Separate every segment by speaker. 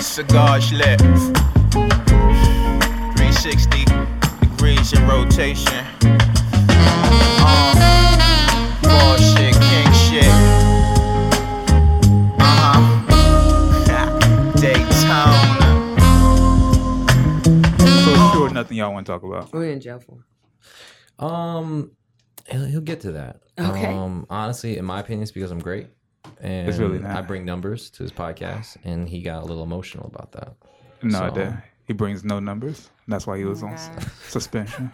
Speaker 1: Cigars lit. 360 degrees in rotation. Uh, ball shit, king shit. Uh huh. Uh-huh. Daytona.
Speaker 2: So sure, nothing y'all want to talk about.
Speaker 3: We're in jail for.
Speaker 4: Um, he'll, he'll get to that.
Speaker 3: Okay.
Speaker 4: Um, honestly, in my opinion, it's because I'm great, and
Speaker 2: It's really not.
Speaker 4: I bring numbers to his podcast, and he got a little emotional about that.
Speaker 2: No,
Speaker 4: So-
Speaker 2: that he brings no numbers. That's why he was on
Speaker 3: God.
Speaker 2: suspension.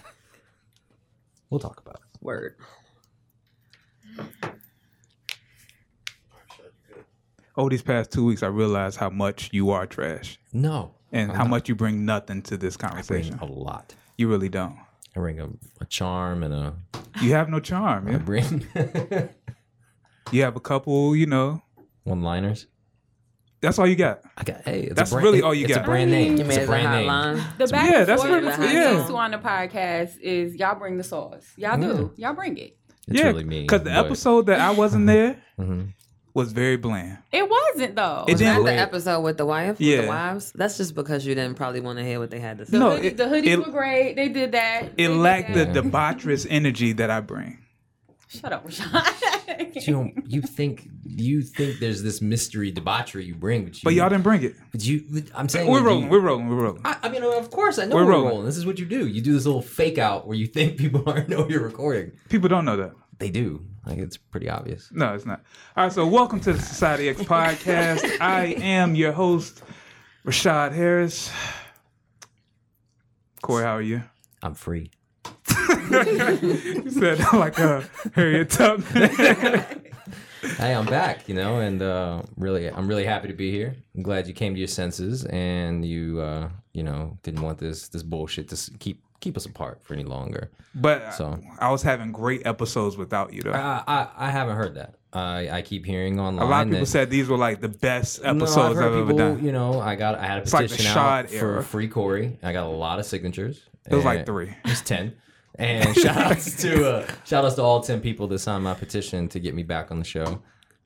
Speaker 4: We'll talk about it.
Speaker 3: Word.
Speaker 2: Over these past two weeks, I realized how much you are trash
Speaker 4: No,
Speaker 2: and how much you bring nothing to this
Speaker 4: I bring
Speaker 2: conversation.
Speaker 4: a lot.
Speaker 2: You really don't.
Speaker 4: I bring a, a charm and a
Speaker 2: You have no charm.
Speaker 4: I
Speaker 2: yeah.
Speaker 4: bring
Speaker 2: You have a couple, you know.
Speaker 4: one liners.
Speaker 2: That's all you got.
Speaker 4: I got hey, it's
Speaker 2: That's
Speaker 4: a brand,
Speaker 2: really
Speaker 4: it-
Speaker 2: all you
Speaker 4: it's
Speaker 2: got.
Speaker 4: a brand name.
Speaker 3: Mm, You
Speaker 4: It's
Speaker 3: made
Speaker 4: a
Speaker 3: it a
Speaker 4: brand name.
Speaker 3: hotline.
Speaker 5: The back
Speaker 2: Yeah,
Speaker 5: and
Speaker 2: that's what-
Speaker 5: forth between
Speaker 2: yeah.
Speaker 5: these two on the podcast is y'all bring the sauce. Y'all do. Y'all bring it.
Speaker 4: It's really me.
Speaker 2: Because the
Speaker 4: but-
Speaker 2: episode that I wasn't there
Speaker 4: Mhm.
Speaker 2: was very bland.
Speaker 5: It wasn't though.
Speaker 2: It
Speaker 3: Not
Speaker 2: didn't.
Speaker 3: the episode with the wife, with
Speaker 2: Yeah.
Speaker 3: the wives. That's just because you didn't probably want to hear what they had to say. Oh
Speaker 2: No,
Speaker 5: the, hoodie,
Speaker 2: it-
Speaker 5: the hoodies
Speaker 2: it-
Speaker 5: were great. They did that. They
Speaker 2: It
Speaker 5: did
Speaker 2: lacked the
Speaker 5: that.
Speaker 4: Yeah.
Speaker 2: debaucherous energy that I bring.
Speaker 5: Shut up, Rashawn.
Speaker 4: But You don't, you think you think there's this mystery debauchery you bring, but you,
Speaker 2: But y'all didn't bring it.
Speaker 4: But you, I'm saying
Speaker 2: We're
Speaker 4: you-
Speaker 2: rolling. We're rolling. We're rolling.
Speaker 4: I, I mean, of course, I know
Speaker 2: We're
Speaker 4: we're,
Speaker 2: rolling.
Speaker 4: rolling. This is what you do. You do this little fake out where you think people aren't know you're recording.
Speaker 2: People don't know that.
Speaker 4: They do. Like it's pretty obvious.
Speaker 2: No, it's not. All right, so welcome to the Society X podcast. I am your host, Rashad Harris. Corey, how are you?
Speaker 4: I'm free.
Speaker 2: You said that like uh, Harriet Tubman.
Speaker 4: Hey, I'm back. You know, and uh, really, I'm really happy to be here. I'm glad you came to your senses and you, uh, you know, didn't want this this bullshit to s- keep keep us apart for any longer.
Speaker 2: But
Speaker 4: So.
Speaker 2: I was having great episodes without you, though.
Speaker 4: I I, I haven't heard that. I I keep hearing online.
Speaker 2: a lot of people
Speaker 4: that,
Speaker 2: said these were like the best
Speaker 4: No,
Speaker 2: episodes
Speaker 4: I've
Speaker 2: I've,
Speaker 4: heard
Speaker 2: ever
Speaker 4: people,
Speaker 2: done.
Speaker 4: You know, I got I had a
Speaker 2: like the
Speaker 4: petition
Speaker 2: Shad
Speaker 4: out
Speaker 2: era.
Speaker 4: for free Corey. I got a lot of signatures.
Speaker 2: It was
Speaker 4: And-
Speaker 2: like three.
Speaker 4: It's ten. And shout outs to uh, shout outs to all ten people that signed my petition to get me back on the show.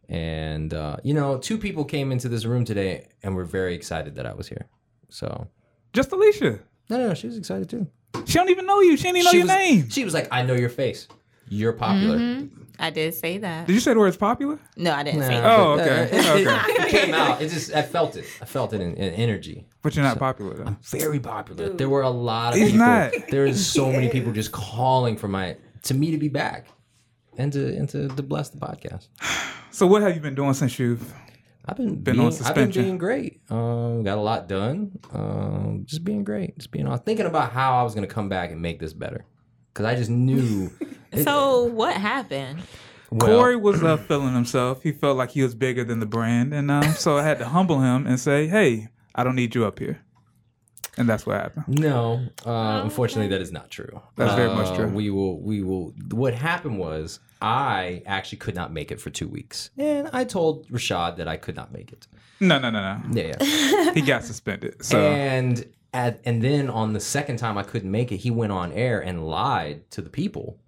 Speaker 4: And uh, you know, two people came into this room today and were very excited that I was here. So
Speaker 2: Just Alicia.
Speaker 4: no, no, no she was excited too.
Speaker 2: She don't even know you. She didn't even know
Speaker 4: she
Speaker 2: your
Speaker 4: was,
Speaker 2: name.
Speaker 4: She was like, "I know your face. You're popular."
Speaker 6: I did say that.
Speaker 2: Did you say the words popular?
Speaker 6: No, I didn't
Speaker 4: Nah,
Speaker 6: say that.
Speaker 2: Oh,
Speaker 4: but, uh,
Speaker 2: okay.
Speaker 4: it-
Speaker 2: Okay.
Speaker 4: It, came out. It just I felt it. I felt it in, in energy.
Speaker 2: But you're not popular, though.
Speaker 4: very popular. There were a lot of
Speaker 2: He's
Speaker 4: people.
Speaker 2: not.
Speaker 4: There is so many people just calling for my to me to be back and to and to, to bless the podcast.
Speaker 2: So what have you been doing since you've
Speaker 4: I've been
Speaker 2: Been on
Speaker 4: being, I've
Speaker 2: suspension.
Speaker 4: been being great. Um, got a lot done. Um, just being great. Just being. I was thinking about how I was gonna come back and make this better because I just knew.
Speaker 6: So what happened?
Speaker 4: well,
Speaker 2: Corey was uh, feeling himself. He felt like he was bigger than the brand, and um, so I had to humble him and say, "Hey, I don't need you up here." And that's what happened.
Speaker 4: No, uh, unfortunately, that is not true.
Speaker 2: That's very much
Speaker 4: Uh,
Speaker 2: true.
Speaker 4: We will, we will. What happened was I actually could not make it for two weeks, and I told Rashad that I could not make it.
Speaker 2: No, no, no, no.
Speaker 4: Yeah, yeah.
Speaker 2: He got suspended. So
Speaker 4: and at, and then on the second time I couldn't make it, he went on air and lied to the people,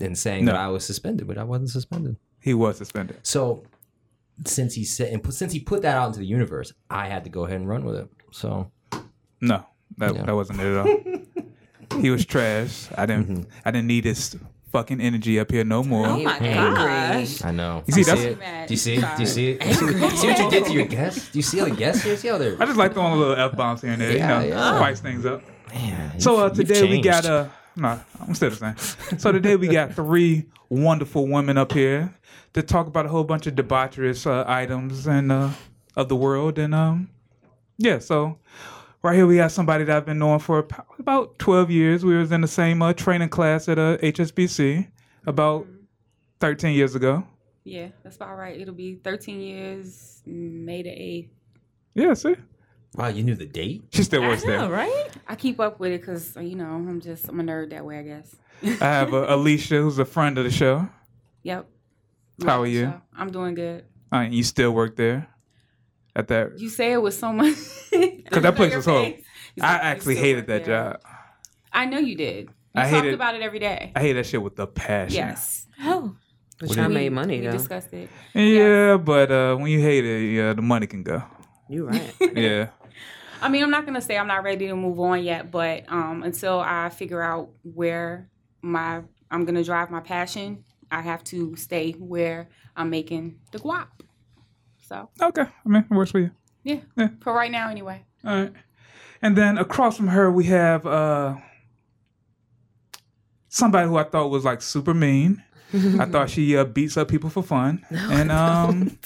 Speaker 4: and saying that I was suspended, but I wasn't suspended.
Speaker 2: he was suspended.
Speaker 4: So since he said and put, since he put that out into the universe, I had to go ahead and run with it. So
Speaker 2: No, that that wasn't it at all. he was trash. I didn't. I didn't need his fucking energy up here no more.
Speaker 6: Oh my
Speaker 3: Angry.
Speaker 6: gosh.
Speaker 4: I know.
Speaker 2: You see,
Speaker 4: Do
Speaker 2: that's-
Speaker 4: you see
Speaker 5: Mad.
Speaker 4: it? Do you see? Do you see it? Do you see see what you did to your guests? Do you see all the guests here? See how they're.
Speaker 2: I just like throwing a little f bombs here and there.
Speaker 4: Yeah,
Speaker 2: you know,
Speaker 4: yeah.
Speaker 2: spice things up.
Speaker 4: Man, you've-
Speaker 2: So uh,
Speaker 4: you've
Speaker 2: today we
Speaker 4: changed.
Speaker 2: got uh no, I'm still the same. So today we got three wonderful women up here to talk about a whole bunch of debaucherous uh, items and uh, of the world and um yeah. So right here we got somebody that I've been knowing for ap- about 12 years. We was in the same uh, training class at uh, HSBC about 13 years ago.
Speaker 5: yeah, that's about right. It'll be 13 years, May the 8th.
Speaker 2: Yeah, see,
Speaker 4: Wow, you knew the date.
Speaker 2: she still works
Speaker 6: Yeah,
Speaker 2: there.
Speaker 6: right?
Speaker 5: I keep up with it because, you know, I'm just, I'm a nerd that way, I guess.
Speaker 2: I have uh, Alicia, who's a friend of the show.
Speaker 5: Yep.
Speaker 2: How are you?
Speaker 5: So, I'm doing good.
Speaker 2: Uh, you still work there at that
Speaker 5: You say it with so much. Because
Speaker 2: that place was horrible. I actually hated that job.
Speaker 5: I know you did. You
Speaker 2: I
Speaker 5: talked
Speaker 2: hated-
Speaker 5: about it every day.
Speaker 2: I hate that shit with the passion.
Speaker 5: Yes.
Speaker 6: Oh.
Speaker 3: But I
Speaker 5: We-
Speaker 3: made money
Speaker 5: We
Speaker 3: though.
Speaker 5: discussed it.
Speaker 2: Yeah, but uh, when you hate it, yeah, the money can go.
Speaker 3: You're right.
Speaker 2: Yeah.
Speaker 5: I mean, I'm not gonna say I'm not ready to move on yet, but um, until I figure out where my I'm gonna drive my passion, I have to stay where I'm making the guap. So
Speaker 2: Okay. I mean, it works for you.
Speaker 5: yeah,
Speaker 2: Yeah.
Speaker 5: for right now anyway.
Speaker 2: All right. And then across from her, we have uh, somebody who I thought was like super mean. I thought she uh, beats up people for fun, and um,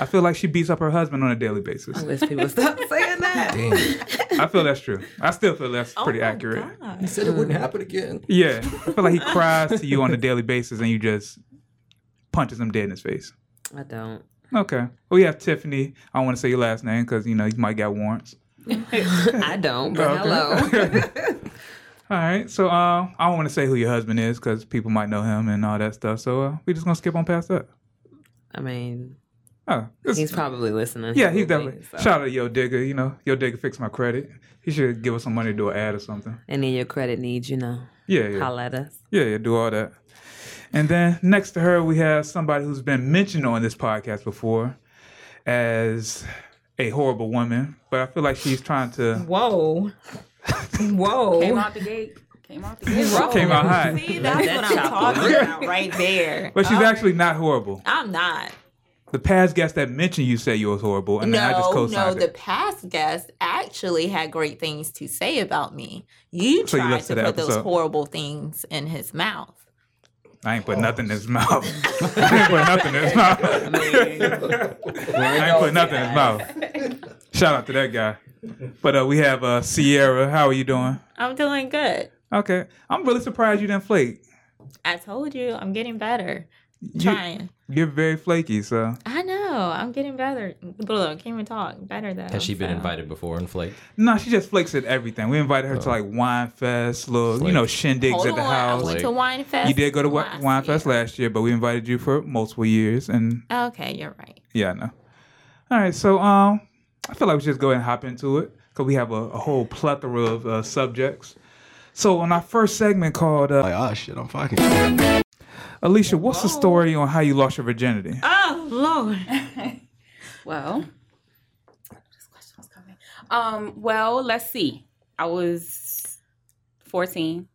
Speaker 2: I feel like she beats up her husband on a daily basis.
Speaker 3: I wish people stop saying that.
Speaker 4: Damn.
Speaker 2: I feel that's true. I still feel that's pretty accurate.
Speaker 4: He said it wouldn't happen again.
Speaker 2: Yeah, I feel like he cries to you on a daily basis, and you just punches him dead in his face.
Speaker 3: I don't.
Speaker 2: Okay. We have Tiffany. I want to say your last name because you know you might got warrants.
Speaker 3: I don't. But
Speaker 2: Okay.
Speaker 3: hello.
Speaker 2: All right, so uh, I don't want to say who your husband is because people might know him and all that stuff. So uh, we just gonna skip on past that.
Speaker 3: I mean,
Speaker 2: Oh, it's-
Speaker 3: he's probably listening.
Speaker 2: yeah, he's
Speaker 3: Probably,
Speaker 2: definitely.
Speaker 3: so.
Speaker 2: Shout out to Yo Digger. You know, Yo Digger fixed my credit. He should give us some money to do an ad or something.
Speaker 3: And then your credit needs, you know,
Speaker 2: Yeah, yeah,
Speaker 3: holla at us.
Speaker 2: yeah, yeah. Do all that. And then next to her, we have somebody who's been mentioned on this podcast before as a horrible woman, but I feel like she's trying to
Speaker 6: Whoa. Whoa.
Speaker 5: Came out the gate. Came out the gate.
Speaker 6: Whoa.
Speaker 2: came out high,
Speaker 6: See, that's what I'm talking about right there.
Speaker 2: but
Speaker 3: Oh.
Speaker 2: she's actually not horrible.
Speaker 6: I'm not.
Speaker 2: The past guest that mentioned you said you was horrible, and then I just
Speaker 6: No, no,
Speaker 2: co-signed it.
Speaker 6: the past guest actually had great things to say about me. You
Speaker 2: So you
Speaker 6: tried
Speaker 2: listened
Speaker 6: to
Speaker 2: to
Speaker 6: put
Speaker 2: the
Speaker 6: those
Speaker 2: episode.
Speaker 6: horrible things in his mouth.
Speaker 2: I ain't put nothing in
Speaker 6: Oh.
Speaker 2: his mouth. I ain't put nothing in his mouth. I ain't put nothing in his mouth. Shout out to that guy. But uh, we have uh, Sierra. How are you doing?
Speaker 6: I'm doing good.
Speaker 2: Okay. I'm really surprised you didn't flake.
Speaker 6: I told you I'm getting better.
Speaker 2: You,
Speaker 6: Trying.
Speaker 2: you're very flaky, so
Speaker 6: I know. I'm getting better. Blah, can't even talk. Better though.
Speaker 4: Has she been
Speaker 6: so.
Speaker 4: invited before and flaked?
Speaker 2: no, she just flakes at everything. We invited her to like wine fest, little you know shindigs
Speaker 6: Hold
Speaker 2: at the
Speaker 6: on. I
Speaker 2: house.
Speaker 6: went to Wine Fest.
Speaker 2: You did go to wi-
Speaker 6: last
Speaker 2: wine fest
Speaker 6: year.
Speaker 2: last year, but we invited you for multiple years, and
Speaker 6: Okay, you're right.
Speaker 2: Yeah, I know. All right, so um, I feel like we should just go ahead and hop into it because we have a, a whole plethora of uh, subjects. So on our first segment called uh,
Speaker 7: Like, oh shit, I'm fucking.
Speaker 2: Alicia, what's the story on how you lost your virginity?
Speaker 5: Ah.
Speaker 6: Oh Lord.
Speaker 5: Well, this question was coming. Um, well, let's see. I was 14.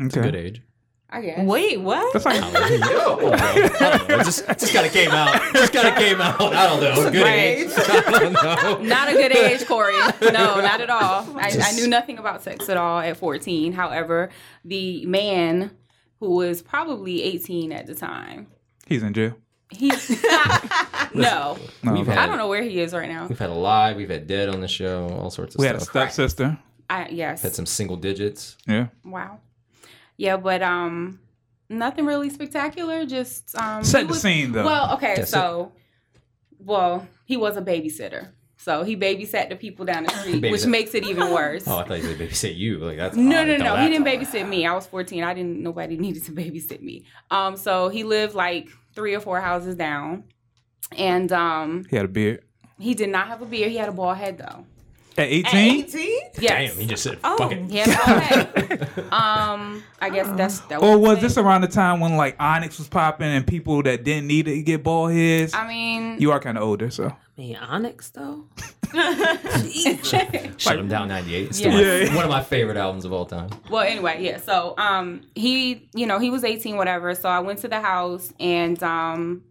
Speaker 4: Good
Speaker 2: Okay,
Speaker 4: age.
Speaker 5: I guess.
Speaker 6: Wait, what?
Speaker 2: that's like
Speaker 4: Oh, I don't know. Just, just kind of came out. Just kind of came out. I don't know. Good age. I don't know.
Speaker 5: Not a good age, Corey. No, not at all. I, I
Speaker 4: Just-
Speaker 5: knew nothing about sex at all at 14. However, the man who was probably 18 at the time,
Speaker 2: he's in jail.
Speaker 5: he no,
Speaker 2: No,
Speaker 4: We've
Speaker 5: I
Speaker 4: had,
Speaker 5: don't know where he is right now.
Speaker 4: We've had alive. We've had dead on the show. All sorts of
Speaker 2: we had a
Speaker 4: stuff.
Speaker 2: stepsister.
Speaker 5: I yes,
Speaker 4: had some single digits.
Speaker 2: Yeah,
Speaker 5: wow, yeah, but um, nothing really spectacular. Just um, he
Speaker 2: set the
Speaker 5: was-
Speaker 2: scene though.
Speaker 5: Well, okay,
Speaker 4: Yeah,
Speaker 5: so, well, he was a babysitter, so he babysat the people down the street,
Speaker 4: Babysat-
Speaker 5: which makes it even worse.
Speaker 4: Oh, I thought you said babysit you. Like that's
Speaker 5: No,
Speaker 4: odd. No,
Speaker 5: no, no. He
Speaker 4: that's
Speaker 5: didn't
Speaker 4: odd.
Speaker 5: babysit me. I was 14. I didn't, nobody needed to babysit me. Um, so he lived like three or four houses down. And um,
Speaker 2: he had a beard
Speaker 5: he did not have a beard. He had a bald head, though.
Speaker 2: at
Speaker 6: At
Speaker 2: eighteen.
Speaker 6: 18?
Speaker 5: Yes.
Speaker 4: Damn, he just said
Speaker 6: Oh.
Speaker 4: fuck it.
Speaker 5: He had a bald head. um, I guess that's, that
Speaker 2: Or was
Speaker 5: the
Speaker 2: this
Speaker 5: thing.
Speaker 2: around the time when like Onyx was popping and people that didn't need it get bald heads?
Speaker 5: I mean,
Speaker 2: you are kind of older, so
Speaker 3: I mean, Onyx, though?
Speaker 4: Shut him down. Ninety eight. Still
Speaker 5: Yeah.
Speaker 4: my-
Speaker 2: Yeah, yeah.
Speaker 4: one of my favorite albums of all time.
Speaker 5: well anyway yeah so um he you know he was 18 whatever so i went to the house and um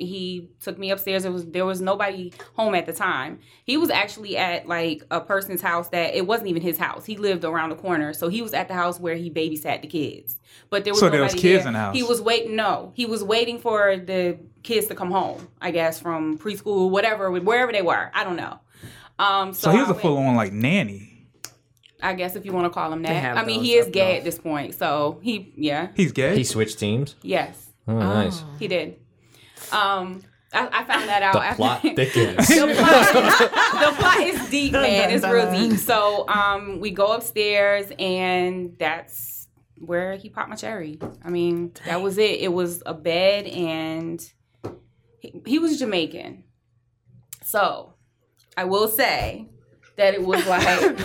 Speaker 5: he took me upstairs it was there was nobody home at the time he was actually at like a person's house that it wasn't even his house he lived around the corner so he was at the house where he babysat the kids but there was
Speaker 2: So
Speaker 5: nobody
Speaker 2: there was kids
Speaker 5: there.
Speaker 2: in the house?
Speaker 5: he was waiting no he was waiting for the kids to come home i guess from preschool whatever wherever they were i don't know um
Speaker 2: so
Speaker 5: so,
Speaker 2: he was
Speaker 5: I
Speaker 2: a
Speaker 5: went-
Speaker 2: full on like nanny.
Speaker 5: I guess if you want to call him that.
Speaker 3: have
Speaker 5: I mean,
Speaker 3: those
Speaker 5: he is
Speaker 3: up
Speaker 5: gay
Speaker 3: north.
Speaker 5: at this point, so he yeah,
Speaker 2: He's gay.
Speaker 4: He switched teams.
Speaker 5: yes,
Speaker 4: Oh, nice.
Speaker 5: he did. Um, I, Oh, I found that out.
Speaker 4: The
Speaker 5: after-
Speaker 4: plot thickens.
Speaker 5: the, plot, the plot is deep, man. It's real deep. So um, we go upstairs, and that's where he popped my cherry. I mean, that was it. It was a bed, and he, he was Jamaican. So I will say that it was like.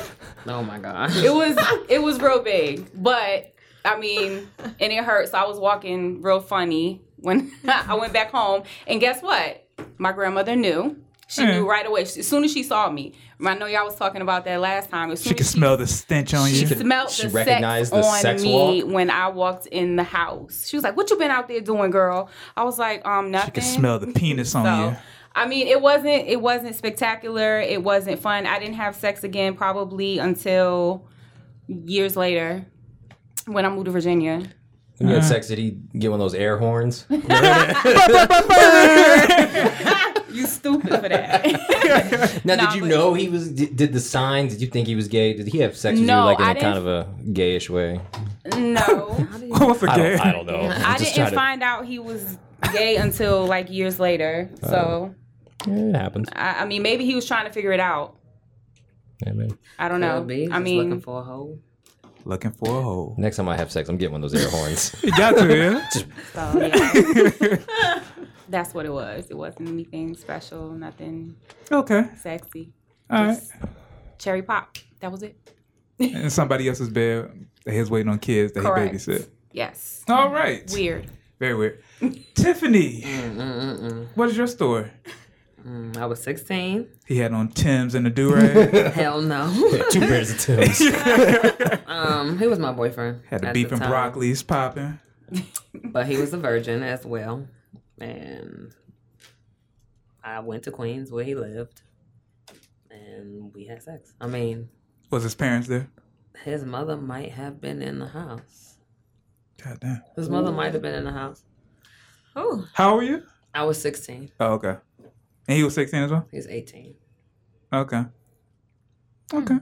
Speaker 3: Oh, my God.
Speaker 5: it was it was real big, but I mean, and it hurt. So I was walking real funny when I went back home, and guess what? My grandmother knew. She
Speaker 2: Mm.
Speaker 5: knew right away. As soon as she saw me, I know y'all was talking about that last time. As soon
Speaker 2: She
Speaker 5: as
Speaker 2: can smell the stench on
Speaker 5: She
Speaker 2: you.
Speaker 5: smelled
Speaker 4: she
Speaker 5: the
Speaker 4: recognized
Speaker 5: sex
Speaker 4: the
Speaker 5: on
Speaker 4: sex
Speaker 5: me
Speaker 4: walk?
Speaker 5: when I walked in the house. She was like, "What you been out there doing, girl?" I was like, "Um,
Speaker 2: She
Speaker 5: nothing."
Speaker 2: can smell the penis on
Speaker 5: So,
Speaker 2: you.
Speaker 5: I mean, it wasn't it wasn't spectacular. It wasn't fun. I didn't have sex again probably until years later when I moved to Virginia.
Speaker 4: When you had sex, did he get one of those air horns?
Speaker 5: You stupid for that.
Speaker 4: Now,
Speaker 5: Nah,
Speaker 4: did you
Speaker 5: but-
Speaker 4: know he was? Did, did the sign? Did you think he was gay? Did he have sex with
Speaker 5: No,
Speaker 4: you like in
Speaker 5: I
Speaker 4: a kind of a gayish way?
Speaker 5: no.
Speaker 2: What's the
Speaker 4: I
Speaker 2: gay?
Speaker 4: don't, I don't know.
Speaker 5: I didn't find out he was gay until like years later. So
Speaker 4: to, Yeah, it happens.
Speaker 5: I, I mean maybe he was trying to figure it out.
Speaker 4: Yeah, maybe.
Speaker 5: I don't know. I
Speaker 3: looking
Speaker 5: mean
Speaker 3: for a hole.
Speaker 2: Looking for a hole.
Speaker 4: Next time I have sex, I'm getting one of those air horns.
Speaker 2: You got to, yeah?
Speaker 5: so, yeah. That's what it was. It wasn't anything special, nothing
Speaker 2: Okay.
Speaker 5: sexy.
Speaker 2: All right.
Speaker 5: Just cherry pop. That was it.
Speaker 2: In somebody else's bed, he's waiting on kids that
Speaker 5: Correct.
Speaker 2: he babysit.
Speaker 5: Yes.
Speaker 2: All right.
Speaker 5: Weird.
Speaker 2: Very weird. Tiffany, what is your story?
Speaker 3: Mm, I was 16.
Speaker 2: He had on Tim's and a do rag.
Speaker 3: Hell no.
Speaker 4: Two pairs of tims.
Speaker 3: um, he was my boyfriend.
Speaker 2: had the
Speaker 3: at
Speaker 2: beef and
Speaker 3: time,
Speaker 2: broccoli's popping.
Speaker 3: But he was a virgin as well. And I went to Queens where he lived. And we had sex. I mean,
Speaker 2: Was his parents there?
Speaker 3: his mother might have been in the house.
Speaker 2: God damn.
Speaker 3: His mother might have been in the house.
Speaker 6: Oh,
Speaker 2: How are you?
Speaker 3: I was 16.
Speaker 2: Oh, okay. And he was 16 as well?
Speaker 3: He was 18.
Speaker 2: Okay.
Speaker 3: Hmm.
Speaker 2: Okay.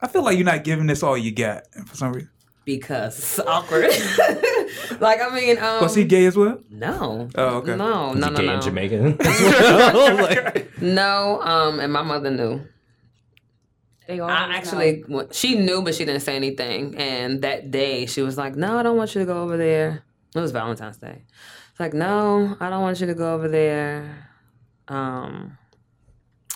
Speaker 2: I feel like you're not giving this all you got for some reason.
Speaker 3: Because awkward. like, I mean, um.
Speaker 2: Was he gay as well?
Speaker 3: No.
Speaker 2: Oh, okay.
Speaker 3: No, no, no,
Speaker 4: gay
Speaker 3: no.
Speaker 4: in Jamaica. as well. Like,
Speaker 3: No, um, and my mother knew.
Speaker 5: They all
Speaker 3: I actually, went- she knew, but she didn't say anything. And that day, she was like, "No, I don't want you to go over there." It was Valentine's Day. It's like, "No, I don't want you to go over there, um,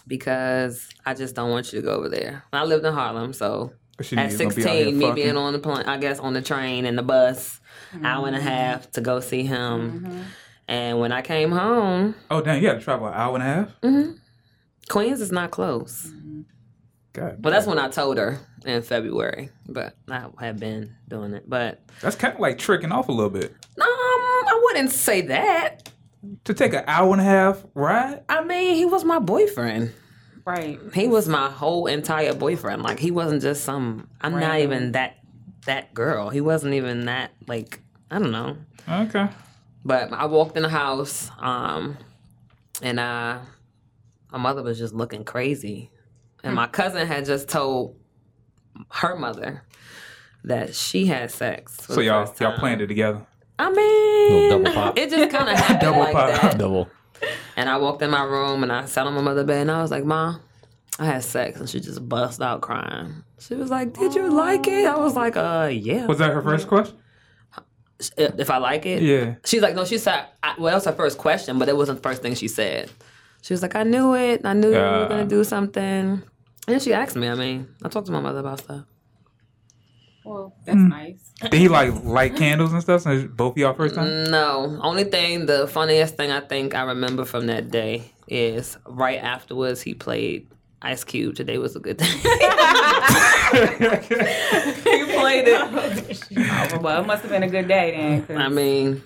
Speaker 3: because I just don't want you to go over there." I lived in Harlem, so
Speaker 2: She
Speaker 3: at
Speaker 2: knew you was gonna be out here
Speaker 3: 16, me
Speaker 2: fucking.
Speaker 3: being on the plane, I guess on the train and the bus, hour and a half to go see him. And when I came home, mm-hmm,
Speaker 2: Oh, damn, you had to travel an hour and a half?
Speaker 3: Queens is not close.
Speaker 2: God.
Speaker 3: Well, that's when I told her in February, but I had been doing it. But
Speaker 2: That's kind of like tricking off a little bit.
Speaker 3: um, I wouldn't say that.
Speaker 2: To take an hour and a half ride?
Speaker 3: I mean, he was my boyfriend.
Speaker 5: right.
Speaker 3: He was my whole entire boyfriend. Like he wasn't just some. I'm not
Speaker 5: Random.
Speaker 3: even that that girl. He wasn't even that like I don't know.
Speaker 2: Okay.
Speaker 3: But I walked in the house, um, and I, my mother was just looking crazy, and my cousin had just told her mother that she had sex. for
Speaker 2: So
Speaker 3: the
Speaker 2: y'all
Speaker 3: first
Speaker 2: y'all
Speaker 3: time.
Speaker 2: planned it together.
Speaker 3: I mean,
Speaker 4: Little double pop.
Speaker 3: it just kind of happened
Speaker 2: Double
Speaker 3: like
Speaker 2: pop.
Speaker 3: that.
Speaker 4: Double.
Speaker 3: And I walked in my room and I sat on my mother's bed and I was like, "Mom, I had sex," and she just bust out crying. She was like, "Did you like it?" I was like, "Uh, yeah." Uh,
Speaker 2: Was that her first question?
Speaker 3: If I like it,
Speaker 2: Yeah.
Speaker 3: She's like, no, she said, I, well, that was her first question, but it wasn't the first thing she said. She was like, I knew it. I knew you
Speaker 2: Ah.
Speaker 3: were going to do something. And she asked me, I mean, I talked to my mother about stuff.
Speaker 5: Well, that's
Speaker 2: Mm.
Speaker 5: nice.
Speaker 2: Did he like light candles and stuff? Since both of y'all first time?
Speaker 3: No, only thing, the funniest thing I think I remember from that day is right afterwards he played Ice Cube. Today was a good day. Mm.
Speaker 5: you played it. oh, well, it must have been a good day then. 'cause
Speaker 3: I mean,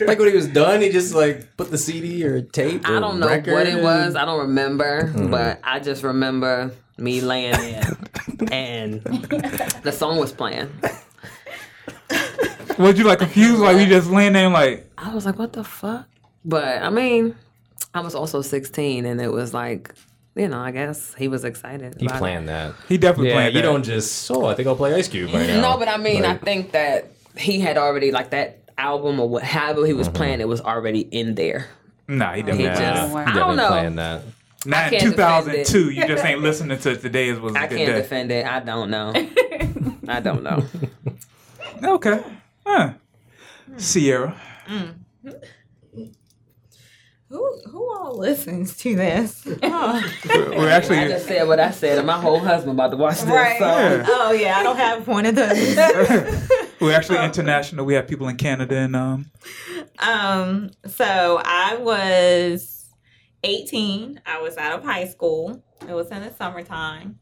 Speaker 4: Like when he was done, he just like put the CD or tape.
Speaker 3: I
Speaker 4: or
Speaker 3: don't know
Speaker 4: record
Speaker 3: what it
Speaker 4: in-
Speaker 3: was. I don't remember, but I just remember me laying there and the song was playing.
Speaker 2: Was you like confused? Like you just laying there and like
Speaker 3: I was like, what the fuck? But I mean, I was also 16 and it was like, you know, I guess he was excited.
Speaker 4: He
Speaker 3: about it.
Speaker 4: planned that.
Speaker 2: he definitely
Speaker 4: Yeah,
Speaker 2: planned.
Speaker 4: you
Speaker 2: that.
Speaker 4: don't just. Oh, I think I'll play Ice Cube right now.
Speaker 3: No, but I mean, I
Speaker 4: Like-
Speaker 3: think that he had already, like, that album or what, however he was playing, it was already in there.
Speaker 2: Nah, he definitely.
Speaker 3: He
Speaker 2: planned
Speaker 3: just,
Speaker 5: Wow.
Speaker 3: I don't know.
Speaker 4: playing that.
Speaker 2: that. Not in
Speaker 3: can't defend
Speaker 2: 2002. You just ain't listening to today is was a
Speaker 3: I
Speaker 2: good
Speaker 3: can't
Speaker 2: day.
Speaker 3: defend it. I don't know. I don't know.
Speaker 2: Okay. Huh. Sierra.
Speaker 6: who who all listens to this? Oh.
Speaker 2: We're actually.
Speaker 3: I just said what I said, and my whole husband about to watch this.
Speaker 6: Right.
Speaker 3: So.
Speaker 6: Oh yeah, I don't have one of those.
Speaker 2: We're actually
Speaker 6: Oh.
Speaker 2: international. We have people in Canada and um.
Speaker 6: um, so I was 18. I was out of high school. It was in the summertime.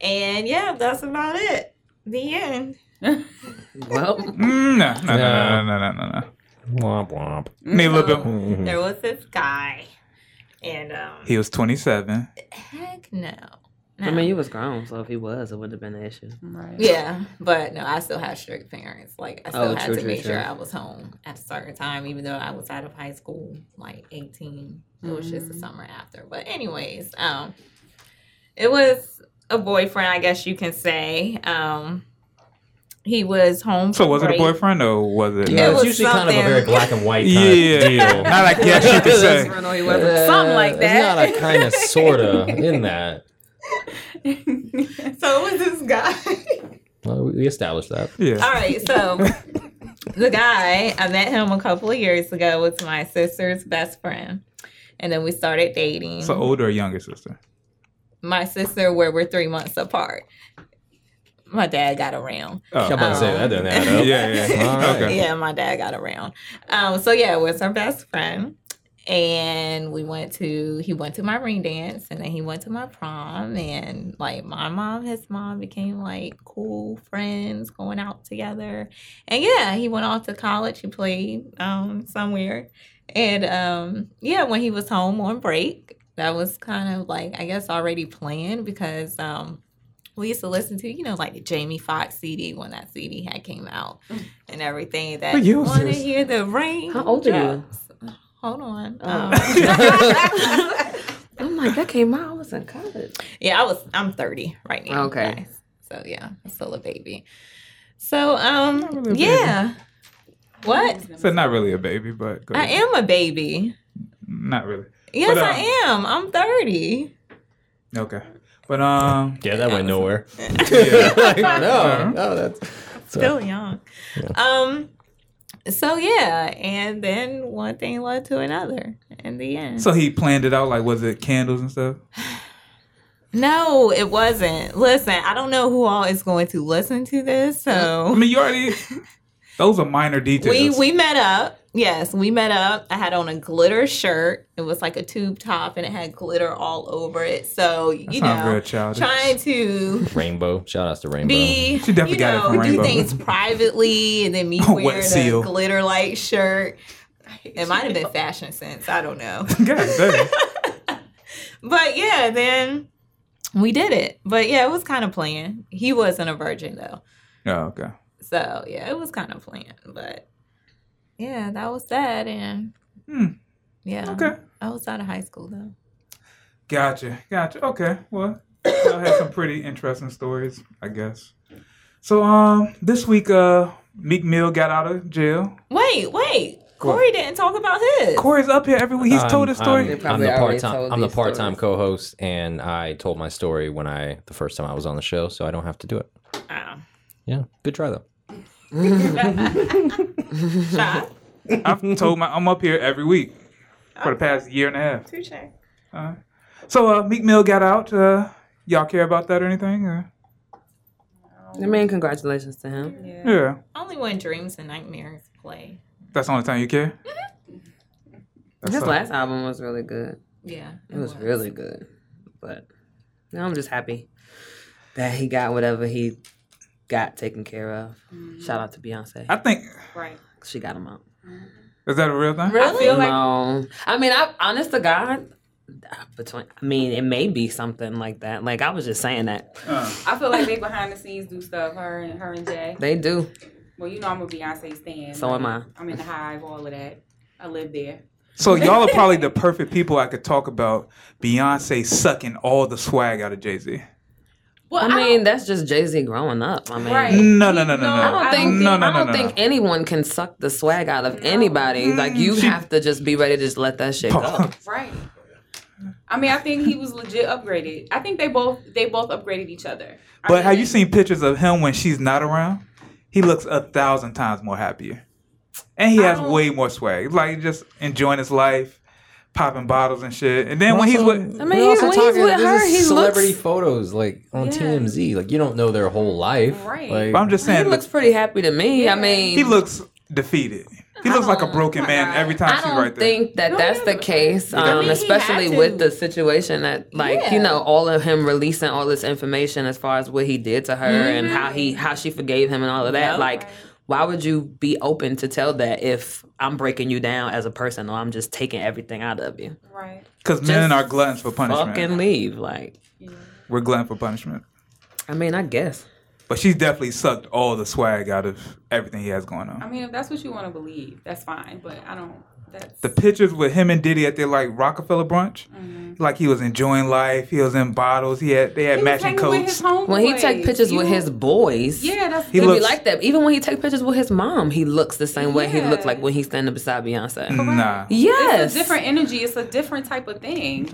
Speaker 6: And yeah, that's about it. The end.
Speaker 3: Well,
Speaker 2: Mm, no, no,
Speaker 4: Yeah.
Speaker 2: no, no, no, no, no, no.
Speaker 4: Womp womp.
Speaker 2: Need a little bit.
Speaker 6: Mm. So, There was this guy, and um,
Speaker 2: Hmm. He was 27.
Speaker 6: heck no. no.
Speaker 3: I mean, you was grown, so if he was, it wouldn't have been an issue.
Speaker 5: Right.
Speaker 6: Yeah, but no, I still had strict parents. Like I still
Speaker 3: Oh,
Speaker 6: had
Speaker 3: true,
Speaker 6: to
Speaker 3: true,
Speaker 6: make
Speaker 3: true.
Speaker 6: sure I was home at a certain time, even though I was out of high school, like eighteen. It was just
Speaker 3: Mm-hmm.
Speaker 6: the
Speaker 5: Mhm.
Speaker 6: summer after. But anyways, um, it was a boyfriend, I guess you can say. Um, he was home.
Speaker 2: So
Speaker 6: from
Speaker 2: was it a
Speaker 6: break.
Speaker 2: boyfriend or was it?
Speaker 4: Yeah,
Speaker 6: It
Speaker 4: it's
Speaker 6: was
Speaker 4: usually kind of a
Speaker 6: something-
Speaker 4: very black and white kind
Speaker 2: Yeah,
Speaker 4: of deal.
Speaker 2: not I guess you could say.
Speaker 5: Something like that.
Speaker 4: It's not a kind of sorta in that.
Speaker 6: So it was this guy.
Speaker 4: Well, we established that.
Speaker 2: Yeah.
Speaker 6: All right, so the guy I met him a couple of years ago was my sister's best friend, and then we started dating.
Speaker 2: So older or younger sister?
Speaker 6: my sister where we're three months apart. My dad got around.
Speaker 2: Oh.
Speaker 4: I'm about to say that doesn't add up.
Speaker 2: Yeah, yeah, yeah.
Speaker 4: All right.
Speaker 2: Okay.
Speaker 6: Yeah, my dad got around. Um, so yeah, it was our best friend. And we went to he went to my ring dance and then he went to my prom and like my mom, his mom became like cool friends going out together. And yeah, he went off to college, he played um somewhere. And um yeah, when he was home on break, that was kind of like I guess already planned because um we used to listen to, you know, like the Jamie Foxx CD when that CD had came out and everything. That
Speaker 2: What year was
Speaker 6: want to
Speaker 2: this?
Speaker 6: hear the rain.
Speaker 3: Mm. How old are you?
Speaker 6: you? Hold on.
Speaker 3: Oh.
Speaker 6: Um,
Speaker 3: I'm like, that came out. I was in college.
Speaker 6: Yeah, I was. I'm 30 right now.
Speaker 3: Okay.
Speaker 6: guys. So yeah, I'm still a baby. So um,
Speaker 2: really a baby.
Speaker 6: yeah. What?
Speaker 2: So not really a baby, but go
Speaker 6: I
Speaker 2: ahead.
Speaker 6: am a baby.
Speaker 2: Not really.
Speaker 6: Yes,
Speaker 2: But, uh,
Speaker 6: I am. I'm 30.
Speaker 2: Okay. But um,
Speaker 4: Yeah, that went nowhere.
Speaker 2: yeah.
Speaker 4: Like, no, no, that's so-
Speaker 6: Still young. Um. So yeah, and then one thing led to another in the end.
Speaker 2: so he planned it out. Like, was it candles and stuff?
Speaker 6: no, it wasn't. Listen, I don't know who all is going to listen to this,
Speaker 2: I
Speaker 6: so
Speaker 2: mean, you already. Those are minor
Speaker 6: we
Speaker 2: details.
Speaker 6: we met up. Yes, we met up. I had on a glitter shirt. It was like a tube top, and it had glitter all over it. So you
Speaker 2: Sounds
Speaker 6: know,
Speaker 2: real childish.
Speaker 6: trying to
Speaker 4: Rainbow. Shout outs to Rainbow.
Speaker 6: be
Speaker 2: She definitely
Speaker 6: you
Speaker 2: got it
Speaker 6: know
Speaker 2: from
Speaker 6: do
Speaker 2: Rainbow.
Speaker 6: things privately, and then me
Speaker 2: Wet
Speaker 6: wearing a
Speaker 2: seal.
Speaker 6: glitter like shirt. It might have been fashion sense. I don't know.
Speaker 2: God damn.
Speaker 6: But yeah, then we did it. But yeah, it was kind of planned. He wasn't a virgin though.
Speaker 2: Oh, okay.
Speaker 6: So yeah, it was kind of planned, but yeah, that was that, and
Speaker 2: Hmm.
Speaker 6: yeah,
Speaker 2: Okay.
Speaker 6: I was out of high school though.
Speaker 2: Gotcha. Gotcha. Okay. Well, y'all had some pretty interesting stories, I guess. So um, this week uh, Meek Mill got out of jail.
Speaker 6: Wait, wait, Corey didn't talk about his.
Speaker 2: Corey's up here every week. He's told his story.
Speaker 3: They
Speaker 4: I'm, I'm
Speaker 3: probably
Speaker 4: the
Speaker 3: already
Speaker 4: part-time.
Speaker 3: told
Speaker 4: I'm the
Speaker 3: these
Speaker 4: part-time co-host, and I told my story when I the first time I was on the show, so I don't have to do it.
Speaker 6: Oh.
Speaker 4: Yeah, good try though.
Speaker 6: Shot.
Speaker 2: I've told my I'm up here every week for the past year and a half. Uh, so uh, Meek Mill got out. Uh, y'all care about that or anything? Uh,
Speaker 3: I mean, congratulations to him.
Speaker 5: Yeah.
Speaker 2: yeah,
Speaker 6: Only when dreams and nightmares play.
Speaker 2: that's the only time you care. That's
Speaker 3: His
Speaker 2: all.
Speaker 3: last album was really good.
Speaker 6: Yeah,
Speaker 3: It was really good. But now I'm just happy that he got whatever he got taken care of. Shout out to Beyonce.
Speaker 2: I think
Speaker 5: Right.
Speaker 3: she got him out.
Speaker 2: is that a real thing?
Speaker 6: Really?
Speaker 5: I feel like
Speaker 3: no. I mean, I honest to God, between I mean, it may be something like that. Like I was just saying that.
Speaker 2: Uh,
Speaker 5: I feel like they behind the scenes do stuff. Her and her and Jay.
Speaker 3: They do.
Speaker 5: Well, you know I'm a Beyonce stan.
Speaker 3: So am I.
Speaker 5: I'm in the hive. All of that. I live there.
Speaker 2: so y'all are probably the perfect people I could talk about Beyonce sucking all the swag out of Jay Z.
Speaker 5: Well,
Speaker 3: I mean, that's just Jay Z growing up. I mean,
Speaker 5: Right.
Speaker 2: No, no, no, no, no.
Speaker 5: No,
Speaker 3: I don't think
Speaker 2: no, no,
Speaker 3: I don't
Speaker 2: no, no,
Speaker 3: think anyone can suck the swag out of anybody. Like you have to just be ready to just let that shit go.
Speaker 2: Pause.
Speaker 5: Right. I mean, I think he was legit upgraded. I think they both they both upgraded each other. I
Speaker 2: But
Speaker 5: mean,
Speaker 2: have you seen pictures of him when she's not around? He looks a thousand times more happier, and he
Speaker 5: I
Speaker 2: has
Speaker 5: don't-
Speaker 2: way more swag. Like just enjoying his life, popping bottles and shit. And then when he's with,
Speaker 3: I mean, he- when he's with
Speaker 4: this
Speaker 3: her,
Speaker 4: is
Speaker 3: he
Speaker 4: celebrity
Speaker 3: looks-
Speaker 4: photos like on
Speaker 5: Yeah.
Speaker 4: TMZ. Like you don't know their whole life.
Speaker 5: Right.
Speaker 4: Like,
Speaker 2: but I'm just
Speaker 3: He
Speaker 2: saying,
Speaker 3: looks pretty happy to me. I mean,
Speaker 2: he looks defeated. He looks like a
Speaker 6: Oh,
Speaker 2: broken
Speaker 5: my
Speaker 2: man
Speaker 5: God.
Speaker 2: every time
Speaker 3: I
Speaker 2: she's
Speaker 3: don't
Speaker 2: right there.
Speaker 3: think that
Speaker 5: No,
Speaker 3: that's
Speaker 5: yeah,
Speaker 3: the
Speaker 5: but-
Speaker 3: case,
Speaker 5: I mean,
Speaker 3: um,
Speaker 5: he had
Speaker 3: especially
Speaker 5: to.
Speaker 3: with the situation that, like, you
Speaker 6: Yeah.
Speaker 3: know, all of him releasing all this information as far as what he did to her and how he
Speaker 5: Mm-hmm.
Speaker 3: how she forgave him and all of that.
Speaker 6: Yep.
Speaker 3: Like, why would you be open to tell that if I'm breaking you down as a person or I'm just taking everything out of you?
Speaker 5: Right.
Speaker 2: Because men
Speaker 3: Just
Speaker 2: are gluttons for punishment.
Speaker 3: Fucking leave. Like,
Speaker 2: We're glutton for punishment.
Speaker 3: I mean, I guess.
Speaker 2: But she's definitely sucked all the swag out of everything he has going on.
Speaker 5: I mean, if that's what you want to believe, that's fine. But I don't. That's
Speaker 2: the pictures with him and Diddy at their like Rockefeller brunch, like he was enjoying life. He was in bottles. He had they had
Speaker 5: Mm-hmm. He was
Speaker 2: matching
Speaker 5: hanging With his
Speaker 2: coats.
Speaker 5: homeboys.
Speaker 3: When he take pictures with
Speaker 5: You-
Speaker 3: his boys,
Speaker 5: Yeah, that's.
Speaker 2: He
Speaker 3: He
Speaker 2: looks-
Speaker 3: be like that. Even when he take pictures with his mom, he looks the same way he
Speaker 5: Yeah.
Speaker 3: looked like when he's standing beside Beyonce.
Speaker 2: Nah.
Speaker 3: Yes,
Speaker 5: It's a different energy. It's a different type of thing.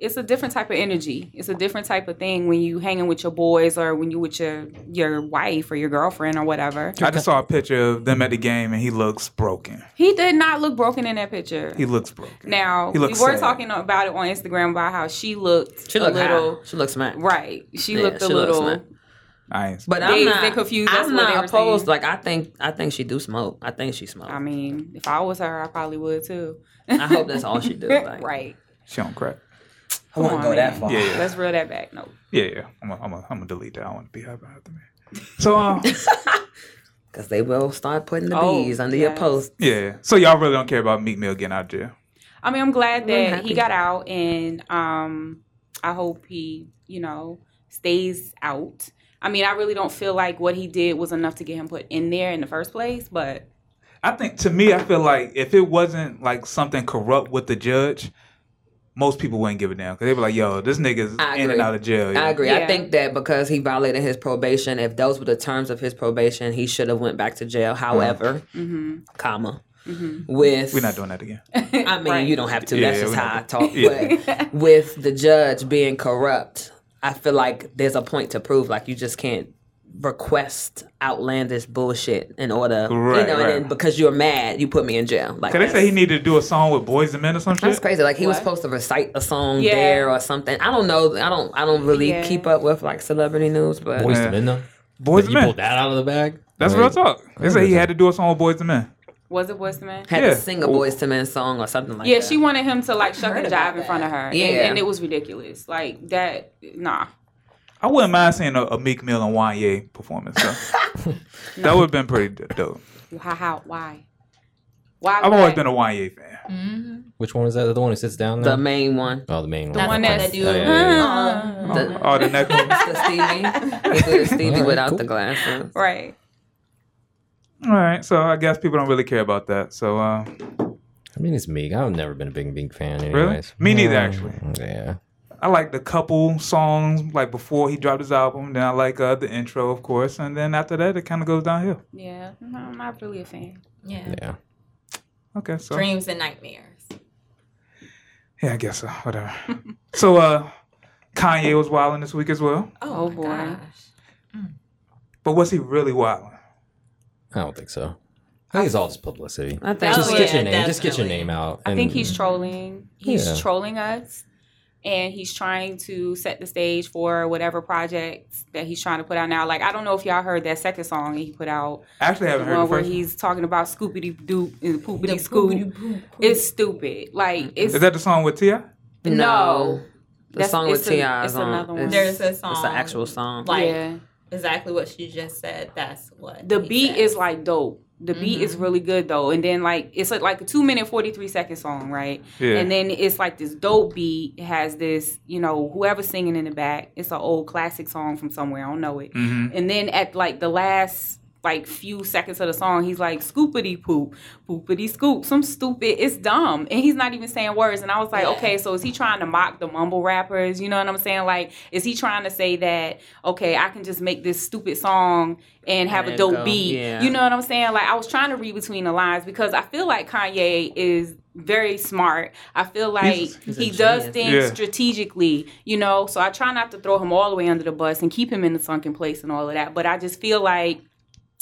Speaker 5: It's a different type of energy. It's a different type of thing when you hanging with your boys or when you with your your wife or your girlfriend or whatever.
Speaker 2: I just saw a picture of them at the game, and he looks broken.
Speaker 5: He did not look broken in that picture.
Speaker 2: He looks broken.
Speaker 5: now
Speaker 2: he
Speaker 5: we
Speaker 2: looks
Speaker 5: were
Speaker 2: sad.
Speaker 5: talking about it on Instagram about how she looked
Speaker 3: She
Speaker 5: a
Speaker 3: looked
Speaker 5: little
Speaker 3: high. She looked smack.
Speaker 5: right. She
Speaker 3: Yeah,
Speaker 5: looked a
Speaker 3: she looked
Speaker 5: little.
Speaker 3: smack.
Speaker 2: I ain't.
Speaker 3: But
Speaker 5: They-
Speaker 3: I'm not
Speaker 5: they confused. That's
Speaker 3: I'm
Speaker 5: what
Speaker 3: not
Speaker 5: they were
Speaker 3: opposed.
Speaker 5: saying.
Speaker 3: Like I think I think she do smoke. I think she smoke.
Speaker 5: I
Speaker 3: i
Speaker 5: mean, if I was her, I probably would too.
Speaker 3: hope that's all she do. Like,
Speaker 5: right.
Speaker 2: she don't crack.
Speaker 3: I wouldn't
Speaker 5: on,
Speaker 3: go that
Speaker 5: man.
Speaker 3: far.
Speaker 2: Yeah, yeah,
Speaker 5: Let's reel that back. No.
Speaker 2: yeah. yeah. I'm gonna I'm gonna- I'm gonna delete that. I want to be happy after me. So um,
Speaker 3: Cause they will start putting the
Speaker 5: Oh,
Speaker 3: bees under your
Speaker 5: yes.
Speaker 3: post.
Speaker 2: yeah. So y'all really don't care about Meek Mill getting out of jail.
Speaker 5: I mean, I'm glad
Speaker 3: We're
Speaker 5: that
Speaker 3: happy.
Speaker 5: he got out, and um, I hope he, you know, stays out. I mean, I really don't feel like what he did was enough to get him put in there in the first place, but
Speaker 2: I think to me, I feel like if it wasn't like something corrupt with the judge, most people wouldn't give a damn because they'd be like, "Yo, this nigga's
Speaker 3: I
Speaker 2: in and
Speaker 3: agree.
Speaker 2: out of jail."
Speaker 3: I agree. I
Speaker 5: Yeah.
Speaker 3: think that because he violated his probation, if those were the terms of his probation, he should have went back to jail. However,
Speaker 5: Mm-hmm.
Speaker 3: comma with
Speaker 2: We're not doing that again.
Speaker 3: I mean,
Speaker 5: Right.
Speaker 3: you don't have to.
Speaker 2: Yeah,
Speaker 3: That's just
Speaker 2: we
Speaker 3: how I
Speaker 2: don't-
Speaker 3: talk.
Speaker 2: yeah.
Speaker 3: But with the judge being corrupt, I feel like there's a point to prove. Like you just can't request outlandish bullshit in order,
Speaker 2: Right,
Speaker 3: you know. And
Speaker 2: right.
Speaker 3: then because you're mad, you put me in jail. Like
Speaker 2: Cause they say he needed to do a song with Boys and Men or some shit.
Speaker 3: that's crazy. Like he was
Speaker 5: What?
Speaker 3: supposed to recite a song
Speaker 5: Yeah.
Speaker 3: there or something. I don't know. I don't. I don't really
Speaker 5: Yeah.
Speaker 3: keep up with like celebrity news, but
Speaker 4: Boys
Speaker 2: Yeah.
Speaker 4: to men though.
Speaker 2: Boys
Speaker 4: you
Speaker 2: and Men.
Speaker 4: pulled that out of the bag.
Speaker 2: That's
Speaker 4: Like,
Speaker 2: real talk. They say he had to do a song with Boys and Men.
Speaker 5: was it Boyz II Men?
Speaker 3: had
Speaker 2: Yeah.
Speaker 3: to sing a boys to men song or something like
Speaker 5: Yeah,
Speaker 3: that.
Speaker 5: she wanted him to like shuck
Speaker 6: heard
Speaker 5: and
Speaker 6: about
Speaker 5: jive in front of her,
Speaker 3: Yeah.
Speaker 5: and, and it was ridiculous. Like that, nah.
Speaker 2: I wouldn't mind seeing a, a Meek Mill and Wanye performance. though. That would have been pretty d- dope.
Speaker 5: How? How? Why? Why?
Speaker 2: I've
Speaker 5: would
Speaker 2: always
Speaker 5: I-
Speaker 2: been a Wanye fan.
Speaker 4: Which one is that? The one who sits down
Speaker 3: the
Speaker 4: there?
Speaker 3: main one.
Speaker 4: oh, the main
Speaker 6: That's
Speaker 5: one
Speaker 4: Okay.
Speaker 5: that
Speaker 6: do-
Speaker 4: Oh, yeah, yeah, yeah.
Speaker 2: Oh,
Speaker 3: The-
Speaker 2: oh, the neck one.
Speaker 3: the Stevie. He did Stevie
Speaker 4: Alright,
Speaker 3: without
Speaker 4: cool.
Speaker 3: the glasses.
Speaker 5: right.
Speaker 2: All right, so I guess people don't really care about that. So uh,
Speaker 4: I mean, it's Meek. I've never been a big Meek fan. Anyways.
Speaker 2: Really? Me neither,
Speaker 4: Yeah.
Speaker 2: actually.
Speaker 4: Yeah.
Speaker 2: I like the couple songs like before he dropped his album. Then I like uh, the intro, of course, and then after that it kind of goes downhill.
Speaker 5: Yeah, no, I'm not really a fan.
Speaker 6: Yeah.
Speaker 4: Yeah.
Speaker 2: Okay, so
Speaker 6: Dreams and nightmares.
Speaker 2: yeah, I guess so. Whatever. so uh, Kanye was wilding this week as well,
Speaker 5: Oh, boy.
Speaker 2: but was he really wilding?
Speaker 4: I don't think so. I think it's all just publicity.
Speaker 3: I think
Speaker 6: That
Speaker 4: Just
Speaker 6: Oh,
Speaker 4: get
Speaker 6: yeah,
Speaker 4: your name. Just get your
Speaker 6: definitely.
Speaker 4: name out.
Speaker 5: I think he's trolling. He's
Speaker 4: Yeah.
Speaker 5: trolling us, and he's trying to set the stage for whatever projects that he's trying to put out now. Like I don't know if y'all heard that second song that he put out,
Speaker 2: Actually, I
Speaker 5: the
Speaker 2: haven't heard
Speaker 5: one
Speaker 2: the
Speaker 5: where
Speaker 2: first. one.
Speaker 5: he's talking about scoopity doop and poopity scoop.
Speaker 6: poopity-poop.
Speaker 5: It's stupid. Like it's
Speaker 2: Is that the song with Ti?
Speaker 3: No. The
Speaker 5: That's-
Speaker 3: song with
Speaker 5: it's a-
Speaker 3: T.I.
Speaker 5: it's
Speaker 3: is on.
Speaker 5: another one.
Speaker 3: It's,
Speaker 6: There's a
Speaker 3: it's
Speaker 6: song.
Speaker 3: an actual song.
Speaker 6: Like
Speaker 5: yeah.
Speaker 6: exactly what she just said. That's what
Speaker 5: The
Speaker 6: he
Speaker 5: beat
Speaker 6: said.
Speaker 5: is like dope. The beat is really good though, and then like it's like, like a two minute forty three second song, right?
Speaker 2: Yeah.
Speaker 5: And then it's like this dope beat it has this, you know, whoever's singing in the back. It's an old classic song from somewhere. I don't know it. And then at like the last like few seconds of the song, he's like scoopity poop, poopity scoop, some stupid. It's dumb, and he's not even saying words. And I was like,
Speaker 6: Yeah.
Speaker 5: okay, so is he trying to mock the mumble rappers? You know what I'm saying? Like, is he trying to say that okay, I can just make this stupid song and have
Speaker 3: And
Speaker 5: a dope
Speaker 3: go-
Speaker 5: beat?
Speaker 3: yeah.
Speaker 5: You know what I'm saying? Like, I was trying to read between the lines because I feel like Kanye is very smart. I feel like
Speaker 2: He's-
Speaker 5: he
Speaker 3: a
Speaker 5: does
Speaker 3: genius.
Speaker 5: things
Speaker 2: Yeah.
Speaker 5: strategically, you know. So I try not to throw him all the way under the bus and keep him in the sunken place and all of that. But I just feel like,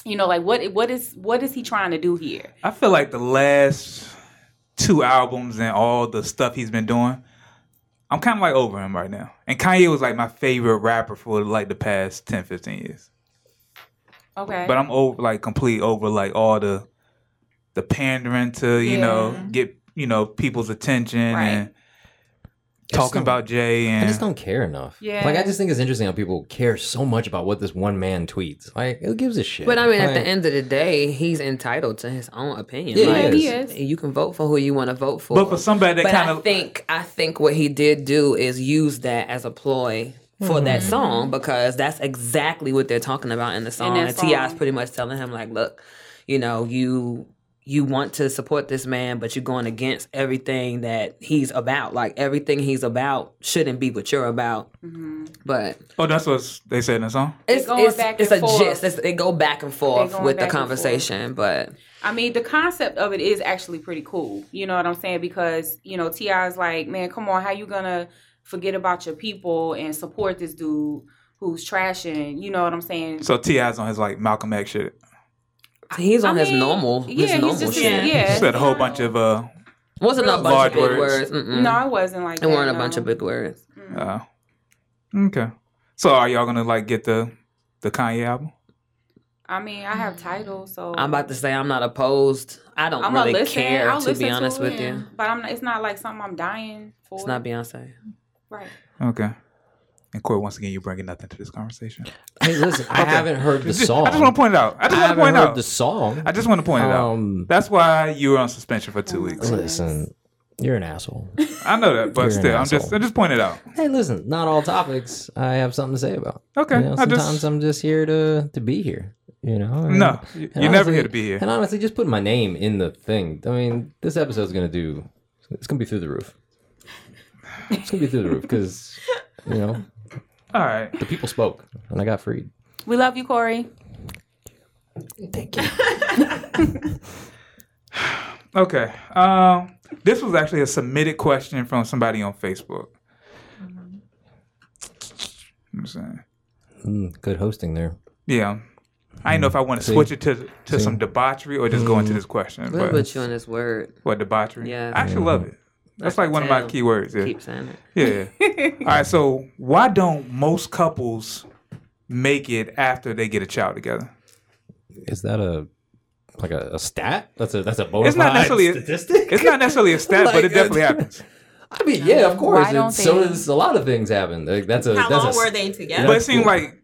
Speaker 5: you know, like what what is what is he trying to do here?
Speaker 2: I feel like the last two albums and all the stuff he's been doing, I'm kind of like over him right now. And Kanye was like my favorite rapper for like the past 10, 15 years.
Speaker 5: Okay.
Speaker 2: But I'm over like complete over like all the the pandering to you know
Speaker 6: Yeah.
Speaker 2: get you know people's attention
Speaker 5: Right.
Speaker 2: and
Speaker 4: just
Speaker 2: talking
Speaker 4: don't-
Speaker 2: about Jay
Speaker 4: I
Speaker 2: and
Speaker 4: just don't care enough.
Speaker 5: Yeah.
Speaker 4: Like I just think it's interesting how people care so much about what this one man tweets. Like who gives a shit?
Speaker 3: But I mean, at
Speaker 4: Like,
Speaker 3: the end of the day, he's entitled to his own opinion.
Speaker 4: Yeah,
Speaker 3: like,
Speaker 4: he
Speaker 5: is.
Speaker 3: You can vote for who you want to vote for.
Speaker 2: but for somebody that
Speaker 3: But
Speaker 2: kind
Speaker 3: I
Speaker 2: of
Speaker 3: think I think what he did do is use that as a ploy for that song because that's exactly what they're talking about in the song.
Speaker 5: that
Speaker 3: and T.I.'s
Speaker 5: song.
Speaker 3: pretty much telling him like, look, you know, you you want to support this man, but you're going against everything that he's about. Like everything he's about shouldn't be what you're about. But
Speaker 2: oh that's what they said in the song.
Speaker 3: it's
Speaker 5: going
Speaker 3: it's,
Speaker 5: back
Speaker 3: it's
Speaker 5: and
Speaker 3: a
Speaker 5: forth.
Speaker 3: gist. It's, they go back and forth
Speaker 5: going
Speaker 3: with the
Speaker 5: back and forth.
Speaker 3: conversation, but
Speaker 5: I mean, the concept of it is actually pretty cool. You know what I'm saying? Because you know, Ti is like, man, come on, how you gonna forget about your people and support this dude who's trashing? You know what I'm saying?
Speaker 2: So Ti's on his like Malcolm X shit.
Speaker 3: he's on
Speaker 5: I
Speaker 3: his
Speaker 5: mean,
Speaker 3: normal
Speaker 5: yeah,
Speaker 3: his normal
Speaker 5: he's just
Speaker 3: shit.
Speaker 5: yeah.
Speaker 2: He said a whole bunch of uh,
Speaker 3: Wasn't a
Speaker 5: Real
Speaker 3: bunch
Speaker 2: large
Speaker 3: of big
Speaker 2: words.
Speaker 3: words. Mm-mm.
Speaker 5: No, it wasn't like
Speaker 3: It
Speaker 5: that,
Speaker 3: mm. weren't a
Speaker 5: no. Mm.
Speaker 3: bunch of big words.
Speaker 2: uh okay. So are y'all gonna like get the the Kanye album?
Speaker 5: I mean, I have titles, so
Speaker 3: I'm about to say I'm not opposed. I don't
Speaker 5: I'm gonna
Speaker 3: really
Speaker 5: listen.
Speaker 3: care
Speaker 5: I'll
Speaker 3: to
Speaker 5: listen
Speaker 3: be honest
Speaker 5: to
Speaker 3: with
Speaker 6: it.
Speaker 3: you.
Speaker 5: But I'm. Not, it's not like something I'm dying for.
Speaker 3: It's not Beyonce.
Speaker 5: right.
Speaker 2: Okay. And Corey, once again, you bringing nothing to this conversation.
Speaker 4: hey, listen, I haven't heard the song.
Speaker 2: I just want to point it out. I
Speaker 4: I
Speaker 2: just want to
Speaker 4: haven't
Speaker 2: point
Speaker 4: heard
Speaker 2: it out.
Speaker 4: the song.
Speaker 2: I just want to point it out.
Speaker 4: Um,
Speaker 2: That's why you were on suspension for two weeks.
Speaker 4: listen, you're an asshole.
Speaker 2: I know that, but
Speaker 4: You're an
Speaker 2: still, I'm just
Speaker 4: asshole.
Speaker 2: I'm just pointing it out.
Speaker 4: hey, listen, not all topics I have something to say about.
Speaker 2: Okay,
Speaker 4: You know,
Speaker 2: I
Speaker 4: sometimes
Speaker 2: just-
Speaker 4: I'm just here to to be here. You know. and-
Speaker 2: No, you-
Speaker 4: and
Speaker 2: you're never
Speaker 4: honestly-
Speaker 2: here to be here.
Speaker 4: And honestly, just put my name in the thing. I mean, this episode's gonna do. It's gonna be through the roof. It's gonna be through the roof because you know
Speaker 2: All right.
Speaker 4: the people spoke and I got freed.
Speaker 5: We love you, Corey.
Speaker 2: Okay. Um, this was actually a submitted question from somebody on Facebook.
Speaker 4: Mm-hmm.
Speaker 2: I'm saying,
Speaker 4: Mm, good hosting there.
Speaker 2: yeah. I didn't know if I want to
Speaker 4: Mm-hmm. See? Mm-hmm.
Speaker 2: switch it to to some debauchery or just go into this question.
Speaker 3: We'll
Speaker 2: But
Speaker 3: put you in this word.
Speaker 2: what debauchery?
Speaker 3: Yeah.
Speaker 2: I actually love it. That's like one of my
Speaker 3: Damn.
Speaker 2: key words. Yeah.
Speaker 3: Keep saying it.
Speaker 2: Yeah. yeah. All right. So why don't most couples make it after they get a child together?
Speaker 4: Is that a like a, a stat? That's a that's a bona
Speaker 2: It's not
Speaker 4: fide
Speaker 2: necessarily a-
Speaker 4: statistic.
Speaker 2: It's not necessarily a stat, but it
Speaker 4: Like,
Speaker 2: definitely
Speaker 4: uh,
Speaker 2: happens.
Speaker 4: I mean, yeah, of course.
Speaker 5: Why don't
Speaker 4: and so
Speaker 5: they-
Speaker 4: does a lot of things happen. Like, that's a
Speaker 6: How
Speaker 4: that's
Speaker 6: long
Speaker 4: a,
Speaker 6: were they together?
Speaker 2: But it
Speaker 4: That's
Speaker 2: seems
Speaker 4: cool.
Speaker 2: like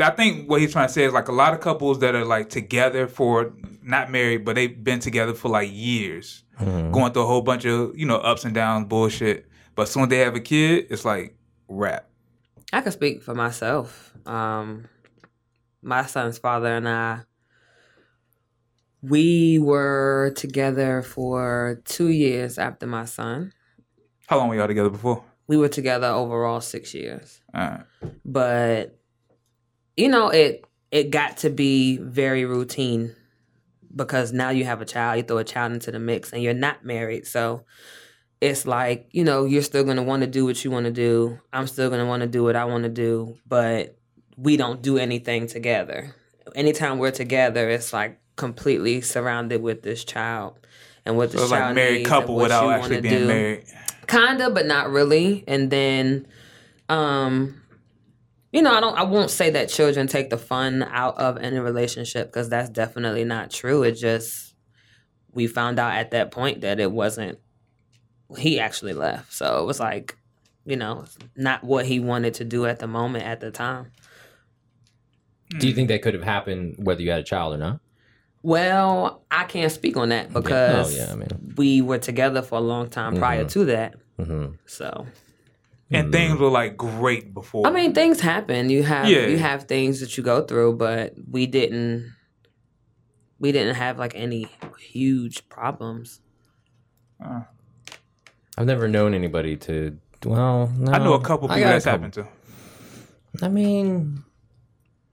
Speaker 2: I think what he's trying to say is like a lot of couples that are like together for not married, but they've been together for like years,
Speaker 4: Mm-hmm. Hmm.
Speaker 2: going through a whole bunch of you know ups and downs bullshit. But soon they have a kid, it's like rap.
Speaker 3: I can speak for myself. Um, my son's father and I, we were together for two years after my son.
Speaker 2: How long were y'all together before? Uh,
Speaker 3: We were together overall six years.
Speaker 2: All right.
Speaker 3: but you know it it got to be very routine because now you have a child you throw a child into the mix and you're not married so it's like you know you're still going to want to do what you want to do i'm still going to want to do what i want to do but we don't do anything together anytime we're together it's like completely surrounded with this child and what
Speaker 2: So
Speaker 3: this
Speaker 2: it's
Speaker 3: child
Speaker 2: like married
Speaker 3: needs
Speaker 2: couple
Speaker 3: and what
Speaker 2: without
Speaker 3: you
Speaker 2: actually
Speaker 3: wanna
Speaker 2: being
Speaker 3: do
Speaker 2: married.
Speaker 3: kinda but not really and then um you know i don't i won't say that children take the fun out of any relationship because that's definitely not true it just we found out at that point that it wasn't he actually left so it was like you know it's not what he wanted to do at the moment at the time
Speaker 2: Hmm.
Speaker 4: Do you think that could have happened whether you had a child or not?
Speaker 3: well i can't speak on that because
Speaker 4: oh yeah, I mean, Mm-hmm.
Speaker 3: we were together for a long time prior to that so
Speaker 2: And things were like great before.
Speaker 3: I mean, things happen. You have
Speaker 2: Yeah.
Speaker 3: you have things that you go through, but we didn't we didn't have like any huge problems.
Speaker 4: I've never known anybody to. Well, no,
Speaker 2: I know a couple
Speaker 4: I
Speaker 2: people
Speaker 4: got a
Speaker 2: that's
Speaker 4: couple-
Speaker 2: happened to.
Speaker 4: I mean,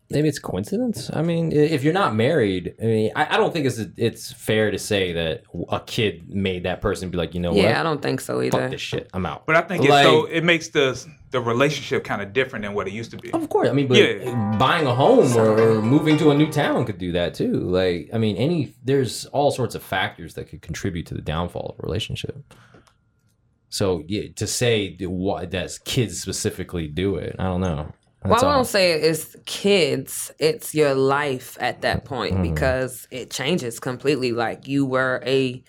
Speaker 4: maybe it's coincidence. I mean, i- if you're not married, I mean, I, I don't think it's it's fair to say that a kid made that person be like, you know
Speaker 3: Yeah, I
Speaker 4: what,
Speaker 3: don't think so
Speaker 4: fuck
Speaker 3: either.
Speaker 4: this shit, I'm out.
Speaker 2: But I think
Speaker 4: Like-
Speaker 2: it's so it makes the the relationship kind of different than what it used to be.
Speaker 4: Of course, I mean, but
Speaker 2: Yeah.
Speaker 4: buying a home or, or moving to a new town could do that too. Like, I mean, any there's all sorts of factors that could contribute to the downfall of a relationship. So yeah, to say what does kids specifically do it, I don't know. That's
Speaker 3: well, I
Speaker 4: all.
Speaker 3: won't say it's kids. It's your life at that point
Speaker 4: Mm-hmm.
Speaker 3: because it changes completely. Like you were a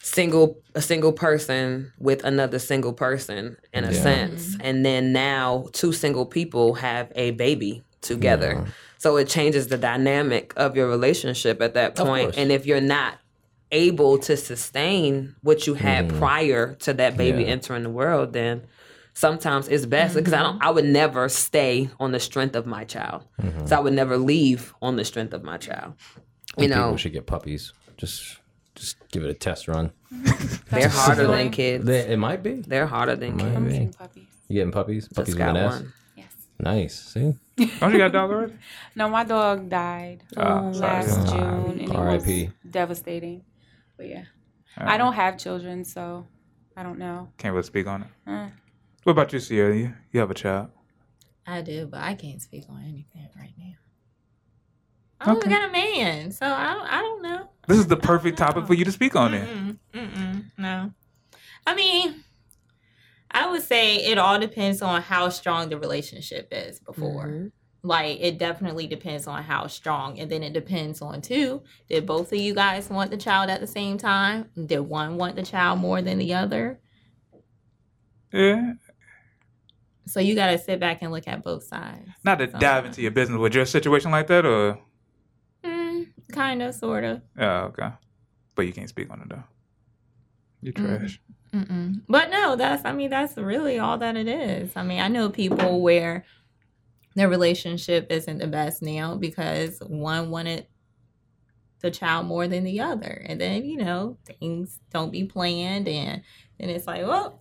Speaker 3: single a single person with another single person in a
Speaker 4: Yeah.
Speaker 3: sense, and then now two single people have a baby together. So it changes the dynamic of your relationship at that point.
Speaker 4: course.
Speaker 3: And if you're not able to sustain what you had prior to that baby
Speaker 4: Mm. Yeah.
Speaker 3: entering the world, then sometimes it's best because I
Speaker 6: Mm-hmm.
Speaker 3: don't I would never stay on the strength of my child.
Speaker 4: Mm-hmm.
Speaker 3: So I would never leave on the strength of my child. You know,
Speaker 4: People should get puppies. Just just give it a test run.
Speaker 3: they're harder
Speaker 5: silly.
Speaker 3: than kids.
Speaker 4: They- It might be.
Speaker 3: They're harder than kids.
Speaker 5: I'm
Speaker 4: Maybe.
Speaker 5: getting puppies.
Speaker 4: You getting puppies? Puppies
Speaker 3: Just
Speaker 4: with
Speaker 3: got
Speaker 4: an S.
Speaker 3: one.
Speaker 5: Yes.
Speaker 4: Nice. See?
Speaker 2: Don't you got a dog already?
Speaker 5: No, my dog died
Speaker 3: Uh,
Speaker 2: Ah,
Speaker 5: um,
Speaker 2: sorry.
Speaker 5: last June, and it
Speaker 4: R.I.P..
Speaker 5: was devastating. But yeah, I don't have children, so I don't know.
Speaker 2: Can't really speak on it.
Speaker 5: Mm.
Speaker 2: What about you, Sierra? You, you have a child.
Speaker 6: I do, but I can't speak on anything right now. I
Speaker 2: Okay.
Speaker 6: only got a man, so I don't, I don't know.
Speaker 2: This is the perfect topic for you to
Speaker 6: Oh,
Speaker 2: speak on it.
Speaker 6: Mm-mm, mm-mm, no. I mean, I would say it all depends on how strong the relationship is before.
Speaker 3: Mhm.
Speaker 6: Like, it definitely depends on how strong. And then it depends on, too, did both of you guys want the child at the same time? Did one want the child more than the other? Mm-hmm.
Speaker 2: Yeah.
Speaker 6: So you got to sit back and look at both sides.
Speaker 2: Not to dive into your business with your situation like that, or
Speaker 6: Mm, kind of, sort of.
Speaker 2: yeah, okay. But you can't speak on it though. You're
Speaker 6: Mm.
Speaker 2: trash.
Speaker 6: Mm-mm. But no, that's I mean that's really all that it is. I mean I know people where their relationship isn't the best now because one wanted the child more than the other, and then you know things don't be planned, and then it's like well.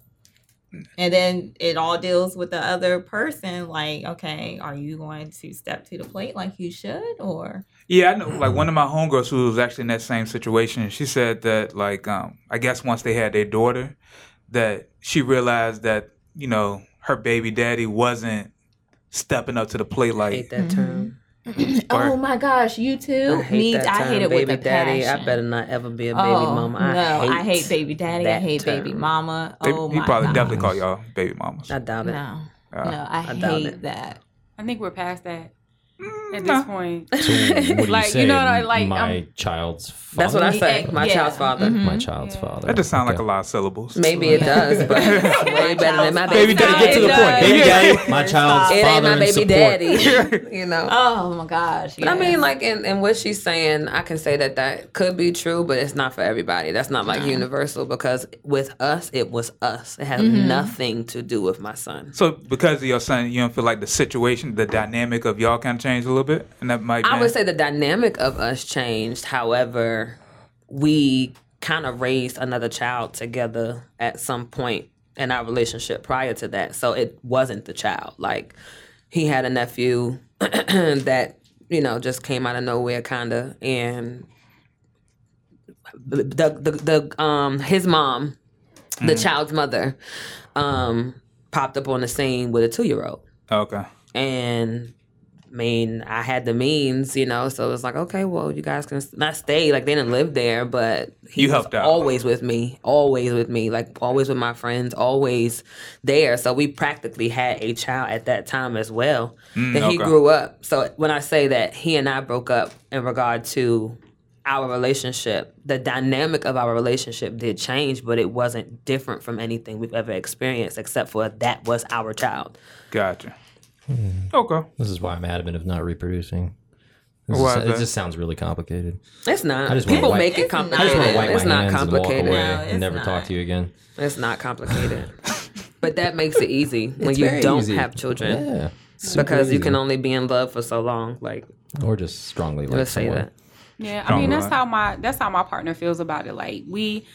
Speaker 6: And then it all deals with the other person. Like, okay, are you going to step to the plate like you should, or
Speaker 2: Yeah, I know. Like one of my homegirls who was actually in that same situation, she said that like um, I guess once they had their daughter, that she realized that you know her baby daddy wasn't stepping up to the plate
Speaker 3: I
Speaker 2: like
Speaker 3: hate that term.
Speaker 2: Or-
Speaker 6: oh my gosh, you too?
Speaker 3: I hate
Speaker 6: Me,
Speaker 3: that
Speaker 6: mm-hmm. I
Speaker 3: term.
Speaker 6: hate it
Speaker 3: baby
Speaker 6: with a
Speaker 3: daddy.
Speaker 6: passion.
Speaker 3: I better not ever be a baby
Speaker 6: oh,
Speaker 3: mama. I
Speaker 6: no,
Speaker 3: hate
Speaker 6: I hate baby daddy. I
Speaker 3: that
Speaker 6: hate baby
Speaker 3: term.
Speaker 6: mama.
Speaker 2: They,
Speaker 6: oh
Speaker 2: he
Speaker 6: my
Speaker 2: probably
Speaker 6: God.
Speaker 2: definitely called y'all baby mamas.
Speaker 3: I doubt it.
Speaker 6: No,
Speaker 2: Uh,
Speaker 6: no, I,
Speaker 3: I doubt
Speaker 6: hate
Speaker 3: it.
Speaker 6: that.
Speaker 5: I think we're past that at
Speaker 2: nah.
Speaker 5: this point.
Speaker 4: So what do you
Speaker 5: Like, you
Speaker 4: say?
Speaker 5: know what I- like,
Speaker 4: my
Speaker 5: I'm-
Speaker 4: child's father.
Speaker 3: um, That's what I mm-hmm. say.
Speaker 6: Yeah.
Speaker 3: My child's father.
Speaker 6: Mhm.
Speaker 4: My child's father.
Speaker 2: That just sounds like
Speaker 4: Okay.
Speaker 2: a lot of syllables.
Speaker 3: Maybe it does, but it's way better than my
Speaker 4: Baby
Speaker 3: baby
Speaker 4: daddy,
Speaker 5: daddy,
Speaker 4: get to the point.
Speaker 5: daddy.
Speaker 4: Baby daddy,
Speaker 6: Yes.
Speaker 4: my child's
Speaker 6: It
Speaker 3: It ain't
Speaker 4: father
Speaker 3: my
Speaker 4: and
Speaker 3: baby
Speaker 4: support.
Speaker 3: daddy. you know.
Speaker 6: Oh my gosh.
Speaker 3: But I
Speaker 6: yes.
Speaker 3: mean, like, and, and what she's saying, I can say that that could be true, but it's not for everybody. That's not like universal because with us, it was us. It had
Speaker 6: Mm-hmm.
Speaker 3: nothing to do with my son.
Speaker 2: So because of your son, you don't feel like the situation, the dynamic of y'all kind of changed a little bit, and that might.
Speaker 3: I
Speaker 2: been-
Speaker 3: would say the dynamic of us changed. However, we kind of raised another child together at some point in our relationship prior to that. So it wasn't the child. Like he had a nephew that, you know, just came out of nowhere kind of and the the, the um his mom, the child's mother, um popped up on the scene with a 2-year-old
Speaker 2: okay.
Speaker 3: and I mean, I had the means, you know, so it was like, okay, well, you guys can s- not stay. Like, they didn't live there, but he
Speaker 2: You
Speaker 3: was
Speaker 2: helped out.
Speaker 3: always with me, always with me, like, always with my friends, always there. So, we practically had a child at that time as well. then he
Speaker 2: Mm, okay.
Speaker 3: grew up. So, when I say that he and I broke up in regard to our relationship, the dynamic of our relationship did change, but it wasn't different from anything we've ever experienced, except for that was our child.
Speaker 2: Gotcha. Okay.
Speaker 4: This is why I'm adamant of not reproducing. This
Speaker 2: Why
Speaker 4: is,
Speaker 2: is
Speaker 4: it
Speaker 2: that?
Speaker 4: just sounds really complicated.
Speaker 3: It's not.
Speaker 4: I just wanna
Speaker 3: People
Speaker 4: wipe-
Speaker 3: make it
Speaker 6: It's not.
Speaker 4: I just
Speaker 3: complicated.
Speaker 4: want
Speaker 6: It
Speaker 4: to wipe
Speaker 3: It's
Speaker 4: my
Speaker 3: not
Speaker 4: hands and walk away
Speaker 3: complicated.
Speaker 6: No,
Speaker 4: and
Speaker 6: it's
Speaker 4: never talk
Speaker 6: not.
Speaker 4: to you again.
Speaker 3: It's not complicated. but that makes it easy when you
Speaker 4: very
Speaker 3: don't
Speaker 4: easy.
Speaker 3: have children
Speaker 4: Yeah, super
Speaker 3: because you
Speaker 4: easy.
Speaker 3: can only be in love for so long. Like,
Speaker 4: or just strongly like
Speaker 3: let's say
Speaker 4: someone.
Speaker 3: that.
Speaker 5: Yeah, I
Speaker 2: Don't
Speaker 5: mean
Speaker 2: lie.
Speaker 5: that's how my that's how my partner feels about it. Like we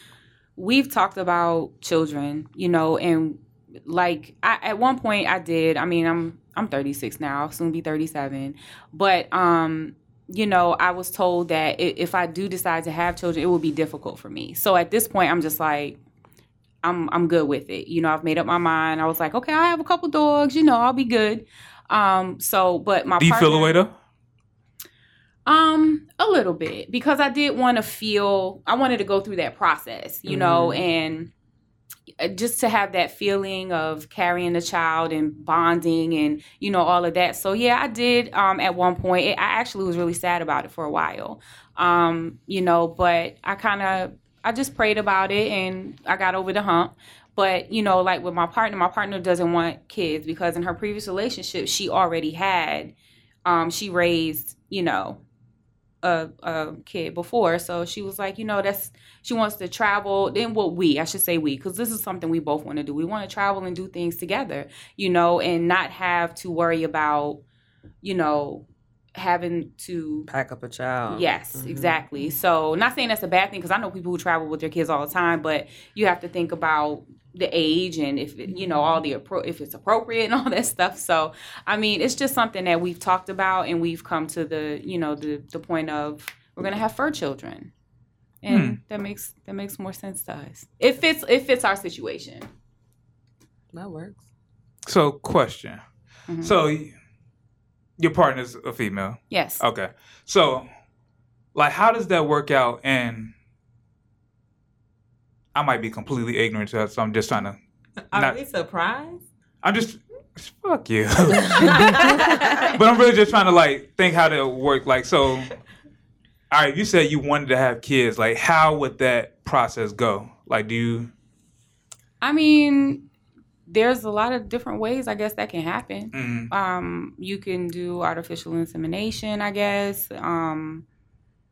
Speaker 5: we've talked about children, you know, and like I at one point I did. I mean, I'm I'm 36 now. I'll soon be 37. But um you know, I was told that i- if I do decide to have children, it will be difficult for me. So at this point, I'm just like I'm I'm good with it. You know, I've made up my mind. I was like, okay, I have a couple dogs, you know, I'll be good. Um so but my
Speaker 2: Do you feel
Speaker 5: partner-
Speaker 2: a way though?
Speaker 5: um, a little bit because I did want to feel I wanted to go through that process, you know, and uh, just to have that feeling of carrying a child and bonding and you know all of that. So yeah, I did um, at one point. It, I actually was really sad about it for a while, um, you know. But I kind of I just prayed about it and I got over the hump. But you know, like with my partner, my partner doesn't want kids because in her previous relationship, she already had, um, she raised, you know, a, a kid before. So she was like, you know, that's she wants to travel. Then what we, I should say we, because this is something we both want to do. We want to travel and do things together, you know, and not have to worry about, you know, having to
Speaker 3: Pack up a child.
Speaker 5: Yes,
Speaker 3: Mhm.
Speaker 5: exactly. So, not saying that's a bad thing because I know people who travel with their kids all the time, but you have to think about the age and if it- you know all the appro- if it's appropriate and all that stuff. So, I mean, it's just something that we've talked about and we've come to the you know the the point of we're gonna have fur children, and that makes that makes more sense to us. It fits it fits our situation.
Speaker 3: That works.
Speaker 2: So, question.
Speaker 3: Mm-hmm.
Speaker 5: Mhm.
Speaker 2: So, y- your partner's a female.
Speaker 5: yes.
Speaker 2: Okay. So, like, how does that work out? And I might be completely ignorant to that, so I'm just trying to.
Speaker 6: Are
Speaker 2: Not-
Speaker 6: we surprised?
Speaker 2: I'm just. Fuck you. but I'm really just trying to like think how to work. Like, so, all right, you said you wanted to have kids. Like, how would that process go? Like, do you?
Speaker 5: I mean, there's a lot of different ways I guess that can happen.
Speaker 2: Mm,
Speaker 5: um you can do artificial insemination i guess um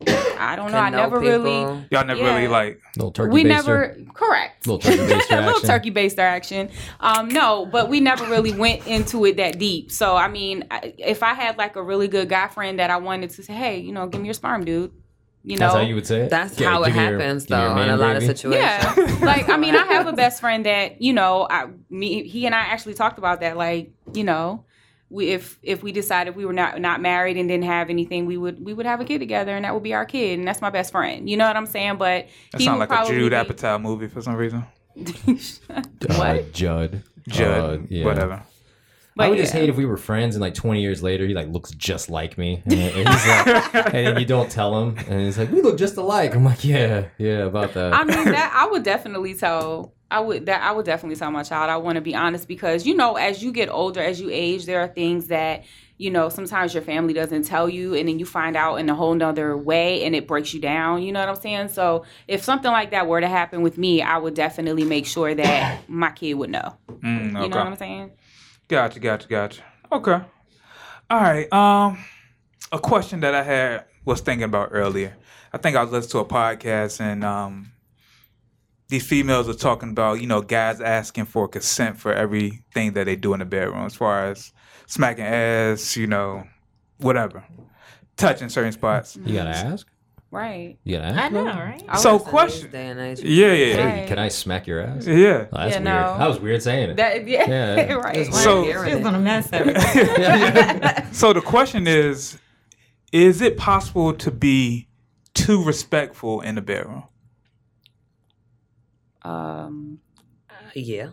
Speaker 5: i don't know i
Speaker 3: Can
Speaker 5: never really
Speaker 3: people-
Speaker 2: y'all never really
Speaker 5: Yeah.
Speaker 2: like.
Speaker 4: Little turkey
Speaker 5: we
Speaker 4: baster.
Speaker 5: never correct
Speaker 4: Little turkey baster
Speaker 5: A little
Speaker 4: action.
Speaker 5: turkey baster action um no but we never really went into it that deep so i mean I- if i had like a really good guy friend that i wanted to say hey you know give me your sperm dude you know
Speaker 4: That's how you would say it.
Speaker 3: That's
Speaker 4: Yeah,
Speaker 3: how it
Speaker 4: give me your-
Speaker 3: happens,
Speaker 4: give me your
Speaker 3: though, in a
Speaker 4: man
Speaker 3: lot of
Speaker 4: baby.
Speaker 3: situations.
Speaker 5: Yeah, like I mean, I have a best friend that you know, I me he and I actually talked about that. Like you know, we if if we decided we were not not married and didn't have anything, we would we would have a kid together, and that would be our kid, and that's my best friend. You know what I'm saying? But
Speaker 2: That
Speaker 5: he
Speaker 2: sounds
Speaker 5: would
Speaker 2: like a
Speaker 5: probably
Speaker 2: Jude
Speaker 5: be-
Speaker 2: Apatow movie for some reason.
Speaker 4: Uh,
Speaker 5: what?
Speaker 4: Judd.
Speaker 2: Judd,
Speaker 4: Uh, yeah.
Speaker 2: whatever.
Speaker 5: But
Speaker 4: I would just
Speaker 5: yeah.
Speaker 4: hate if we were friends and like 20 years later he like looks just like me and, and he's like, and then you don't tell him and he's like we look just alike. I'm like yeah yeah about that.
Speaker 5: I mean, that I would definitely tell. I would that I would definitely tell my child. I want to be honest because you know, as you get older, as you age, there are things that you know sometimes your family doesn't tell you, and then you find out in a whole nother way, and it breaks you down. You know what I'm saying? So if something like that were to happen with me, I would definitely make sure that my kid would know.
Speaker 2: Mm, okay.
Speaker 5: You know what I'm saying?
Speaker 2: Gotcha, gotcha, gotcha. Okay. All right. Um, a question that I had was thinking about earlier. I think I was listening to a podcast and um, these females are talking about you know guys asking for consent for everything that they do in the bedroom, as far as smacking ass, you know, whatever, touching certain spots.
Speaker 4: you gotta ask.
Speaker 5: Right.
Speaker 4: You gotta
Speaker 6: I
Speaker 4: ask.
Speaker 6: know, right?
Speaker 5: I
Speaker 2: So
Speaker 5: would-
Speaker 2: question.
Speaker 3: Day and age.
Speaker 2: Yeah, yeah,
Speaker 4: Hey, can I smack your ass?
Speaker 2: yeah. yeah.
Speaker 4: Oh, that's
Speaker 5: Yeah,
Speaker 4: weird.
Speaker 5: no.
Speaker 4: That was weird saying it.
Speaker 5: That yeah,
Speaker 4: Yeah.
Speaker 5: right.
Speaker 2: Why So-
Speaker 6: She was gonna mess everything.
Speaker 2: So the question is, is it possible to be too respectful in the bedroom?
Speaker 5: um,
Speaker 3: yeah.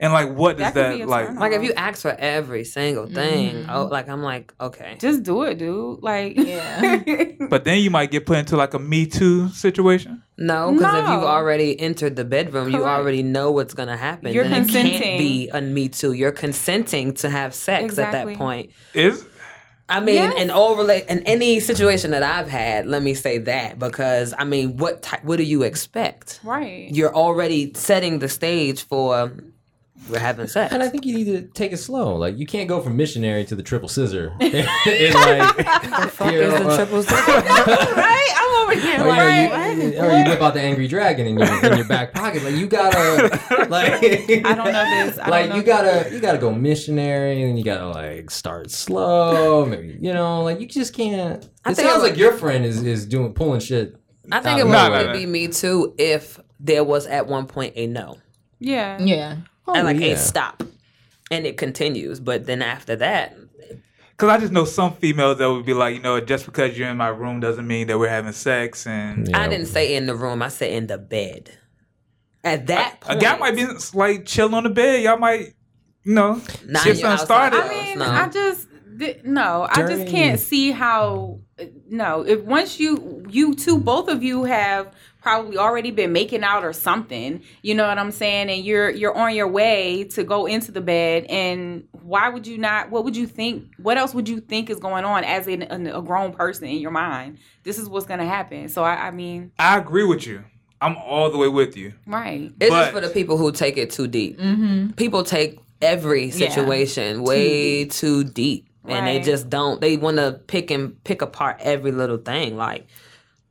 Speaker 2: And like, what does
Speaker 5: That could
Speaker 2: that,
Speaker 5: be a
Speaker 2: like?
Speaker 5: turn
Speaker 3: Like if you ask for every single
Speaker 5: Mm-hmm.
Speaker 3: thing, oh, like I'm like, okay.
Speaker 5: just do it, dude. Like
Speaker 6: Yeah.
Speaker 2: But then you might get put into like a Me Too situation.
Speaker 3: No, because if you've
Speaker 5: No.
Speaker 3: already entered the bedroom, you
Speaker 5: Correct.
Speaker 3: already know what's going to happen.
Speaker 5: You're
Speaker 3: then it can't
Speaker 5: consenting.
Speaker 3: be a me too. You're consenting to have sex at
Speaker 5: Exactly.
Speaker 3: that point.
Speaker 2: Is
Speaker 3: I mean,
Speaker 5: Yes.
Speaker 3: in all rela- in any situation that I've had, let me say that because I mean, what ty- what do you expect?
Speaker 5: right.
Speaker 3: You're already setting the stage for we're having sex.
Speaker 4: And I think you need to take it slow. Like you can't go from missionary to the triple scissor. in like, oh, you know,
Speaker 3: Is the
Speaker 4: uh,
Speaker 3: triple six-
Speaker 6: right? I'm over here
Speaker 4: Or, Oh, you, know, you- or you whip out the angry dragon in your, in your back pocket. Like you gotta, like I
Speaker 5: don't know this. I don't
Speaker 4: like
Speaker 5: know
Speaker 4: you
Speaker 5: this.
Speaker 4: gotta, you gotta go missionary, and you gotta like start slow. Maybe you know, like you just can't. it
Speaker 3: think
Speaker 4: sounds
Speaker 3: it-
Speaker 4: like your friend is is doing pulling shit.
Speaker 3: I think it would
Speaker 2: Nah, nah,
Speaker 3: only
Speaker 2: nah.
Speaker 3: be me too if there was at one point a no.
Speaker 5: Yeah.
Speaker 6: Yeah.
Speaker 4: Oh,
Speaker 3: and like
Speaker 4: yeah.
Speaker 3: a stop and it continues but then after that
Speaker 2: because I just know some females that would be like, you know, just because you're in my room doesn't mean that we're having sex. And
Speaker 4: Yeah.
Speaker 3: i didn't say in the room i said in the bed at that
Speaker 2: a
Speaker 3: point
Speaker 2: guy might be like chilling on the bed. Y'all might, you know,
Speaker 3: Nah,
Speaker 2: shit's
Speaker 3: you're
Speaker 2: not
Speaker 3: outside.
Speaker 2: started.
Speaker 5: I mean,
Speaker 3: No.
Speaker 5: I just di- no, I
Speaker 4: During-
Speaker 5: just can't see how. No, if once you you two both of you have probably already been making out or something. You know what I'm saying? And you're you're on your way to go into the bed. And why would you not? What would you think? What else would you think is going on as an, an, a grown person in your mind? This is what's gonna happen. So I, I mean,
Speaker 2: I agree with you. I'm all the way with you.
Speaker 5: right?
Speaker 3: It's
Speaker 2: But-
Speaker 3: just for the people who take it too deep.
Speaker 6: Mm-hmm.
Speaker 3: People take every situation way too deep, and they
Speaker 5: Right.
Speaker 3: just don't. They want to pick and pick apart every little thing. Like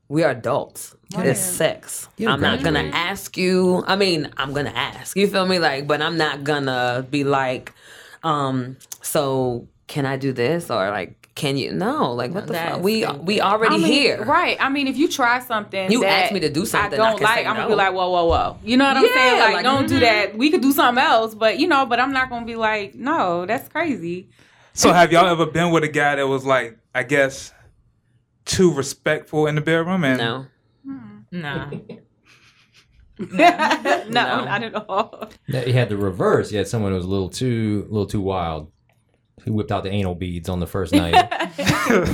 Speaker 3: we are adults. It's sex.
Speaker 4: You
Speaker 3: I'm not gonna
Speaker 4: graduate.
Speaker 3: ask you. I mean, I'm gonna ask. You feel me? Like, but I'm not gonna be like, um, so can I do this or like. Can you no like what the
Speaker 6: That's
Speaker 3: fuck? We
Speaker 6: stupid.
Speaker 3: we already
Speaker 5: I mean,
Speaker 3: here.
Speaker 5: Right. I mean, if you try something,
Speaker 3: You
Speaker 5: that
Speaker 3: ask me to do something,
Speaker 5: I
Speaker 3: I
Speaker 5: don't
Speaker 3: can
Speaker 5: like.
Speaker 3: say
Speaker 5: I'm gonna
Speaker 3: no.
Speaker 5: be like, whoa, whoa, whoa. You know what I'm
Speaker 3: Yeah,
Speaker 5: saying? Like,
Speaker 3: like,
Speaker 5: don't
Speaker 3: mhm.
Speaker 5: do that. We could do something else, but you know. But I'm not gonna be like, no, that's crazy.
Speaker 2: So have y'all ever been with a guy that was like, I guess, too respectful in the bedroom and
Speaker 3: No,
Speaker 6: Nah.
Speaker 5: no,
Speaker 3: No.
Speaker 5: not at all.
Speaker 4: No, He had the reverse. He had someone who was a little too, little too wild. He whipped out the anal beads on the first night.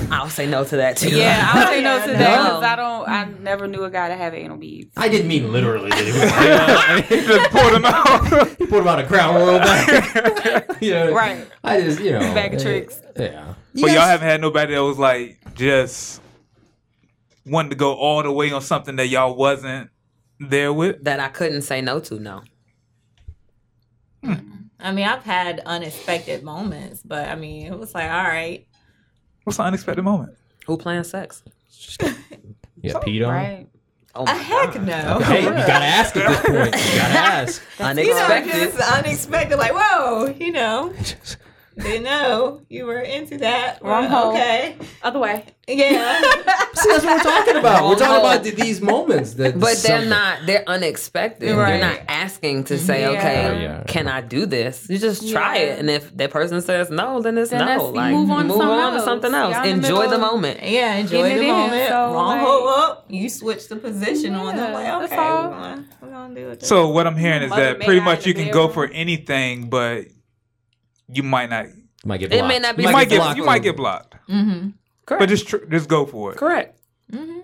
Speaker 3: I'll say no to that too.
Speaker 5: Yeah, I'll say no
Speaker 6: Yeah,
Speaker 5: to that
Speaker 3: no.
Speaker 5: because I don't. I never knew a guy to have anal beads.
Speaker 4: I didn't mean literally. That he was, you know,
Speaker 2: just pulled him out?
Speaker 4: he put him on a crown royal back. you know,
Speaker 5: Right.
Speaker 4: I just, you know,
Speaker 5: Bag of
Speaker 4: eh,
Speaker 5: tricks.
Speaker 4: Yeah.
Speaker 2: But y'all haven't had nobody that was like just wanted to go all the way on something that y'all wasn't there with.
Speaker 3: that I couldn't say no to. No,
Speaker 6: I mean, I've had unexpected moments, but I mean, it was like, all right.
Speaker 2: What's an unexpected moment?
Speaker 3: who playing sex?
Speaker 4: Yeah, peed on.
Speaker 5: Right.
Speaker 3: Oh
Speaker 6: A
Speaker 3: my
Speaker 6: heck
Speaker 3: God.
Speaker 6: no.
Speaker 4: Hey, you gotta ask at this point. You gotta ask.
Speaker 6: You know, just
Speaker 3: unexpected.
Speaker 6: unexpected, like, whoa, you know, didn't know you were into that.
Speaker 5: Wrong
Speaker 6: Well,
Speaker 5: hole.
Speaker 6: okay.
Speaker 5: Other way.
Speaker 6: Yeah.
Speaker 4: See, that's what we're talking about. We're talking
Speaker 3: Wrong hole.
Speaker 4: about th- these moments.
Speaker 3: But
Speaker 4: That
Speaker 3: they're
Speaker 4: something-
Speaker 3: not. They're unexpected. They're
Speaker 4: Right.
Speaker 3: not asking to say,
Speaker 5: Yeah.
Speaker 3: okay,
Speaker 4: Oh, yeah.
Speaker 3: can I do this? You just try
Speaker 5: Yeah.
Speaker 3: it, and if that person says no, then it's
Speaker 5: Then that's-
Speaker 3: no.
Speaker 5: you
Speaker 3: Like
Speaker 5: move on to something else.
Speaker 3: else.
Speaker 5: Y'all in the
Speaker 3: Enjoy the
Speaker 5: middle.
Speaker 3: moment.
Speaker 6: Yeah, enjoy
Speaker 5: Getting
Speaker 6: the
Speaker 5: it in,
Speaker 6: moment.
Speaker 5: so,
Speaker 6: Wrong
Speaker 5: like-
Speaker 6: hole up. You switch the position on them.
Speaker 5: Yeah,
Speaker 6: Like,
Speaker 5: that's
Speaker 6: okay,
Speaker 5: all.
Speaker 6: we're gonna, we're gonna do it.
Speaker 2: So what I'm hearing is
Speaker 5: Mother
Speaker 2: that
Speaker 5: may
Speaker 2: pretty
Speaker 5: I in
Speaker 2: much
Speaker 5: the
Speaker 2: you can go
Speaker 5: bedroom.
Speaker 2: for anything, but you might not.
Speaker 4: Might get
Speaker 3: It may
Speaker 4: blocked.
Speaker 3: not be-
Speaker 2: You
Speaker 3: Might
Speaker 2: might
Speaker 3: get
Speaker 2: get
Speaker 4: blocked.
Speaker 2: you might get blocked.
Speaker 6: Mm-hmm.
Speaker 3: Correct.
Speaker 2: But just tr- just go for it.
Speaker 3: Correct.
Speaker 6: Mm-hmm.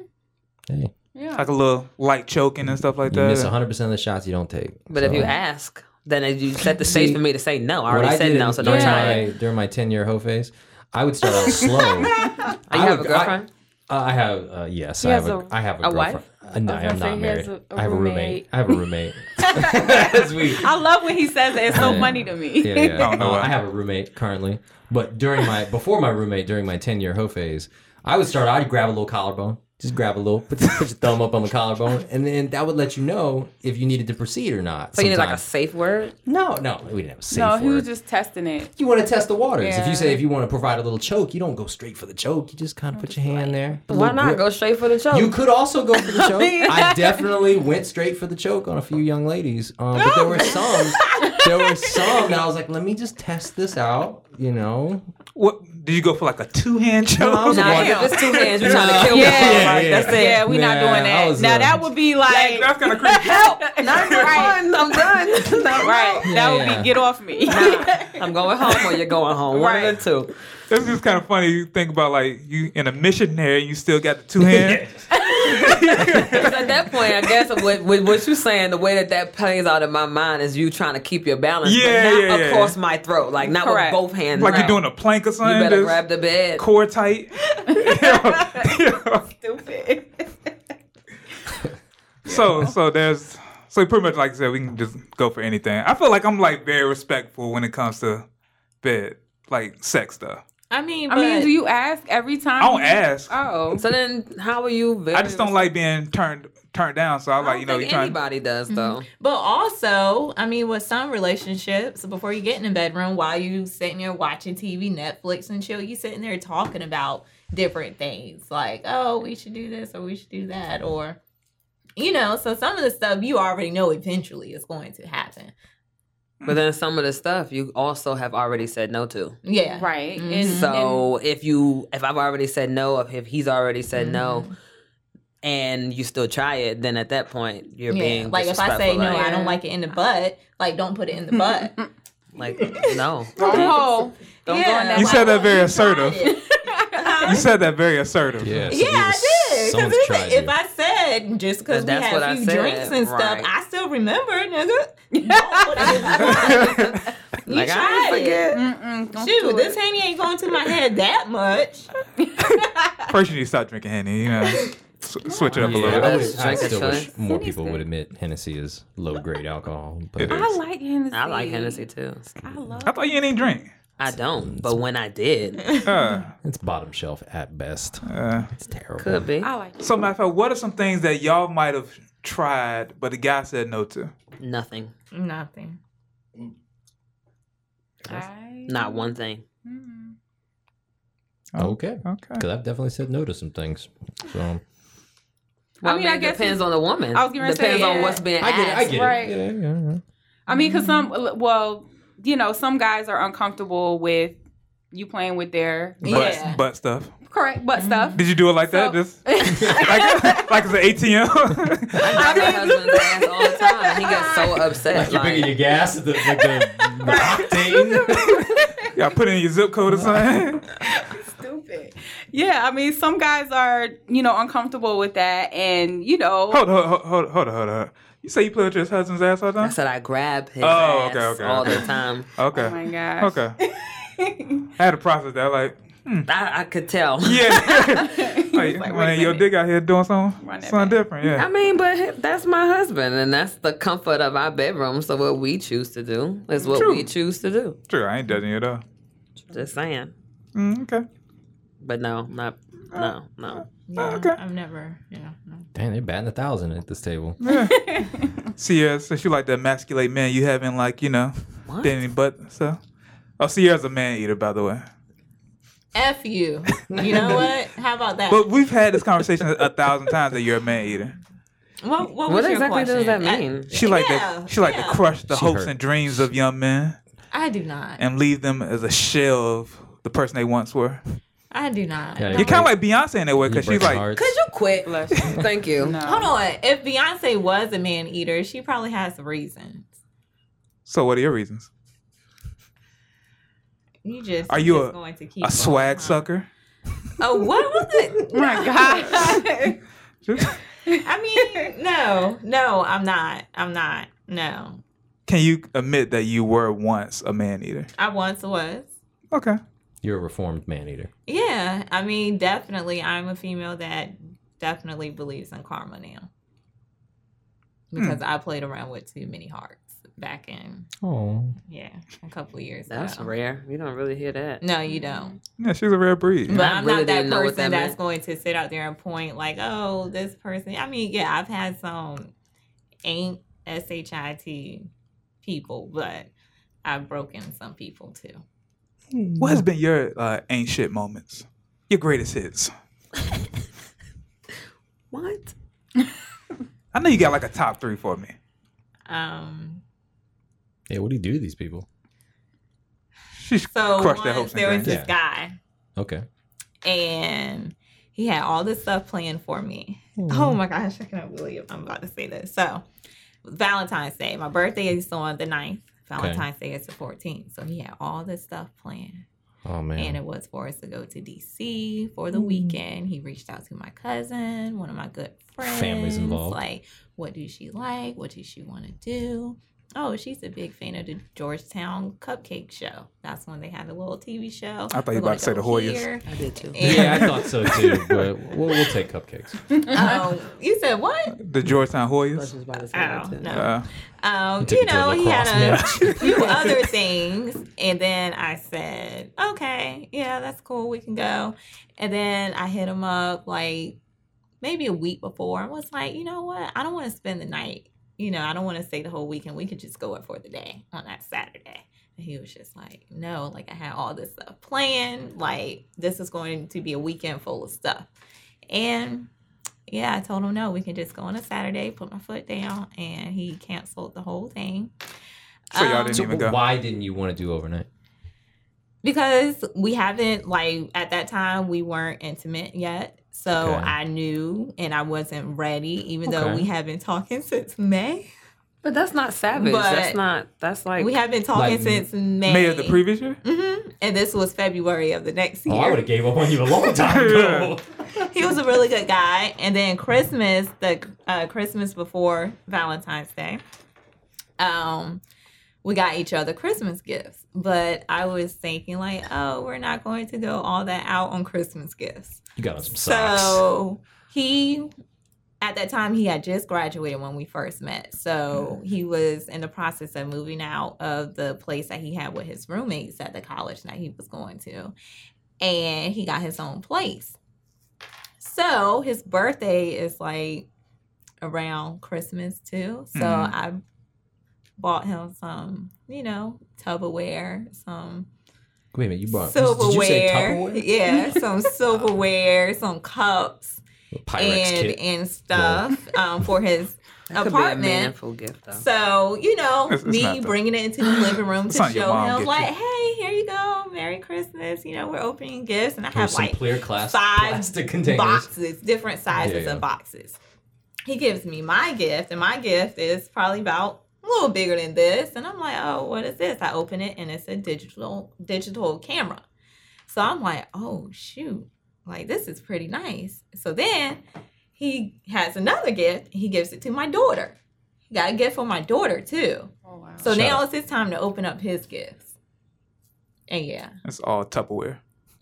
Speaker 4: Hey,
Speaker 5: Yeah.
Speaker 2: Like a little light choking and stuff like
Speaker 4: you miss
Speaker 2: that.
Speaker 4: 100 percent of the shots you don't take.
Speaker 3: But if
Speaker 4: So,
Speaker 3: you ask, then you set the stage
Speaker 4: See,
Speaker 3: for me to say no. I
Speaker 4: what
Speaker 3: already said
Speaker 4: did
Speaker 3: no, so don't
Speaker 4: during
Speaker 3: try it.
Speaker 4: my- During my 10 year hoe phase, I would start out slow. I
Speaker 3: Oh, you have a
Speaker 4: would-
Speaker 3: girlfriend?
Speaker 4: I, I have. Uh, yes,
Speaker 5: He
Speaker 4: I have.
Speaker 5: has
Speaker 4: A,
Speaker 5: a-
Speaker 4: I have a,
Speaker 3: a wife?
Speaker 4: girlfriend. Uh, no,
Speaker 5: I was
Speaker 4: I'm
Speaker 5: gonna
Speaker 4: not
Speaker 5: say he
Speaker 4: married.
Speaker 5: has a-
Speaker 4: I
Speaker 5: a
Speaker 4: have a roommate.
Speaker 5: roommate.
Speaker 4: I have a roommate. As we.
Speaker 5: I love when he says that. It's so
Speaker 4: Yeah.
Speaker 5: funny to me.
Speaker 4: yeah, yeah.
Speaker 2: don't know
Speaker 4: Uh,
Speaker 2: why.
Speaker 4: I have a roommate currently, but during my before my roommate during my ten year hoe phase, I would start. I'd grab a little collarbone, just grab a little, put, put your thumb up on the collarbone, and then that would let you know if you needed to proceed or not.
Speaker 3: So you need like a
Speaker 4: sometimes.
Speaker 3: safe word.
Speaker 4: no, no, we didn't have a safe
Speaker 5: No, he
Speaker 4: word.
Speaker 5: was just testing it.
Speaker 4: you want to test the waters. If
Speaker 5: Yeah.
Speaker 4: you say if you want to provide a little choke, you don't go straight for the choke. You just kind of put your hand there. a
Speaker 3: Why
Speaker 4: little
Speaker 3: not
Speaker 4: grip.
Speaker 3: go straight for the choke?
Speaker 4: You could also go for the choke. I definitely went straight for the choke on a few young ladies, um, but there were some. There were some that I was like, let me just test this out. You know,
Speaker 2: What did you go for like a two hand choke?
Speaker 4: I was
Speaker 3: Nah,
Speaker 4: one-
Speaker 3: if it's two hands, you're trying to kill me.
Speaker 5: Yeah, yeah,
Speaker 3: Like,
Speaker 4: yeah.
Speaker 3: That's it.
Speaker 5: Yeah, we're not
Speaker 4: Man,
Speaker 5: doing
Speaker 4: I
Speaker 5: that.
Speaker 4: was,
Speaker 5: Now
Speaker 4: uh,
Speaker 5: that would be like,
Speaker 2: That's kind of creepy.
Speaker 5: help.
Speaker 3: Not for
Speaker 5: Right.
Speaker 3: fun. I'm done. No,
Speaker 5: Right.
Speaker 4: Yeah,
Speaker 5: that would
Speaker 4: yeah.
Speaker 5: be get off me.
Speaker 3: I'm going home or you're going home. One
Speaker 5: Right.
Speaker 3: of the two.
Speaker 2: That's just kind of funny. You think about like you in a missionary, you still got the two hand.
Speaker 3: Because at that point, I guess what, what, what you're saying, the way that that plays out in my mind is you trying to keep your balance,
Speaker 2: Yeah,
Speaker 3: but not
Speaker 2: yeah, yeah.
Speaker 3: across my throat, like not
Speaker 5: Correct.
Speaker 3: with both hands.
Speaker 2: Like
Speaker 3: out.
Speaker 2: you're doing a plank or something.
Speaker 3: You better
Speaker 2: just
Speaker 3: grab the bed.
Speaker 2: core tight. Yeah, yeah.
Speaker 5: Stupid.
Speaker 2: So so there's so pretty much like I said, we can just go for anything. I feel like I'm like very respectful when it comes to bed, like sex stuff.
Speaker 6: I mean,
Speaker 5: I
Speaker 6: but,
Speaker 5: mean, do you ask every time?
Speaker 2: I don't
Speaker 5: you-
Speaker 3: Mm-hmm.
Speaker 2: ask.
Speaker 5: Oh.
Speaker 3: So then, how are you? Very
Speaker 2: I just don't like being turned turned down. So I
Speaker 3: I
Speaker 2: like you know you
Speaker 3: think
Speaker 2: trying.
Speaker 3: anybody does though.
Speaker 6: but also, I mean, with some relationships, before you get in the bedroom, while you sitting there watching TV, Netflix, and chill, you sitting there talking about different things, like, oh, we should do this or we should do that, or you know, so some of the stuff you already know eventually is going to happen.
Speaker 3: But then some of the stuff you also have already said no to.
Speaker 6: Yeah,
Speaker 5: Right.
Speaker 6: Mhm.
Speaker 3: Mm-hmm.
Speaker 5: And,
Speaker 3: So if you, if I've already said no, if, if he's already said no, and you still try it, then at that point you're being
Speaker 6: like if I say no,
Speaker 3: disrespectful,
Speaker 6: I don't
Speaker 5: Yeah.
Speaker 6: like it in the butt. Like don't put it in the butt.
Speaker 3: like, like no.
Speaker 5: and
Speaker 6: Oh.
Speaker 5: hole. Don't go in
Speaker 6: Yeah.
Speaker 5: that
Speaker 2: You
Speaker 5: hole.
Speaker 2: said that
Speaker 6: Oh,
Speaker 2: very
Speaker 6: tried
Speaker 2: assertive.
Speaker 6: it.
Speaker 2: You said that very assertive.
Speaker 4: Yes,
Speaker 6: yeah,
Speaker 4: it
Speaker 6: I
Speaker 4: was
Speaker 6: did. Yeah, because
Speaker 4: Someone's tried
Speaker 6: if
Speaker 4: you.
Speaker 6: I said just because we
Speaker 3: That's
Speaker 6: had
Speaker 3: what
Speaker 6: a
Speaker 3: I
Speaker 6: few
Speaker 3: said,
Speaker 6: drinks and stuff,
Speaker 3: right.
Speaker 6: I still remember, nigga. Don't put it in my mind. you
Speaker 3: Like, I
Speaker 6: tried
Speaker 3: didn't
Speaker 6: it.
Speaker 5: Mm-mm, don't do
Speaker 6: Shoot,
Speaker 5: it.
Speaker 6: this handy ain't going to my head that much.
Speaker 2: First, you need to stop drinking Henny, you know. S- switch it up a little
Speaker 4: Yeah,
Speaker 2: bit.
Speaker 4: I,
Speaker 3: Let's
Speaker 4: wish, I
Speaker 3: drink a
Speaker 4: still wish
Speaker 3: choice.
Speaker 4: more people would admit Hennessy is low grade alcohol. But
Speaker 2: It is.
Speaker 5: I like Hennessy.
Speaker 3: I like Hennessy too.
Speaker 5: I love.
Speaker 2: I thought you didn't even drink.
Speaker 3: I don't, but when I did,
Speaker 2: Uh,
Speaker 4: it's bottom shelf at best.
Speaker 2: uh.
Speaker 4: It's terrible.
Speaker 3: could be
Speaker 5: I like.
Speaker 2: So, matter of fact, what are some things that y'all might have tried, but the guy said no to?
Speaker 3: nothing,
Speaker 6: Nothing.
Speaker 5: I,
Speaker 3: not one thing.
Speaker 5: Mm.
Speaker 4: Okay.
Speaker 2: Okay.
Speaker 4: Because I've definitely said no to some things. So
Speaker 3: Well, I
Speaker 5: mean,
Speaker 3: mean,
Speaker 5: I
Speaker 3: it
Speaker 5: guess
Speaker 3: depends on the woman.
Speaker 5: I was gonna
Speaker 3: depends
Speaker 5: say,
Speaker 3: on
Speaker 5: yeah.
Speaker 3: what's being
Speaker 4: I get it.
Speaker 3: asked.
Speaker 4: I get
Speaker 5: Right.
Speaker 4: it. Yeah, yeah, yeah.
Speaker 5: I mean, because some, well, you know, some guys are uncomfortable with you playing with their
Speaker 2: Butt,
Speaker 6: Yeah.
Speaker 2: butt stuff.
Speaker 5: correct butt stuff.
Speaker 6: Mm-hmm.
Speaker 2: Did you do it like that?
Speaker 5: So-
Speaker 2: Just like, like it's an ATM.
Speaker 3: I my husband's ass all the time, and he gets so upset.
Speaker 4: Like, you're
Speaker 3: Like,
Speaker 4: picking your gas, the, like the, the octane.
Speaker 2: y'all put in your zip code or something.
Speaker 5: Stupid. Yeah, I mean, some guys are, you know, uncomfortable with that, and you know,
Speaker 2: Hold on, hold on, hold on, hold on, hold on. You say you play with your husband's ass all the
Speaker 3: I
Speaker 2: time?
Speaker 3: said I grab his
Speaker 2: Oh,
Speaker 3: ass
Speaker 2: okay, okay,
Speaker 3: all
Speaker 2: okay.
Speaker 3: the time.
Speaker 2: Okay.
Speaker 5: oh my gosh.
Speaker 2: okay. I had to process that. Like,
Speaker 3: I, I could tell.
Speaker 2: yeah. like,
Speaker 5: like, wait a
Speaker 2: man, your
Speaker 5: minute.
Speaker 2: dick out here doing
Speaker 5: Run
Speaker 2: something,
Speaker 5: that
Speaker 2: something
Speaker 5: back.
Speaker 2: different. Yeah.
Speaker 3: I mean, but that's my husband, and that's the comfort of our bedroom. So what we choose to do is what
Speaker 2: True.
Speaker 3: we choose to do.
Speaker 2: True. I ain't judging you though.
Speaker 3: Just saying.
Speaker 2: Mm, okay.
Speaker 3: But no, not no, no.
Speaker 6: Yeah,
Speaker 2: okay.
Speaker 6: I've never, yeah. no.
Speaker 4: Damn, they're batting a thousand at this table.
Speaker 2: Sierra, since you like to emasculate men, you haven't like you know
Speaker 3: What?
Speaker 2: did any butt so. Oh, Sierra's a man eater, by the way.
Speaker 6: F you. You know what? How about that?
Speaker 2: But we've had this conversation a thousand times that you're a man eater.
Speaker 6: what, what was
Speaker 3: What
Speaker 6: your
Speaker 3: exactly
Speaker 6: question?
Speaker 3: does that mean?
Speaker 2: She like
Speaker 6: Yeah,
Speaker 2: to she like
Speaker 6: yeah.
Speaker 2: to crush the
Speaker 4: She
Speaker 2: hopes
Speaker 4: hurt.
Speaker 2: and dreams of young men
Speaker 6: I, I do not.
Speaker 2: and leave them as a shell of the person they once were.
Speaker 6: I do not.
Speaker 4: Yeah,
Speaker 2: You're kind of like Beyonce in that way
Speaker 4: You
Speaker 2: because she's
Speaker 4: breaking
Speaker 2: like
Speaker 4: hearts.
Speaker 3: Could you quit?
Speaker 5: Bless you.
Speaker 3: Thank you.
Speaker 5: No.
Speaker 2: Um,
Speaker 6: Hold on. If Beyonce was a man eater, she probably has reasons.
Speaker 2: So what are your reasons?
Speaker 6: You just
Speaker 2: Are you
Speaker 6: just
Speaker 2: a-
Speaker 6: going to keep
Speaker 2: A
Speaker 6: on,
Speaker 2: swag
Speaker 6: huh?
Speaker 2: sucker?
Speaker 6: Oh, what was it?
Speaker 5: my gosh.
Speaker 2: Can
Speaker 6: I mean, no, no, I'm not. I'm not. No,
Speaker 2: you admit that you were once a man eater?
Speaker 6: I once was.
Speaker 2: Okay.
Speaker 4: You're a reformed man eater.
Speaker 6: Yeah, I mean, definitely, I'm a female that definitely believes in karma now because I played around with too many hearts back in
Speaker 4: Oh,
Speaker 6: yeah a couple of years
Speaker 3: That's
Speaker 6: ago.
Speaker 3: rare. You don't really hear that.
Speaker 6: No, you don't.
Speaker 2: Yeah, she's a rare breed.
Speaker 6: But I'm
Speaker 3: really
Speaker 6: not that
Speaker 3: didn't know what that
Speaker 6: person that's
Speaker 3: meant.
Speaker 6: going to sit out there and point like, oh, this person. I mean, yeah, I've had some ain't S H I T people, but I've broken some people too.
Speaker 2: What has been your uh, ain't shit moments? Your greatest hits?
Speaker 3: What?
Speaker 2: I know you got like a top three for me.
Speaker 6: Um,
Speaker 4: yeah. What do you do to these people?
Speaker 2: She
Speaker 6: so
Speaker 2: crushed their
Speaker 6: once
Speaker 2: hopes
Speaker 6: there
Speaker 2: and
Speaker 6: was
Speaker 2: dreams.
Speaker 6: this guy,
Speaker 4: Okay.
Speaker 6: and he had all this stuff planned for me. Oh my gosh, I cannot believe I'm about to say this. So, Valentine's Day, my birthday is on the 9th. Valentine's Day is the 14th. So, he had all this stuff planned.
Speaker 4: Oh
Speaker 6: and
Speaker 4: man.
Speaker 6: it was for us to go to DC for the weekend. He reached out to my cousin, one of my good friends.
Speaker 4: Families involved.
Speaker 6: Like, what does she like? What does she want to do? Oh, she's a big fan of the Georgetown Cupcake Show. That's when they had the little TV show.
Speaker 2: I thought you were about to say the Hoyas.
Speaker 3: I did too.
Speaker 4: yeah, I thought so too. But we'll, we'll take cupcakes.
Speaker 6: um, you said what?
Speaker 2: The Georgetown Hoyas.
Speaker 6: Oh, no.
Speaker 2: Uh,
Speaker 6: um,
Speaker 4: took
Speaker 6: you
Speaker 4: it to a
Speaker 6: know, he had
Speaker 4: lacrosse
Speaker 6: a few other things. And then I said, okay, yeah, that's cool. We can go. And then I hit him up like maybe a week before and was like, you know what? I don't want to spend the night. You know, I don't want to stay the whole weekend. We could just go up for the day on that Saturday. And he was just like, no, like I had all this stuff planned. Like this is going to be a weekend full of stuff. And yeah, I told him no, we can just go on a Saturday, put my foot down, and he canceled the whole thing.
Speaker 2: so y'all
Speaker 6: Um,
Speaker 2: didn't
Speaker 4: So
Speaker 2: even go.
Speaker 4: why didn't you want to do overnight?
Speaker 6: because we haven't like at that time we weren't intimate yet so
Speaker 4: Okay.
Speaker 6: i knew and i wasn't ready even though
Speaker 4: Okay.
Speaker 6: we have been talking since may
Speaker 3: But that's not savage.
Speaker 6: But
Speaker 3: that's not. That's like.
Speaker 6: We have been talking
Speaker 4: Like,
Speaker 6: since May.
Speaker 2: May of the previous year?
Speaker 6: hmm And this was February of the next year.
Speaker 4: Oh, I would have gave up on you a long time ago.
Speaker 6: he was a really good guy. And then Christmas, the uh, Christmas before Valentine's Day, um, we got each other Christmas gifts. But I was thinking like, oh, we're not going to go all that out on Christmas gifts.
Speaker 4: You got on some socks.
Speaker 6: So he, at that time, he had just graduated when we first met. So
Speaker 4: Mm.
Speaker 6: he was in the process of moving out of the place that he had with his roommates at the college that he was going to. And he got his own place. So his birthday is like around Christmas too. So
Speaker 2: Mhm.
Speaker 4: Mm-hmm.
Speaker 6: I bought him some, you know, Tupperware, some
Speaker 4: Wait a minute, you brought
Speaker 6: silverware.
Speaker 4: Did you say Tupperware?
Speaker 6: Yeah, some silverware, some cups,
Speaker 4: Pyrex
Speaker 6: and
Speaker 4: kit.
Speaker 6: and stuff um, for his
Speaker 3: that could Be a
Speaker 6: apartment.
Speaker 3: meaningful gift, though.
Speaker 6: So you know,
Speaker 2: It's- it's not
Speaker 6: me
Speaker 2: though.
Speaker 6: bringing it into the living room to
Speaker 2: It's
Speaker 6: show
Speaker 2: not your mom
Speaker 6: him,
Speaker 2: get
Speaker 6: like,
Speaker 2: you.
Speaker 6: hey, here you go, Merry Christmas. You know, we're opening gifts, and I
Speaker 4: Here's
Speaker 6: have
Speaker 4: some
Speaker 6: like
Speaker 4: clear class
Speaker 6: five
Speaker 4: plastic containers.
Speaker 6: boxes, different sizes
Speaker 4: Yeah, yeah.
Speaker 6: of boxes. He gives me my gift, and my gift is probably about a little bigger than this. And I'm like, oh, what is this? I open it, and it's a digital digital camera. So I'm like, oh shoot, like this is pretty nice. So then he has another gift. He gives it to my daughter. He got a gift for my daughter too.
Speaker 5: Oh wow.
Speaker 6: So
Speaker 4: Shut
Speaker 6: now
Speaker 4: up.
Speaker 6: it's his time to open up his gifts. And yeah,
Speaker 2: It's all Tupperware.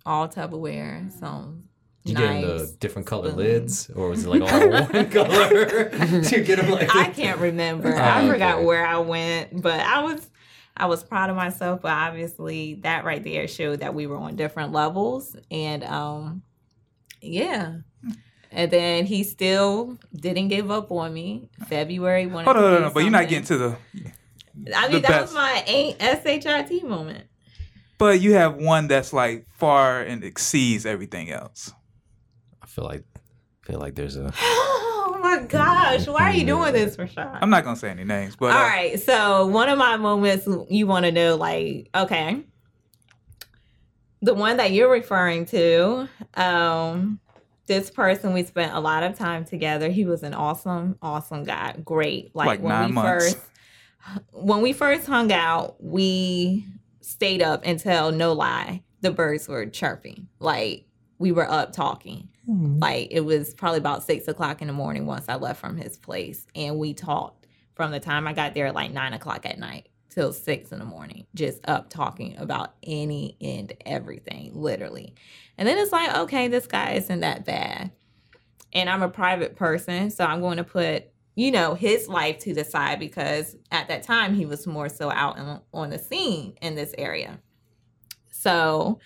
Speaker 6: all Tupperware, some
Speaker 4: Did you get him
Speaker 6: knives.
Speaker 4: the different colored
Speaker 6: spoon.
Speaker 4: lids, or was it like all one color? Did you get him like?
Speaker 6: I can't remember.
Speaker 4: Oh,
Speaker 6: I
Speaker 4: okay.
Speaker 6: forgot where I went, but I was I was proud of myself, but obviously that right there showed that we were on different levels and um yeah. And then he still didn't give up on me. February when
Speaker 2: Hold on, hold on, but you're not getting to the.
Speaker 6: I
Speaker 2: the
Speaker 6: mean that
Speaker 2: best.
Speaker 6: was my ain't SHIT moment.
Speaker 2: But you have one that's like far and exceeds everything else.
Speaker 4: I feel like, I feel like there's a.
Speaker 6: Oh my gosh, why
Speaker 2: Mm-hmm.
Speaker 6: are you doing this, Rashad?
Speaker 2: I'm not gonna say any names, but uh,
Speaker 6: All right. So one of my moments you want to know, like, okay, the one that you're referring to, um, this person we spent a lot of time together. He was an awesome, awesome guy. Great. Like,
Speaker 2: Like
Speaker 6: when
Speaker 2: nine
Speaker 6: we
Speaker 2: months.
Speaker 6: first when we first hung out, we stayed up until no lie, the birds were chirping. Like we were up talking.
Speaker 2: Hmm.
Speaker 6: Like it was probably about six o'clock in the morning once I left from his place, and we talked from the time I got there at like nine o'clock at night till six in the morning, just up talking about any and everything, literally. And then it's like, okay, this guy isn't that bad. And I'm a private person, so I'm going to put, you know, his life to the side because at that time he was more so out in, on the scene in this area. So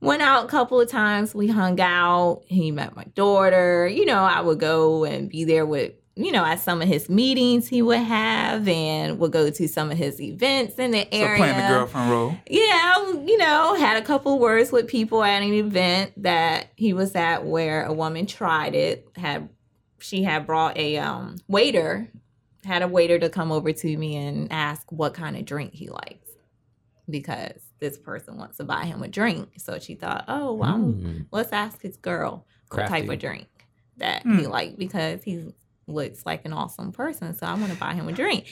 Speaker 6: went out a couple of times. We hung out. He met my daughter. You know, I would go and be there with, you know, at some of his meetings he would have and would go to some of his events in the
Speaker 2: so
Speaker 6: area
Speaker 2: playing the girlfriend role.
Speaker 6: yeah, I, you know, had a couple words with people at an event that he was at where a woman tried it. Had she had brought a um, waiter, had a waiter to come over to me and ask what kind of drink he likes because this person wants to buy him a drink. So she thought, oh, well, I'm
Speaker 4: Mm.
Speaker 6: let's ask his girl what type
Speaker 4: Crafty.
Speaker 6: of drink that
Speaker 2: Hmm.
Speaker 6: he like because he looks like an awesome person. So I want to buy him a drink.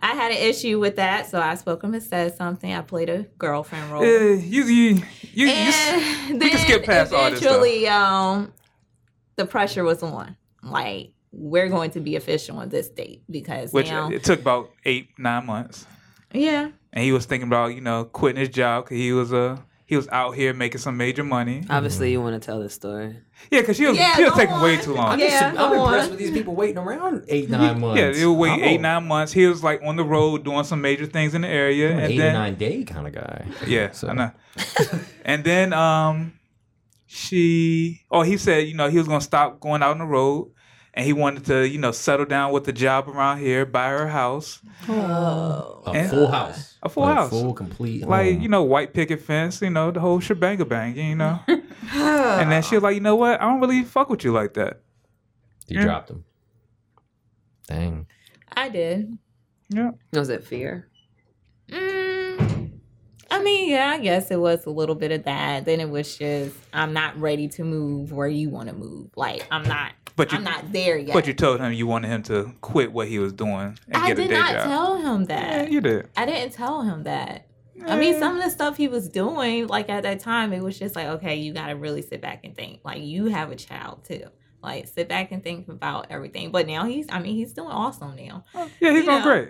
Speaker 6: I had an issue with that, so I spoke him and said something. I played a girlfriend role.
Speaker 2: Yeah, you, you, you, you s-
Speaker 6: and
Speaker 2: we can skip past all this stuff.
Speaker 6: eventually, um, the pressure was on. Like we're going to be official on this date because
Speaker 2: which
Speaker 6: now,
Speaker 2: it took about eight, nine months,
Speaker 6: yeah,
Speaker 2: and he was thinking about you know quitting his job because he was uh, he was out here making some major money.
Speaker 3: Obviously, you want to tell this story.
Speaker 2: Yeah, because she was
Speaker 6: Yeah,
Speaker 2: she was
Speaker 6: go
Speaker 2: taking way
Speaker 6: on.
Speaker 2: too long.
Speaker 4: I'm, just-
Speaker 6: Yeah,
Speaker 4: I'm
Speaker 6: go
Speaker 4: impressed
Speaker 6: on.
Speaker 4: with these people waiting around eight, nine months.
Speaker 2: Yeah, they were waiting
Speaker 4: eight,
Speaker 2: eight, nine months. He was like on the road doing some major things in the area,
Speaker 4: I'm an
Speaker 2: and
Speaker 4: eight
Speaker 2: then
Speaker 4: or nine day kind of guy.
Speaker 2: yeah,
Speaker 4: So-
Speaker 2: I know. and then um, she, oh, he said, you know, he was gonna stop going out on the road, and he wanted to, you know, settle down with a job around here, buy her a house,
Speaker 4: A
Speaker 2: And-
Speaker 4: full house.
Speaker 2: A full house.
Speaker 4: Full complete.
Speaker 2: like
Speaker 4: home.
Speaker 2: you know, white picket fence, you know, the whole shebang bang, you know. and then she was like, you know what, I don't really fuck with you like that.
Speaker 4: you
Speaker 2: yeah.
Speaker 4: dropped him. Dang.
Speaker 6: I did.
Speaker 2: Yeah,
Speaker 3: Was it fear?
Speaker 6: Mm, I mean, yeah, I guess it was a little bit of that. Then it was just, I'm not ready to move where you want to move. Like, I'm not
Speaker 2: But you,
Speaker 6: I'm not there yet.
Speaker 2: but you told him you wanted him to quit what he was doing and
Speaker 6: I
Speaker 2: get a
Speaker 6: did
Speaker 2: day
Speaker 6: not
Speaker 2: job.
Speaker 6: tell him
Speaker 2: yeah,
Speaker 6: that.
Speaker 2: you did.
Speaker 6: I didn't tell him that. I mean, some of the stuff he was doing, like at that time, it was just like, okay, you got to really sit back and think. Like, you have a child too. Like, sit back and think about everything. But now he's, I mean, he's doing awesome now.
Speaker 2: Yeah, he's
Speaker 6: you
Speaker 2: doing
Speaker 6: know,
Speaker 2: great.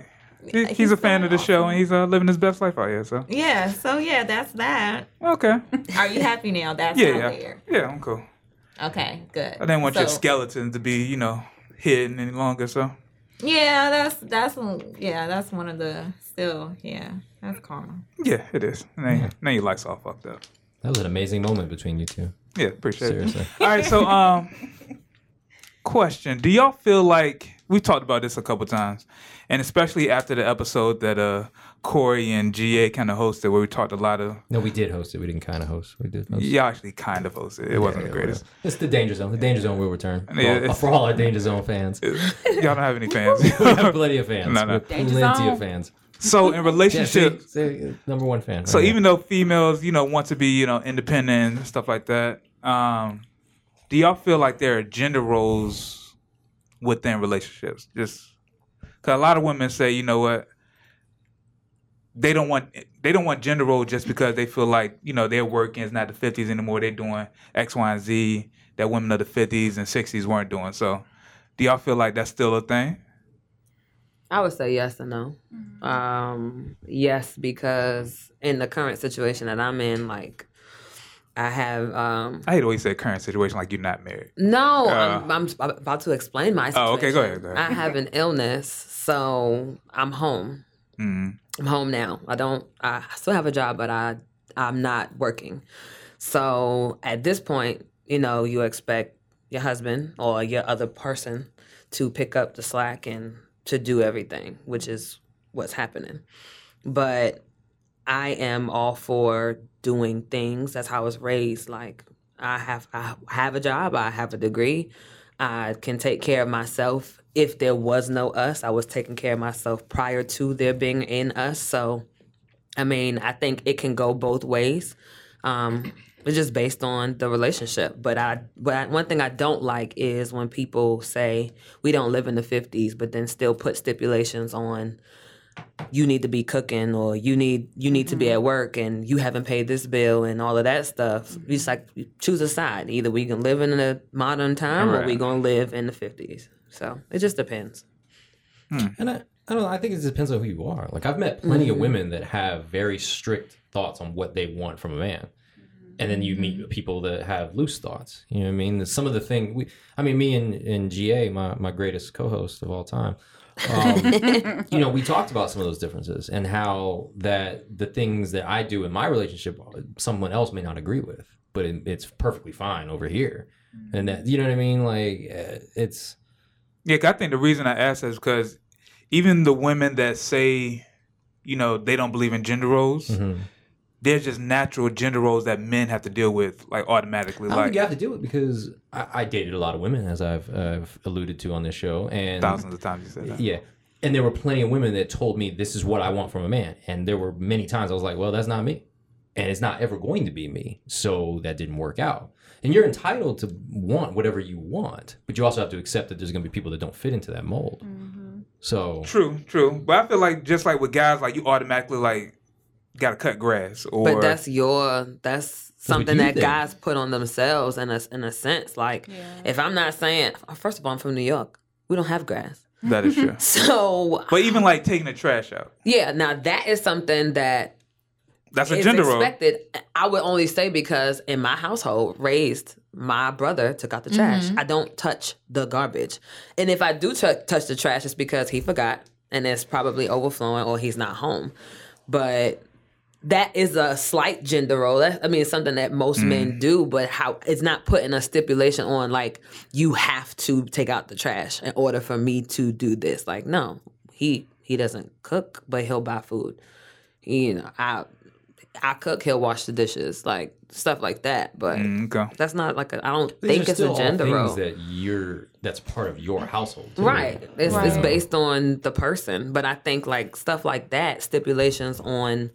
Speaker 2: He-
Speaker 6: he's
Speaker 2: he's, a fan of the
Speaker 6: doing
Speaker 2: show
Speaker 6: awesome.
Speaker 2: and he's uh, living his best life out here. So
Speaker 6: Yeah. So, yeah, that's that.
Speaker 2: okay,
Speaker 6: Are you happy now? That's
Speaker 2: yeah,
Speaker 6: how
Speaker 2: yeah,
Speaker 6: weird.
Speaker 2: yeah. I'm cool.
Speaker 6: Okay, good.
Speaker 2: I didn't want your
Speaker 6: So-
Speaker 2: skeleton to be, you know, hidden any longer. So
Speaker 6: Yeah, that's that's one- yeah, that's one of the still yeah, that's karma.
Speaker 2: yeah, it is. Now, now your life's all fucked up.
Speaker 4: That was an amazing moment between you two.
Speaker 2: Yeah, appreciate it.
Speaker 4: Seriously.
Speaker 2: All right, so um, question: Do y'all feel like we talked about this a couple times, and especially after the episode that uh Corey and GA kind of hosted, where we talked a lot of
Speaker 4: No, we did host it. We didn't kind of host. We did host.
Speaker 2: y'all actually kind of hosted. It wasn't the greatest.
Speaker 4: It's the danger zone. The danger zone will return for,
Speaker 2: Yeah,
Speaker 4: all,
Speaker 2: it's-
Speaker 4: for all our danger zone fans. We
Speaker 2: Y'all don't have any fans.
Speaker 4: have plenty of fans.
Speaker 2: No, no.
Speaker 4: We have
Speaker 5: Danger
Speaker 4: plenty
Speaker 5: zone.
Speaker 4: of fans.
Speaker 2: so in
Speaker 4: Yeah, see,
Speaker 2: relationship,
Speaker 4: see, number one fan.
Speaker 2: so
Speaker 4: right
Speaker 2: even though females, you know, want to be you know independent and stuff like that, um, do y'all feel like there are gender roles within relationships? Just because a lot of women say, you know what, they don't want they don't want gender roles just because they feel like you know their working is not the fifties anymore. They're doing X, Y, and Z that women of the fifties and sixties weren't doing. So, do y'all feel like that's still a thing?
Speaker 3: I would say yes and no.
Speaker 6: Mm-hmm.
Speaker 3: Um, yes, because in the current situation that I'm in, like I have um
Speaker 2: I hate always say current situation like you're not married.
Speaker 3: no,
Speaker 2: Uh,
Speaker 3: I'm, I'm sp- about to explain my situation.
Speaker 2: Oh, okay, go ahead, go ahead.
Speaker 3: I have an illness, so I'm home.
Speaker 2: Mm.
Speaker 3: I'm home now. I don't. I still have a job, but I I'm not working. So at this point, you know, you expect your husband or your other person to pick up the slack and to do everything, which is what's happening. But I am all for doing things. That's how I was raised. Like I have I have a job. I have a degree. I can take care of myself. If there was no us, I was taking care of myself prior to there being in us. So, I mean, I think it can go both ways. Um, it's just based on the relationship. But I, but I, one thing I don't like is when people say we don't live in the fifties, but then still put stipulations on you need to be cooking or you need you need to be at work and you haven't paid this bill and all of that stuff. It's like choose a side. Either we can live in a modern time or
Speaker 2: Right.
Speaker 3: we gonna live in the fifties. So it just depends.
Speaker 4: And I, I don't know. I think it depends on who you are. Like I've met plenty of women that have very strict thoughts on what they want from a man, and then you meet people that have loose thoughts. You know what I mean? Some of the thing we, I mean, me and, and GA, my my greatest co-host of all time. Um, you know, we talked about some of those differences and how that the things that I do in my relationship, someone else may not agree with, but it, it's perfectly fine over here. And that, you know what I mean? Like, uh, it's
Speaker 2: Yeah, 'cause I think the reason I asked that is because even the women that say, you know, they don't believe in gender roles,
Speaker 4: Mm-hmm.
Speaker 2: there's just natural gender roles that men have to deal with, like automatically.
Speaker 4: I
Speaker 3: Oh,
Speaker 4: don't
Speaker 2: Like
Speaker 4: think you have to do it because I, I dated a lot of women, as I've, I've alluded to on this show, and
Speaker 2: thousands of times you said that.
Speaker 4: yeah, and there were plenty of women that told me this is what I want from a man, and there were many times I was like, well, that's not me, and it's not ever going to be me, so that didn't work out. And you're entitled to want whatever you want, but you also have to accept that there's going to be people that don't fit into that mold.
Speaker 5: Mm-hmm.
Speaker 4: So
Speaker 2: True, true. But I feel like just like with guys, like you automatically like gotta cut grass or
Speaker 3: But that's your that's something
Speaker 4: you
Speaker 3: that
Speaker 4: think.
Speaker 3: guys put on themselves in a in a sense. Like if I'm not saying, first of all, I'm from New York. We don't have grass,
Speaker 2: that is true.
Speaker 3: so
Speaker 2: But even like taking the trash out,
Speaker 3: yeah. Now that is something that
Speaker 2: that's a
Speaker 3: is
Speaker 2: gender role.
Speaker 3: expected. I would only say because in my household, raised my brother took out the trash. I don't touch the garbage, and if I do t- touch the trash, it's because he forgot and it's probably overflowing or he's not home. But that is a slight gender role. That, I mean, it's something that most
Speaker 4: Mm.
Speaker 3: men do, but how it's not putting a stipulation on like you have to take out the trash in order for me to do this. Like, no, he he doesn't cook, but he'll buy food. You know, I I cook, he'll wash the dishes, like stuff like that. But
Speaker 2: Mm, okay.
Speaker 3: that's not like a, I don't
Speaker 4: these
Speaker 3: think
Speaker 4: are
Speaker 3: it's a
Speaker 4: all
Speaker 3: gender
Speaker 4: things
Speaker 3: role.
Speaker 4: that you're that's part of your household, too.
Speaker 3: Right. It's, it's
Speaker 5: Right.
Speaker 3: based on the person. But I think like stuff like that, stipulations on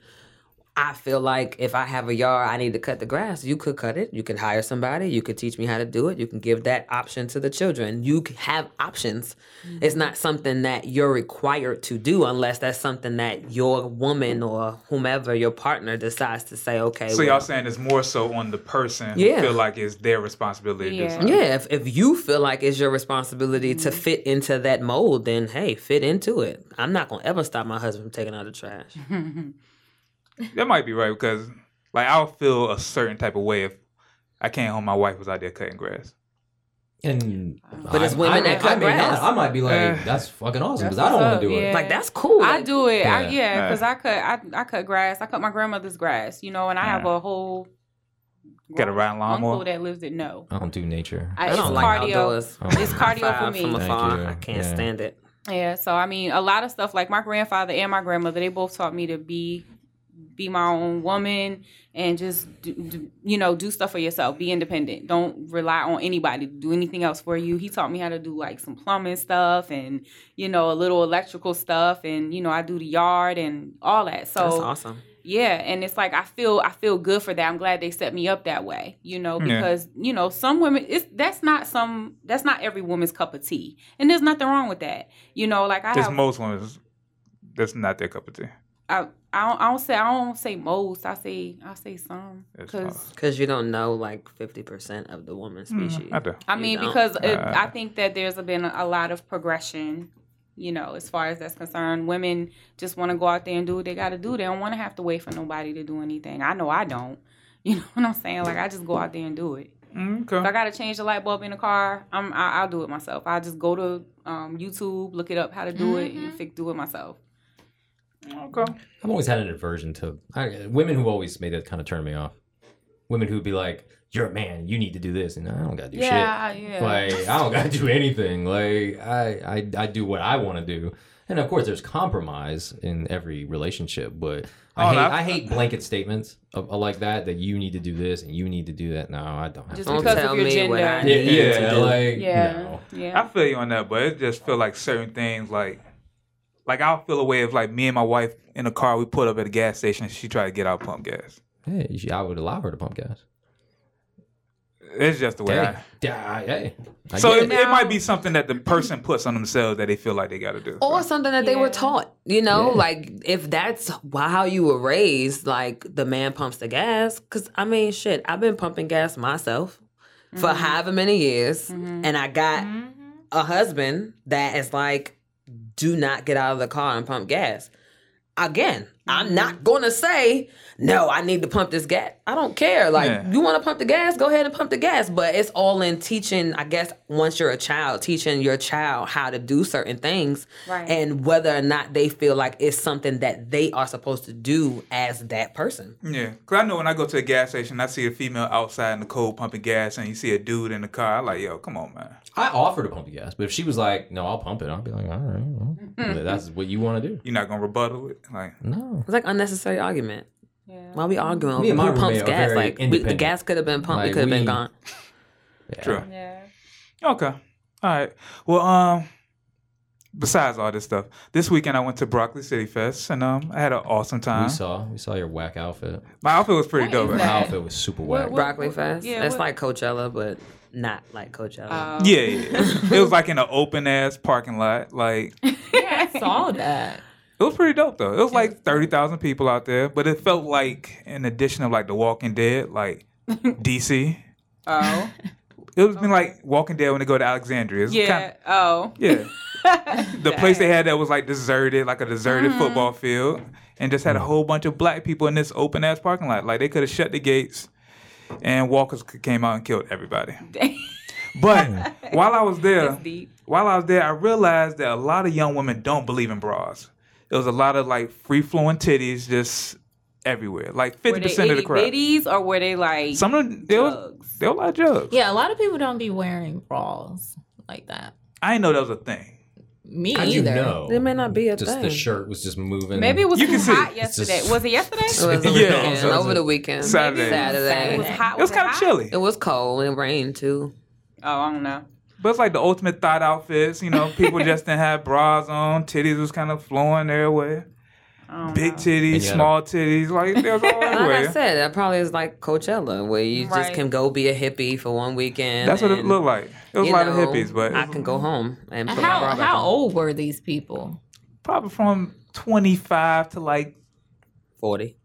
Speaker 3: I feel like if I have a yard, I need to cut the grass. You could cut it. You could hire somebody. You could teach me how to do it. You can give that option to the children. You c- have options. It's not something that you're required to do unless that's something that your woman or whomever your partner decides to say, okay.
Speaker 2: So y'all saying it's more so on the person who
Speaker 3: Yeah.
Speaker 2: feel like it's their responsibility to do
Speaker 5: Yeah.
Speaker 2: something.
Speaker 3: Yeah, if, if you feel like it's your responsibility
Speaker 5: Mm-hmm.
Speaker 3: to fit into that mold, then hey, fit into it. I'm not gonna ever stop my husband from taking out the trash.
Speaker 2: That might be right because like I'll feel a certain type of way if I came home my wife was out there cutting grass.
Speaker 4: And
Speaker 3: But it's women that cut
Speaker 4: I may not.
Speaker 3: grass.
Speaker 4: I might be like,
Speaker 2: Eh.
Speaker 4: that's fucking awesome because
Speaker 5: That's
Speaker 4: I don't want
Speaker 5: what's
Speaker 4: to do
Speaker 5: up,
Speaker 4: it.
Speaker 5: yeah.
Speaker 3: Like that's cool.
Speaker 5: I
Speaker 3: Like,
Speaker 5: do it. I,
Speaker 4: Yeah.
Speaker 5: yeah, because
Speaker 2: Yeah.
Speaker 5: I cut I, I cut grass. I cut my grandmother's grass, you know, and I have
Speaker 2: Yeah.
Speaker 5: a whole
Speaker 2: Got a round
Speaker 5: uncle
Speaker 2: lawnmower.
Speaker 5: that lives in no.
Speaker 4: I don't do nature.
Speaker 5: I,
Speaker 3: I
Speaker 5: it's
Speaker 3: don't like
Speaker 5: cardio.
Speaker 3: outdoors.
Speaker 4: Oh.
Speaker 5: It's cardio for
Speaker 3: Five
Speaker 5: me.
Speaker 3: From
Speaker 4: Thank
Speaker 3: afar,
Speaker 4: you.
Speaker 3: I can't
Speaker 4: Yeah.
Speaker 3: stand it.
Speaker 5: Yeah, so I mean, a lot of stuff like my grandfather and my grandmother, they both taught me to be be my own woman and just do, do, you know do stuff for yourself be independent don't rely on anybody to do anything else for you he taught me how to do like some plumbing stuff and you know a little electrical stuff and you know i do the yard and all that so
Speaker 3: That's awesome.
Speaker 5: yeah, and it's like I feel I feel good for that. I'm glad they set me up that way, you know,
Speaker 2: Yeah.
Speaker 5: because you know some women it's that's not some that's not every woman's cup of tea, and there's nothing wrong with that, you know. Like I
Speaker 2: There's
Speaker 5: have,
Speaker 2: most women that's not their cup of tea.
Speaker 5: I, I don't I don't say I don't say most, I say I say some
Speaker 2: It's
Speaker 5: because
Speaker 2: awesome.
Speaker 3: Because you don't know like fifty percent of the woman
Speaker 5: Hmm.
Speaker 3: species.
Speaker 2: Hmm, I do.
Speaker 5: I
Speaker 3: You
Speaker 5: mean
Speaker 3: don't.
Speaker 5: because it,
Speaker 2: Uh.
Speaker 5: I think that there's been a lot of progression. You know, as far as that's concerned, women just want to go out there and do what they got to do. They don't want to have to wait for nobody to do anything. I know I don't. You know what I'm saying? Like I just go out there and do it. If I
Speaker 2: Mm, Okay.
Speaker 5: gotta change the light bulb in the car, I'm, I, I'll do it myself. I just go to um, YouTube, look it up how to do it, and fix, do it myself.
Speaker 2: Okay.
Speaker 4: I've always had an aversion to I, women who always made that kind of turn me off. Women who'd be like, "You're a man, you need to do this," and I don't gotta do shit.
Speaker 5: yeah, yeah.
Speaker 4: Like I don't gotta do anything. Like I, I, I do what I want to do. And of course, there's compromise in every relationship, but I
Speaker 2: Oh,
Speaker 4: hate
Speaker 2: that's-
Speaker 4: I hate blanket statements of, of like that that you need to do this and you need to do that. No, I don't. Have
Speaker 5: Just
Speaker 4: to do
Speaker 3: Don't
Speaker 5: because
Speaker 4: that.
Speaker 3: tell
Speaker 5: of your
Speaker 3: me what I
Speaker 5: gender.
Speaker 4: yeah,
Speaker 3: need
Speaker 4: yeah,
Speaker 3: to do.
Speaker 4: like
Speaker 5: yeah,
Speaker 4: no.
Speaker 5: yeah.
Speaker 2: I feel you on that, but it just feel like certain things like like I'll feel a way of like me and my wife in a car we pulled up at a gas station and she tried to get out pump gas.
Speaker 4: Hey, she- I would allow her to pump gas.
Speaker 2: It's just the way
Speaker 4: Hey,
Speaker 2: I
Speaker 4: yeah, I- hey, I
Speaker 2: so
Speaker 4: get
Speaker 2: it,
Speaker 4: it.
Speaker 2: it might be something that the person puts on themselves that they feel like they got to do.
Speaker 3: or
Speaker 2: So,
Speaker 3: something that they were
Speaker 5: Yeah.
Speaker 3: taught. You know,
Speaker 4: Yeah.
Speaker 3: like if that's wh- how you were raised, like the man pumps the gas. Because I mean, shit, I've been pumping gas myself for however many years, and I got a husband that is like, do not get out of the car and pump gas. Again, I'm not gonna say no. I need to pump this gas. I don't care. Like
Speaker 2: Yeah.
Speaker 3: you want to pump the gas, go ahead and pump the gas. But it's all in teaching. I guess once you're a child, teaching your child how to do certain things,
Speaker 5: Right.
Speaker 3: and whether or not they feel like it's something that they are supposed to do as that person.
Speaker 2: yeah, because I know when I go to a gas station, I see a female outside in the cold pumping gas, and you see a dude in the car. I'm like, yo, come on, man.
Speaker 4: I offered to pump the gas, but if she was like, "No, I'll pump it," I'd be like, "All right, well,
Speaker 5: Mm.
Speaker 3: Hmm.
Speaker 4: if that's what you want to do."
Speaker 2: You're not gonna rebuttal it, like.
Speaker 4: No,
Speaker 3: It's like unnecessary argument.
Speaker 5: Yeah.
Speaker 3: Why we arguing over
Speaker 4: Me and my
Speaker 3: who pumps
Speaker 4: roommate are
Speaker 3: gas?
Speaker 4: very
Speaker 3: Like we, the
Speaker 4: independent.
Speaker 3: gas could have been pumped.
Speaker 4: Like,
Speaker 3: we could have been
Speaker 4: we-
Speaker 3: gone.
Speaker 4: Yeah.
Speaker 2: True.
Speaker 5: yeah.
Speaker 2: Okay. All right. Well, um, besides all this stuff, this weekend I went to Broccoli City Fest and um, I had an awesome
Speaker 4: We
Speaker 2: time.
Speaker 4: saw, we saw your whack outfit.
Speaker 2: My outfit was pretty
Speaker 5: What
Speaker 2: dope.
Speaker 5: is
Speaker 4: My
Speaker 5: that?
Speaker 2: actually.
Speaker 4: outfit was super whack.
Speaker 5: What-
Speaker 3: Broccoli
Speaker 5: what-
Speaker 3: Fest.
Speaker 5: yeah,
Speaker 3: That's
Speaker 5: what-
Speaker 3: like Coachella, but not like Coachella.
Speaker 5: Um,
Speaker 2: Yeah, yeah. it was like in an open ass parking lot. Like it
Speaker 6: Yeah, I saw that.
Speaker 2: was pretty dope though. It was like thirty thousand people out there, but it felt like an addition of like The Walking Dead, like DC.
Speaker 5: Oh.
Speaker 2: It was been like Walking Dead when they go to Alexandria. It's
Speaker 5: Yeah.
Speaker 2: kinda-
Speaker 5: oh.
Speaker 2: yeah. the place they had that was like deserted, like a
Speaker 5: Mm-hmm.
Speaker 2: deserted football field, and just had a whole bunch of black people in this open ass parking lot. Like they could have shut the gates, and walkers c- came out and killed everybody. But while I was there,
Speaker 5: deep.
Speaker 2: while I was there, I realized that a lot of young women don't believe in bras. There was a lot of like free flowing titties just everywhere, like
Speaker 5: Were
Speaker 2: fifty
Speaker 5: they
Speaker 2: percent of the
Speaker 5: itty
Speaker 2: crowd.
Speaker 5: bitties or were they like?
Speaker 2: Some of them, there was,
Speaker 5: Jugs.
Speaker 2: there were a lot of jugs.
Speaker 6: Yeah, a lot of people don't be wearing bras like that.
Speaker 2: I didn't know that was a thing.
Speaker 6: Me
Speaker 4: How'd
Speaker 6: either.
Speaker 4: you know?
Speaker 3: There may not be a
Speaker 4: Just
Speaker 3: thing.
Speaker 4: the shirt was just moving.
Speaker 5: maybe it was
Speaker 2: You
Speaker 5: too
Speaker 2: can see.
Speaker 5: hot
Speaker 4: It's just-
Speaker 5: yesterday. was it yesterday?
Speaker 3: It was the
Speaker 2: Yeah.
Speaker 3: weekend,
Speaker 4: So it was
Speaker 3: over
Speaker 4: a-
Speaker 3: the weekend.
Speaker 2: Saturday.
Speaker 5: It was
Speaker 3: Saturday.
Speaker 5: hot.
Speaker 2: It was kind
Speaker 5: hot?
Speaker 2: of chilly.
Speaker 3: It was cold and it rained too.
Speaker 5: Oh, I don't know.
Speaker 2: But it's like the ultimate thought outfits, you know. People just didn't have bras on, titties was kind of flowing their way.
Speaker 5: I don't
Speaker 2: Big
Speaker 5: know.
Speaker 2: titties,
Speaker 4: And you had a-
Speaker 2: small titties, like there's all
Speaker 3: Like I
Speaker 2: everywhere.
Speaker 3: said, that probably is like Coachella, where you just
Speaker 5: Right.
Speaker 3: can go be a hippie for one weekend.
Speaker 2: That's what it
Speaker 3: and,
Speaker 2: looked like. It was a
Speaker 3: you
Speaker 2: lot of
Speaker 3: know,
Speaker 2: hippies, but
Speaker 3: I can go home and put my bra
Speaker 6: How
Speaker 3: back
Speaker 6: how
Speaker 3: on.
Speaker 6: old were these people?
Speaker 2: probably from 25 to like
Speaker 3: Forty.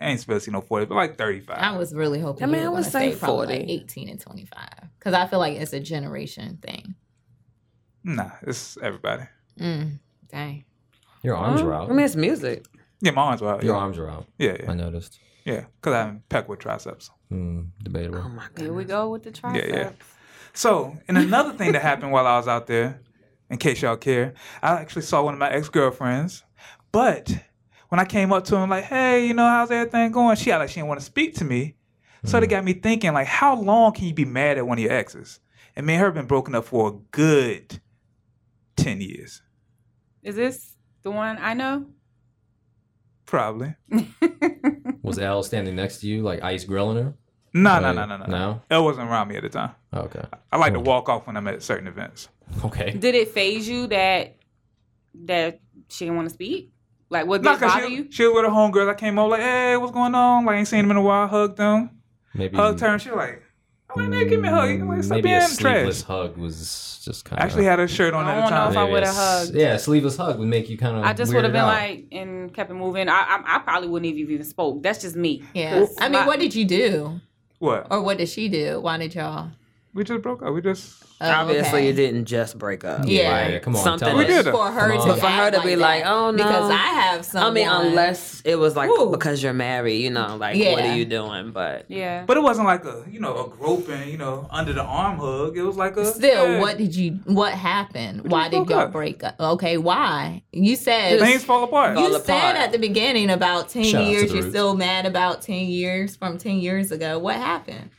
Speaker 2: I ain't supposed to see no 40, but like 35.
Speaker 6: I was really hoping.
Speaker 3: I
Speaker 6: you
Speaker 3: mean,
Speaker 6: were
Speaker 3: I would
Speaker 6: gonna
Speaker 3: say
Speaker 6: probably like
Speaker 3: 40.
Speaker 6: eighteen and twenty-five, because I feel like it's a generation thing.
Speaker 2: nah, it's everybody.
Speaker 6: Mm, dang.
Speaker 4: Your arms are
Speaker 3: Well,
Speaker 4: out.
Speaker 3: Mm-hmm. I mean, it's music.
Speaker 2: Yeah, my arms were out.
Speaker 4: Your
Speaker 2: Yeah,
Speaker 4: arms are out.
Speaker 2: yeah,
Speaker 4: I
Speaker 2: yeah.
Speaker 4: noticed.
Speaker 2: yeah. Cause I haven't pecked with triceps.
Speaker 4: Hmm, debatable.
Speaker 3: Oh my god.
Speaker 5: Here we go with the triceps.
Speaker 2: yeah. So, and another thing that happened while I was out there, in case y'all care, I actually saw one of my ex girlfriends. But when I came up to him, like, hey, you know, how's everything going? She act like she didn't want to speak to me. So that got me thinking, like, how long can you be mad at one of your exes? And me and her been broken up for a good 10 years,
Speaker 5: Is this the one I know?
Speaker 2: probably.
Speaker 4: Was Al standing next to you, like ice grilling her?
Speaker 2: Um, No, no,
Speaker 4: Like,
Speaker 2: no, no, no.
Speaker 4: No.
Speaker 2: It wasn't around me at the time.
Speaker 4: Okay.
Speaker 2: I like to walk off when I'm at certain events.
Speaker 4: Okay.
Speaker 5: Did it phase you that that she didn't want to speak? Like, what
Speaker 2: No,
Speaker 5: did it
Speaker 2: cause
Speaker 5: bother
Speaker 2: she,
Speaker 5: you?
Speaker 2: she was with her homegirls. I came over like, hey, what's going on? Like, ain't seen them in a while. Hugged them.
Speaker 4: Maybe.
Speaker 2: Hugged her, and she like, I'm like, man, give me a hug. Like, stop
Speaker 4: Maybe
Speaker 2: being
Speaker 4: a
Speaker 2: trash.
Speaker 4: sleeveless hug was just kind
Speaker 2: I
Speaker 4: of.
Speaker 2: actually had her shirt on
Speaker 5: I
Speaker 2: at the
Speaker 5: don't know
Speaker 2: time.
Speaker 5: if I
Speaker 4: Maybe
Speaker 5: would've
Speaker 4: it's-
Speaker 5: hugged.
Speaker 4: Yeah, a sleeveless hug would make you kind of.
Speaker 5: I just would have been like and kept it moving. I, I I probably wouldn't have even spoke. That's just me.
Speaker 6: Yeah.
Speaker 5: 'Cause
Speaker 6: I mean,
Speaker 5: my-
Speaker 6: what did you do,
Speaker 2: What?
Speaker 6: or what did she do? Why did y'all?
Speaker 2: We just broke up. We just.
Speaker 6: Oh,
Speaker 3: Obviously,
Speaker 6: okay.
Speaker 3: you didn't just break up.
Speaker 6: Yeah.
Speaker 4: Right, come on,
Speaker 3: Something
Speaker 4: tell
Speaker 3: We
Speaker 4: us.
Speaker 2: did it.
Speaker 6: For her
Speaker 4: Come
Speaker 6: to,
Speaker 4: on.
Speaker 3: But for her
Speaker 6: act
Speaker 3: to be like,
Speaker 6: that,
Speaker 3: "Oh, no."
Speaker 6: because I have some.
Speaker 3: I mean, unless it was like
Speaker 6: Ooh.
Speaker 3: because you're married, you know, like what
Speaker 6: Yeah.
Speaker 3: are you doing? But
Speaker 5: Yeah.
Speaker 2: But it wasn't like a, you know, a groping, you know, under the arm hug. It was like a.
Speaker 6: Still,
Speaker 2: hey,
Speaker 6: what did you? What happened? Why
Speaker 2: just
Speaker 6: did
Speaker 2: broke
Speaker 6: y'all
Speaker 2: up.
Speaker 6: break up? Okay, why? You said
Speaker 2: Things fall apart.
Speaker 3: Fall
Speaker 6: you
Speaker 3: apart.
Speaker 6: said at the beginning about ten
Speaker 4: Shout out to
Speaker 6: years.
Speaker 4: the
Speaker 6: You're
Speaker 4: roots.
Speaker 6: still mad about ten years from ten years ago. What happened?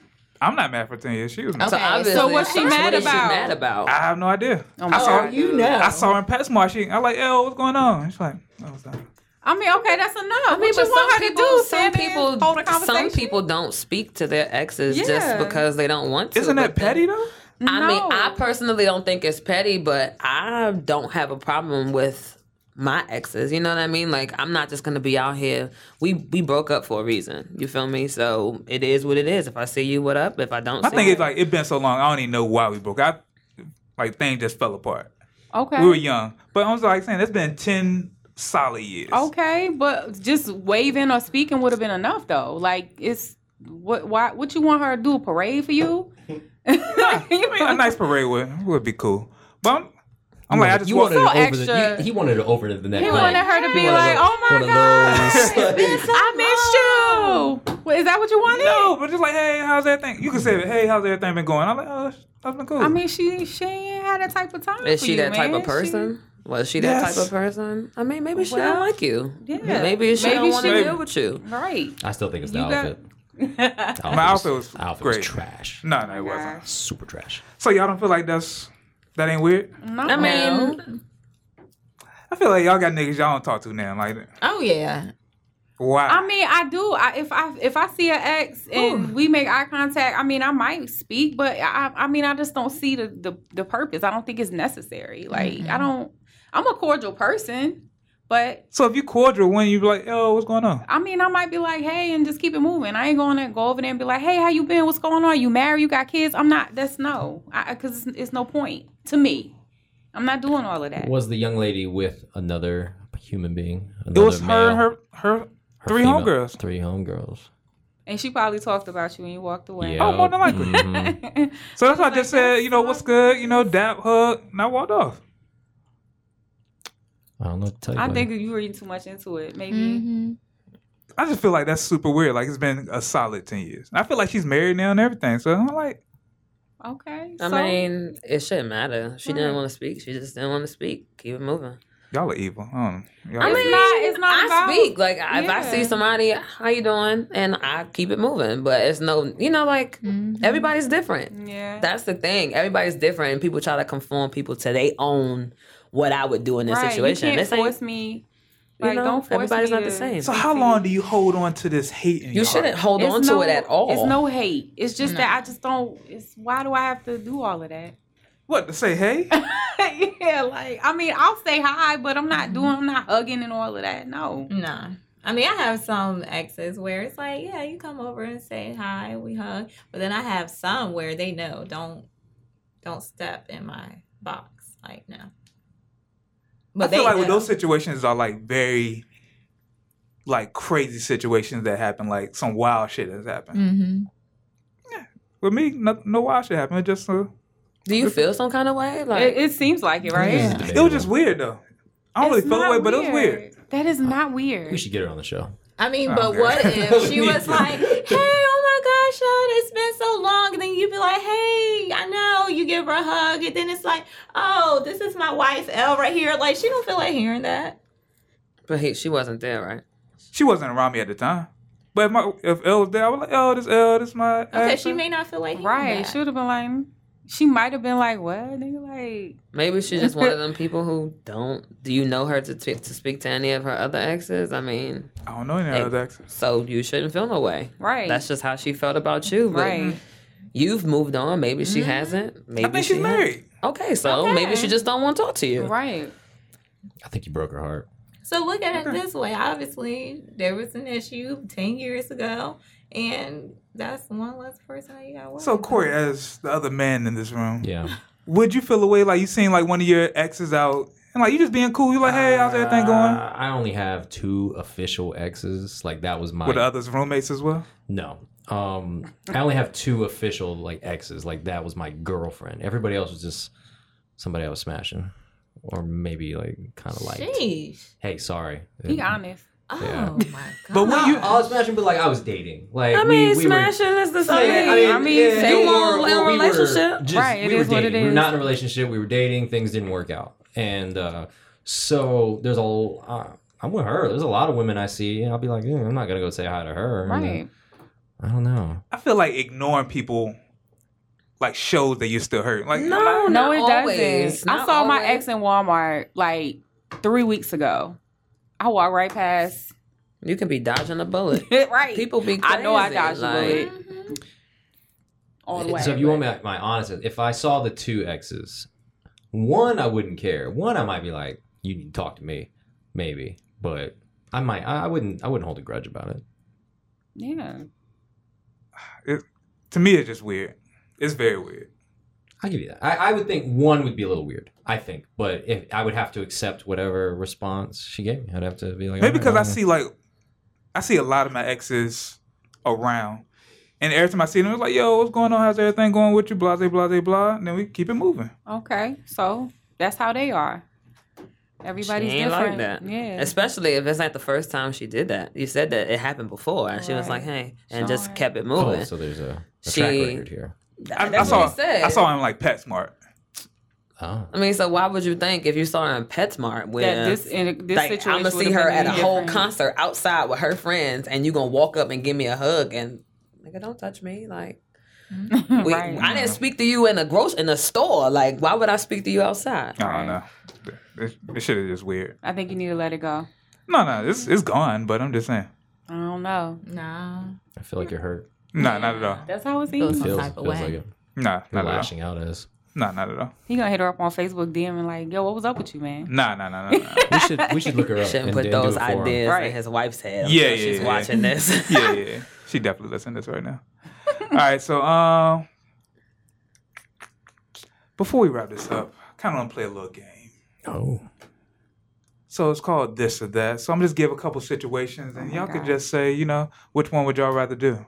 Speaker 2: I'm not mad for 10 years. She was mad.
Speaker 3: so
Speaker 6: Okay,
Speaker 3: obviously,
Speaker 6: so
Speaker 5: what's she
Speaker 3: what
Speaker 5: mad
Speaker 3: is she
Speaker 5: about?
Speaker 3: mad about?
Speaker 2: I have no idea.
Speaker 5: Oh
Speaker 2: I
Speaker 5: my
Speaker 2: saw,
Speaker 5: God.
Speaker 6: You know.
Speaker 2: I saw her in PetSmart. She, I like, yo, what's going on? She's like, oh, what's up?
Speaker 5: I mean, okay, that's enough. I mean,
Speaker 3: mean,
Speaker 5: what you want her to do?
Speaker 3: some
Speaker 5: Stand there,
Speaker 3: people,
Speaker 5: hold a
Speaker 3: some
Speaker 5: conversation?
Speaker 3: people don't speak to their exes just
Speaker 5: Yeah.
Speaker 3: because they don't want to.
Speaker 2: Isn't that
Speaker 3: but then-
Speaker 2: petty though?
Speaker 3: I mean,
Speaker 5: No.
Speaker 3: I personally don't think it's petty, but I don't have a problem with my exes. You know what I mean? Like, I'm not just gonna be out here. We we broke up for a reason. You feel me? So it is what it is. If I see you, what up? If I don't,
Speaker 2: I
Speaker 3: see
Speaker 2: think
Speaker 3: you,
Speaker 2: it's like it been so long. I don't even know why we broke. up. I like things just fell apart.
Speaker 5: Okay.
Speaker 2: We were young, but I was like saying it's been ten solid years.
Speaker 5: Okay, but just waving or speaking would have been enough though. Like it's what why what you want her to do? Parade for you?
Speaker 2: I mean, a nice parade would would be cool. But I'm, I'm like I just
Speaker 4: you
Speaker 2: want
Speaker 4: wanted
Speaker 5: so
Speaker 4: it over the.
Speaker 5: extra.
Speaker 4: You, he wanted it over to the next.
Speaker 5: He wanted her to be like, oh my god, I miss you. What, is that what you wanted?
Speaker 2: no, but just like hey, how's everything? You can say hey, how's everything been going? I'm like oh, that's been cool.
Speaker 5: I mean, she she ain't had that type of time.
Speaker 3: Is
Speaker 5: for
Speaker 3: she
Speaker 5: you,
Speaker 3: that type
Speaker 5: man.
Speaker 3: of person? Was she that
Speaker 2: Yes.
Speaker 3: type of person? I mean, maybe she don't
Speaker 5: Well,
Speaker 3: like you.
Speaker 5: yeah.
Speaker 3: Maybe she
Speaker 5: Maybe
Speaker 3: don't want to
Speaker 5: she-
Speaker 3: deal with you.
Speaker 5: She, right.
Speaker 4: I still think it's the
Speaker 5: You got-
Speaker 4: outfit. The
Speaker 2: my outfit was
Speaker 4: the outfit
Speaker 2: great.
Speaker 4: was trash.
Speaker 2: no, no, it wasn't.
Speaker 4: Super trash.
Speaker 2: So y'all don't feel like that's that ain't weird.
Speaker 5: No.
Speaker 3: I mean,
Speaker 2: I feel like y'all got niggas y'all don't talk to now. Like
Speaker 6: Oh yeah,
Speaker 2: why?
Speaker 5: I mean, I do. I, if I if I see an ex and we make eye contact, I mean, I might speak, but I I mean, I just don't see the the, the purpose. I don't think it's necessary. Like I don't. I'm a cordial person, but
Speaker 2: so if you cordial, when you be like yo, what's going on?
Speaker 5: I mean, I might be like, hey, and just keep it moving. I ain't gonna go over there and be like, hey, how you been? What's going on? You married? You got kids? I'm not. That's no, because it's, it's no point to me. I'm not doing all of that.
Speaker 4: Was the young lady with another human being?
Speaker 2: It
Speaker 4: Another
Speaker 2: was her,
Speaker 4: male?
Speaker 2: and her, her,
Speaker 4: Her
Speaker 2: three
Speaker 4: female-
Speaker 2: homegirls.
Speaker 4: Three homegirls.
Speaker 5: And she probably talked about you when you walked away.
Speaker 4: Yeah.
Speaker 2: Oh, more than likely.
Speaker 4: Mhm.
Speaker 2: So that's why I just said, you know, what's good, you know, dap, hug, and I walked off.
Speaker 4: I don't know what to tell you.
Speaker 5: I
Speaker 4: buddy.
Speaker 5: think you were reading too much into it. Maybe.
Speaker 3: Mm-hmm.
Speaker 2: I just feel like that's super weird. Like it's been a solid ten years. And I feel like she's married now and everything. So I'm like,
Speaker 5: Okay.
Speaker 3: I
Speaker 5: so- Mm.
Speaker 3: mean, it shouldn't matter. She didn't want to speak. She just didn't want to speak. Keep it moving.
Speaker 2: y'all are evil. I don't know. Y'all
Speaker 3: I
Speaker 2: are-
Speaker 3: mean,
Speaker 5: not- it's not
Speaker 3: I
Speaker 5: about-
Speaker 3: speak like I if I
Speaker 5: Yeah.
Speaker 3: see somebody, how you doing, and I keep it moving. But it's no, you know, like
Speaker 5: Mm-hmm.
Speaker 3: everybody's different.
Speaker 5: Yeah.
Speaker 3: That's the thing. Everybody's different, and people try to conform people to their own. What I would do in this
Speaker 5: right.
Speaker 3: situation.
Speaker 5: You can't
Speaker 3: This ain't-
Speaker 5: force me.
Speaker 3: you
Speaker 5: Like,
Speaker 3: know,
Speaker 5: don't force
Speaker 3: everybody's
Speaker 5: me
Speaker 3: not the
Speaker 5: to-
Speaker 3: same.
Speaker 2: so how long do you hold on to this hate? In
Speaker 3: you
Speaker 2: your
Speaker 3: shouldn't
Speaker 2: Heart?
Speaker 3: hold
Speaker 5: It's
Speaker 3: on
Speaker 5: no-
Speaker 3: to it at all.
Speaker 5: It's no hate. It's just that I just don't. It's why do I have to do all of that?
Speaker 2: What to say? Hey,
Speaker 5: yeah, like I mean, I'll say hi, but I'm not doing, I'm not hugging and all of that. No.
Speaker 6: Nah. I mean, I have some exes where it's like, yeah, you come over and say hi, we hug. But then I have some where they know, don't don't step in my box. Like, no.
Speaker 2: I
Speaker 6: But
Speaker 2: feel
Speaker 6: they
Speaker 2: like with
Speaker 6: know.
Speaker 2: those situations are like very, like crazy situations that happen. Like some wild shit has happened.
Speaker 6: Mhm.
Speaker 2: With me, no, no wild shit happened. It just uh,
Speaker 3: Do you feel some kind of way? Like
Speaker 5: It, it seems like it, right?
Speaker 6: Yeah.
Speaker 2: it was just weird though. I don't
Speaker 5: It's
Speaker 2: really feel
Speaker 5: not
Speaker 2: that way, but it was weird.
Speaker 5: That is not weird.
Speaker 4: We should get her on the show.
Speaker 6: I mean,
Speaker 2: Oh,
Speaker 6: but
Speaker 2: okay.
Speaker 6: what if she
Speaker 4: We need
Speaker 6: was
Speaker 4: to-
Speaker 6: like, hey, oh my gosh, y'all, it's been so long. And then you'd be like, hey, I know. You give her a hug. And then it's like, oh, this is my wife, L, right here. Like, she don't feel like hearing that.
Speaker 3: but he, she wasn't there, right?
Speaker 2: She wasn't around me at the time. But if my if L was there, I was like, oh, this L, this my.
Speaker 6: Okay,
Speaker 2: ex.
Speaker 6: she may not feel like hearing
Speaker 5: right.
Speaker 6: that.
Speaker 5: She would have been like, she might have been like, what? Nigga, like,
Speaker 3: Maybe she's just one of them people who don't. Do you know her to t- to speak to any of her other exes? I mean,
Speaker 2: I don't know any
Speaker 3: Hey.
Speaker 2: other exes.
Speaker 3: so you shouldn't feel no way.
Speaker 5: right.
Speaker 3: That's just how she felt about you. But
Speaker 5: right. Mm-hmm.
Speaker 3: You've moved on. Maybe she hasn't. Maybe
Speaker 2: I think
Speaker 3: she
Speaker 2: she's
Speaker 3: has.
Speaker 2: married.
Speaker 3: Okay, so
Speaker 6: Okay.
Speaker 3: maybe she just don't want to talk to you.
Speaker 5: Right.
Speaker 4: I think you broke her heart.
Speaker 6: So look at it this way. Obviously, there was an issue ten years ago, and that's one less person that you got.
Speaker 2: So Corey, uh, as the other man in this room,
Speaker 4: Yeah.
Speaker 2: would you feel away like you seen like one of your exes out and like you just being cool? You like, hey, how's everything going?
Speaker 4: Uh, I only have two official exes. Like that was my
Speaker 2: With the others roommates as well.
Speaker 4: no. Um, I only have two official like exes. Like that was my girlfriend. Everybody else was just somebody I was smashing, or maybe like kind of like,
Speaker 6: Sheesh.
Speaker 4: hey, sorry.
Speaker 5: Be honest.
Speaker 6: Oh
Speaker 4: Yeah.
Speaker 6: my god.
Speaker 2: But when you
Speaker 4: I was smashing, but like I was dating. Like
Speaker 3: I mean, smashing is the
Speaker 4: I
Speaker 3: same.
Speaker 4: mean,
Speaker 3: I mean,
Speaker 4: yeah,
Speaker 3: you
Speaker 4: or-
Speaker 3: were in
Speaker 4: or
Speaker 3: a
Speaker 4: we were
Speaker 3: relationship.
Speaker 4: just-
Speaker 5: Right, it
Speaker 4: we were
Speaker 5: is what
Speaker 4: dating.
Speaker 5: it
Speaker 4: We were
Speaker 5: is.
Speaker 4: not in a relationship. We were dating. Things didn't work out, and uh, so there's a. l- Uh, I'm with her. There's a lot of women I see, and I'll be like, "Eh, I'm not gonna go say hi to her. And then-
Speaker 5: Right.
Speaker 4: I don't know.
Speaker 2: I feel like ignoring people like shows that you're still hurt. Like
Speaker 3: No,
Speaker 5: No,
Speaker 3: not
Speaker 5: it
Speaker 3: always.
Speaker 5: doesn't. I
Speaker 3: Not
Speaker 5: saw my
Speaker 3: always.
Speaker 5: ex in Walmart like three weeks ago. I walked right past.
Speaker 3: You can be dodging a bullet.
Speaker 5: right.
Speaker 3: People be crazy.
Speaker 5: I know I dodged a
Speaker 3: like,
Speaker 5: bullet.
Speaker 3: Mm-hmm.
Speaker 5: all the way.
Speaker 4: so if you want my, my honest, if I saw the two exes, one I wouldn't care. One I might be like, "You need to talk to me," maybe, but I might. I I wouldn't. I wouldn't hold a grudge about it.
Speaker 5: Yeah.
Speaker 2: to me, it's just weird. It's very weird.
Speaker 4: I'll give you that. I, I would think one would be a little weird. I think, but if I would have to accept whatever response she gave me, I'd have to be like, "Oh,
Speaker 2: Maybe because I
Speaker 4: alright,
Speaker 2: see like I see a lot of my exes around, and every time I see them, it's like, yo, what's going on? How's everything going with you? Blah blah blah blah. blah. And then we keep it moving.
Speaker 5: Okay. So that's how they are. Everybody's
Speaker 3: she ain't
Speaker 5: different.
Speaker 3: like that.
Speaker 5: Yeah.
Speaker 3: Especially if it's not the first time she did that. You said that it happened before, and she was
Speaker 5: Right.
Speaker 3: like, "Hey," and just
Speaker 5: Sure.
Speaker 3: kept it
Speaker 4: Oh,
Speaker 3: moving.
Speaker 4: so there's a, a
Speaker 3: She-
Speaker 4: track record here.
Speaker 2: I, I
Speaker 3: That's
Speaker 2: saw.
Speaker 3: what it said.
Speaker 2: I saw him like PetSmart.
Speaker 4: Oh,
Speaker 3: I mean, so why would you think if you saw her in PetSmart with
Speaker 5: That this in this
Speaker 3: like
Speaker 5: situation.
Speaker 3: I'm gonna see
Speaker 5: would've
Speaker 3: her at
Speaker 5: been
Speaker 3: a whole
Speaker 5: different.
Speaker 3: concert outside with her friends, and you gonna walk up and give me a hug and nigga, don't touch me. Like we,
Speaker 5: Right.
Speaker 3: I didn't speak to you in a grocery in a store. Like why would I speak to you outside?
Speaker 2: I don't
Speaker 5: Right.
Speaker 2: know. This, this shit is just weird.
Speaker 5: I think you need to let it go.
Speaker 2: No, no, it's it's gone. But I'm just saying.
Speaker 5: I don't know.
Speaker 6: No.
Speaker 4: I feel like you're hurt.
Speaker 2: No, not at all.
Speaker 5: That's how it
Speaker 6: Feels-
Speaker 5: seems.
Speaker 6: Some
Speaker 4: Feels,
Speaker 6: type of
Speaker 4: feels
Speaker 6: way.
Speaker 4: like it.
Speaker 2: Nah,
Speaker 4: You're
Speaker 2: not at all.
Speaker 4: lashing out at us.
Speaker 2: Nah, not at all.
Speaker 5: He gonna hit her up on Facebook DM and like, yo, what was up with you, man?
Speaker 2: Nah, nah, nah, nah. nah.
Speaker 4: We should we should look her up.
Speaker 3: Shouldn't
Speaker 4: and
Speaker 3: put
Speaker 4: then do
Speaker 3: those
Speaker 4: a forum.
Speaker 3: ideas
Speaker 5: Right.
Speaker 3: in his wife's head. I'm
Speaker 2: Yeah,
Speaker 3: sure
Speaker 2: yeah,
Speaker 3: she's
Speaker 2: yeah.
Speaker 3: watching this.
Speaker 2: yeah, yeah, yeah. She definitely listening to this right now. All right, so um, before we wrap this up, I kind of want to play a little game.
Speaker 4: Oh,
Speaker 2: So it's called this or that. So I'm just give a couple situations, and y'all could just say, you know, which one would y'all rather do?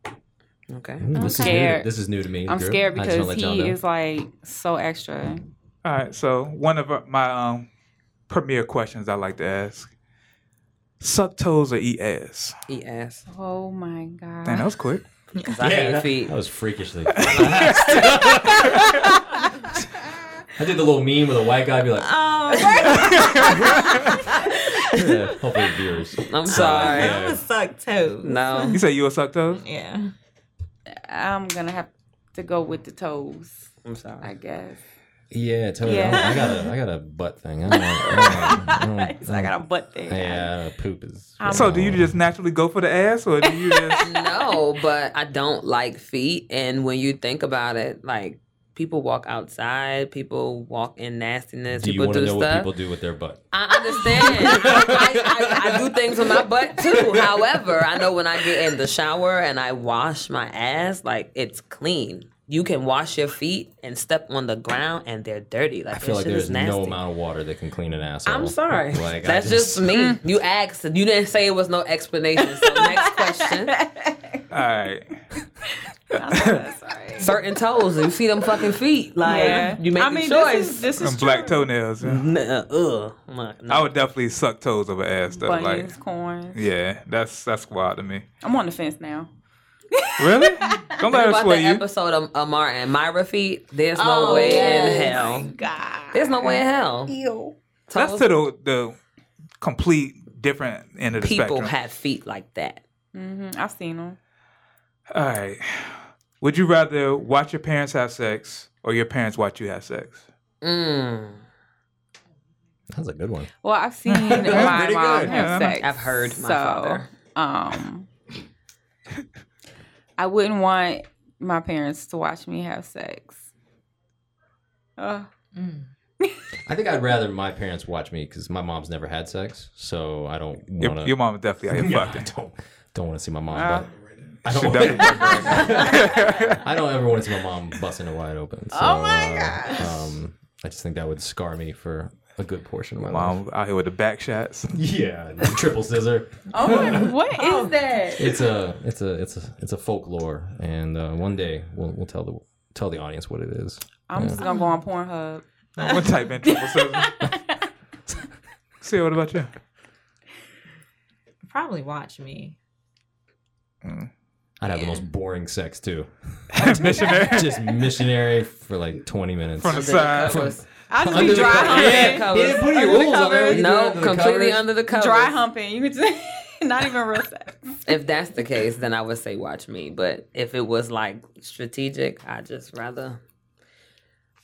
Speaker 3: okay.
Speaker 4: Mm, this is new.
Speaker 5: scared.
Speaker 4: This is new to me.
Speaker 5: I'm
Speaker 4: Drew.
Speaker 5: scared
Speaker 4: I just wanna
Speaker 5: because
Speaker 4: let y'all know.
Speaker 5: he is like so extra.
Speaker 2: All right, so one of our- my um premier questions I like to ask: suck toes or eat ass?
Speaker 3: Eat ass.
Speaker 5: Oh my god.
Speaker 2: Damn, that was quick.
Speaker 3: 'Cause I hate
Speaker 4: that,
Speaker 3: feet.
Speaker 4: that was freakishly. I did the little meme with a white guy be like,
Speaker 6: Oh,
Speaker 4: yeah, hopefully the viewers.
Speaker 3: I'm sorry.
Speaker 6: I'm gonna suck toes.
Speaker 3: No.
Speaker 2: You say you a suck toes?
Speaker 6: Yeah.
Speaker 5: I'm gonna have to go with the toes,
Speaker 3: I'm sorry.
Speaker 5: I guess.
Speaker 4: Yeah, totally.
Speaker 5: Yeah.
Speaker 4: I, I got a I got a butt thing. I don't know. I don't know. I don't-
Speaker 5: I got a butt thing.
Speaker 4: Yeah, poop is.
Speaker 5: Um,
Speaker 2: So do you just naturally go for the ass, or do you just
Speaker 3: no, but I don't like feet. And when you think about it, like people walk outside, people walk in nastiness,
Speaker 4: Do you
Speaker 3: people
Speaker 4: want to
Speaker 3: do
Speaker 4: know what
Speaker 3: stuff.
Speaker 4: people do with their butt?
Speaker 3: I understand. I, I, I do things with my butt too. However, I know when I get in the shower and I wash my ass, like it's clean. You can wash your feet and step on the ground and they're dirty. Like
Speaker 4: I feel like there's
Speaker 3: is nasty.
Speaker 4: no amount of water that can clean an asshole.
Speaker 3: I'm sorry.
Speaker 4: Like, I
Speaker 3: That's just,
Speaker 5: Mm.
Speaker 3: me. You asked. You didn't say it was no explanation. So next question.
Speaker 2: All right.
Speaker 5: Sorry.
Speaker 3: Certain toes. You see them fucking feet. Like
Speaker 5: Yeah.
Speaker 3: you make
Speaker 5: I
Speaker 3: a
Speaker 5: mean,
Speaker 3: choice.
Speaker 5: this is this is
Speaker 2: Some
Speaker 5: true.
Speaker 2: black toenails. yeah.
Speaker 3: Nuh-uh, ugh. I'm like, no.
Speaker 2: I would definitely suck toes over ass though. Like,
Speaker 5: Bunions, corns.
Speaker 2: yeah, that's that's wild to me.
Speaker 5: I'm on the fence now.
Speaker 2: Really? Don't let her
Speaker 3: What about
Speaker 2: sway
Speaker 3: the
Speaker 2: you.
Speaker 3: episode of uh, Martin Myra feet? There's no
Speaker 6: Oh,
Speaker 3: way in
Speaker 6: yes.
Speaker 3: hell.
Speaker 5: God.
Speaker 3: There's no way in hell.
Speaker 6: Ew.
Speaker 2: That's
Speaker 3: Toes-
Speaker 2: to the the complete different end of the
Speaker 3: people
Speaker 2: spectrum.
Speaker 3: have feet like that.
Speaker 5: hmm I've seen them.
Speaker 2: All right. Would you rather watch your parents have sex or your parents watch you have sex?
Speaker 3: Mm.
Speaker 4: That's a good one.
Speaker 5: Well, I've seen my mom have
Speaker 2: pretty good. Yeah.
Speaker 5: sex.
Speaker 3: I've heard my
Speaker 5: so,
Speaker 3: father.
Speaker 5: Um, I wouldn't want my parents to watch me have sex. Uh, Ugh.
Speaker 4: I think I'd rather my parents watch me because my mom's never had sex, so I don't
Speaker 2: Your,
Speaker 4: want
Speaker 2: your mom is definitely out here
Speaker 4: Yeah, I
Speaker 2: fucking.
Speaker 4: don't don't want to see my mom.
Speaker 5: Uh,
Speaker 4: butt. I
Speaker 2: She
Speaker 4: don't,
Speaker 2: definitely fucking right now.
Speaker 4: I don't ever want to see my mom busting it wide open. So, oh my gosh! Um, I just think that would scar me for a good portion of my life.
Speaker 2: Mom out here with the back shots.
Speaker 4: Yeah, triple scissor.
Speaker 5: Oh, my, what is that?
Speaker 4: It's a it's a it's a it's a folklore, and uh, one day we'll we'll tell the tell the audience what it is.
Speaker 5: I'm just gonna go on Pornhub.
Speaker 2: One type in triple seven. See, what about you?
Speaker 6: Probably watch me.
Speaker 4: I'd have the most boring sex too.
Speaker 2: Missionary
Speaker 4: Just missionary for like 20 minutes.
Speaker 2: from the side.
Speaker 5: I'll just
Speaker 4: Under
Speaker 5: be
Speaker 4: the
Speaker 5: dry
Speaker 4: covers.
Speaker 5: humping.
Speaker 4: Yeah, he didn't put any
Speaker 5: Under the
Speaker 4: rules on there.
Speaker 5: covers.
Speaker 4: You can do it
Speaker 3: No,
Speaker 4: under the
Speaker 3: completely
Speaker 4: covers.
Speaker 3: under the cover.
Speaker 5: Dry humping. You could just not even real sex.
Speaker 3: If that's the case, then I would say watch me. But if it was like strategic, I would just rather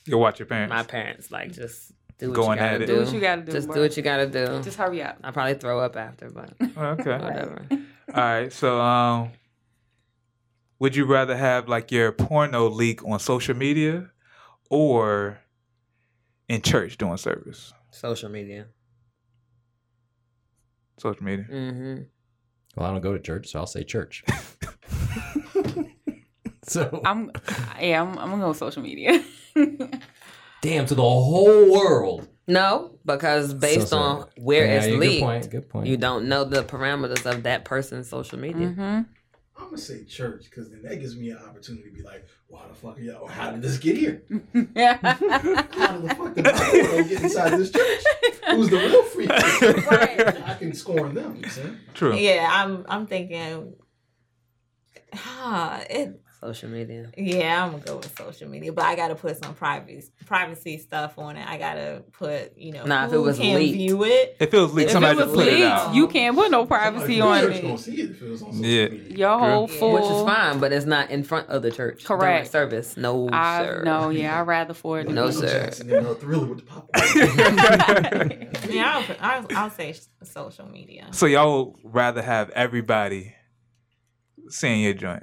Speaker 2: You'll watch your parents.
Speaker 3: my parents like just do what
Speaker 2: Going
Speaker 3: you gotta
Speaker 2: at it.
Speaker 3: do.
Speaker 5: Do what you gotta do,
Speaker 3: Just
Speaker 5: bro.
Speaker 3: do what you gotta do.
Speaker 5: Just hurry up.
Speaker 3: I probably throw up after, but
Speaker 2: Okay.
Speaker 3: whatever.
Speaker 2: All right. So, um, would you rather have like your porno leak on social media or in church doing service?
Speaker 3: Social media.
Speaker 2: Social media.
Speaker 3: Mm-hmm.
Speaker 4: Well, I don't go to church, so I'll say church. so
Speaker 5: I'm. Yeah, I'm, I'm gonna go with social media.
Speaker 4: damn to the whole world.
Speaker 3: No, because based
Speaker 4: So
Speaker 3: on
Speaker 4: sorry.
Speaker 3: where
Speaker 4: Yeah,
Speaker 3: it's
Speaker 4: yeah, Good
Speaker 3: leaked,
Speaker 4: point. Good point.
Speaker 3: you don't know the parameters of that person's social media.
Speaker 5: Mhm.
Speaker 7: I'm gonna say church because then that gives me an opportunity to be like, "Why the fuck are y'all? How did this get here?
Speaker 5: Yeah.
Speaker 7: How the fuck did I wanna get inside this church? Who's the real freak? I can score on them. You see?
Speaker 2: True.
Speaker 6: Yeah, I'm. I'm thinking. Ah, it.
Speaker 3: Social media.
Speaker 6: Yeah, I'm gonna go with social media, but I gotta put some privacy privacy stuff on it. I gotta put, you know,
Speaker 3: Nah, if
Speaker 6: who
Speaker 3: it was
Speaker 6: can
Speaker 3: leaked.
Speaker 6: view it.
Speaker 2: If it was leaked,
Speaker 3: If
Speaker 2: somebody
Speaker 3: it was
Speaker 2: just put it
Speaker 3: leaked,
Speaker 2: out.
Speaker 5: you can't put no privacy
Speaker 7: Somebody
Speaker 5: on
Speaker 7: from church Gonna
Speaker 5: me.
Speaker 7: see it if it was on social
Speaker 2: Yeah.
Speaker 7: media.
Speaker 5: Your whole
Speaker 2: Which
Speaker 5: full.
Speaker 3: Which is fine, but it's not in front of the church. during
Speaker 5: Correct.
Speaker 3: service. No,
Speaker 5: I
Speaker 3: sir.
Speaker 5: no, yeah, I'd rather for it.
Speaker 3: No,
Speaker 7: Michael
Speaker 3: sir.
Speaker 7: Jackson and uh, Thriller with the popcorn.
Speaker 6: Yeah, I'll, put, I'll, I'll say s- social media.
Speaker 2: So y'all would rather have everybody seeing your joint.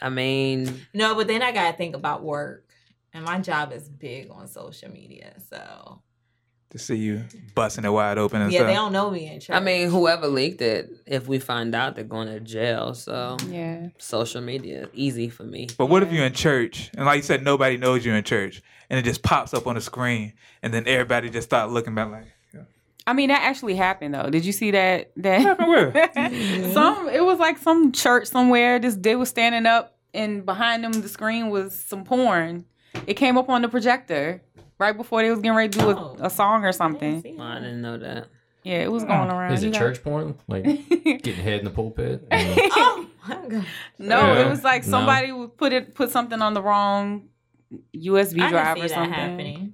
Speaker 3: I mean,
Speaker 6: No, but then I gotta think about work, and my job is big on social media, so
Speaker 2: To see you busting it wide open and
Speaker 6: yeah, they
Speaker 2: stuff.
Speaker 6: don't know me in church.
Speaker 3: I mean, whoever leaked it, if we find out, they're going to jail. So
Speaker 5: Yeah.
Speaker 3: social media is easy for me.
Speaker 2: But what if you're in church and like you said, nobody knows you in church, and it just pops up on the screen, and then everybody just start looking back like,
Speaker 5: I mean, that actually happened though. Did you see that? That
Speaker 2: "Happened with?"
Speaker 5: some it was like some church somewhere. This dude was standing up, and behind him the screen was some porn. It came up on the projector right before they was getting ready to do
Speaker 6: Oh.
Speaker 5: a, a song or
Speaker 6: I didn't
Speaker 5: something.
Speaker 6: see
Speaker 3: Oh,
Speaker 6: Hmm.
Speaker 3: I
Speaker 6: that.
Speaker 3: didn't know that.
Speaker 5: Yeah, it was going around.
Speaker 4: Is
Speaker 5: You
Speaker 4: it
Speaker 5: got-
Speaker 4: church porn? Like getting head in the pulpit? And,
Speaker 6: Oh my god!
Speaker 5: No,
Speaker 2: Yeah.
Speaker 5: it was like
Speaker 4: No.
Speaker 5: somebody would put it put something on the wrong USB
Speaker 6: I
Speaker 5: drive
Speaker 6: can see
Speaker 5: or
Speaker 6: that
Speaker 5: something.
Speaker 6: happening.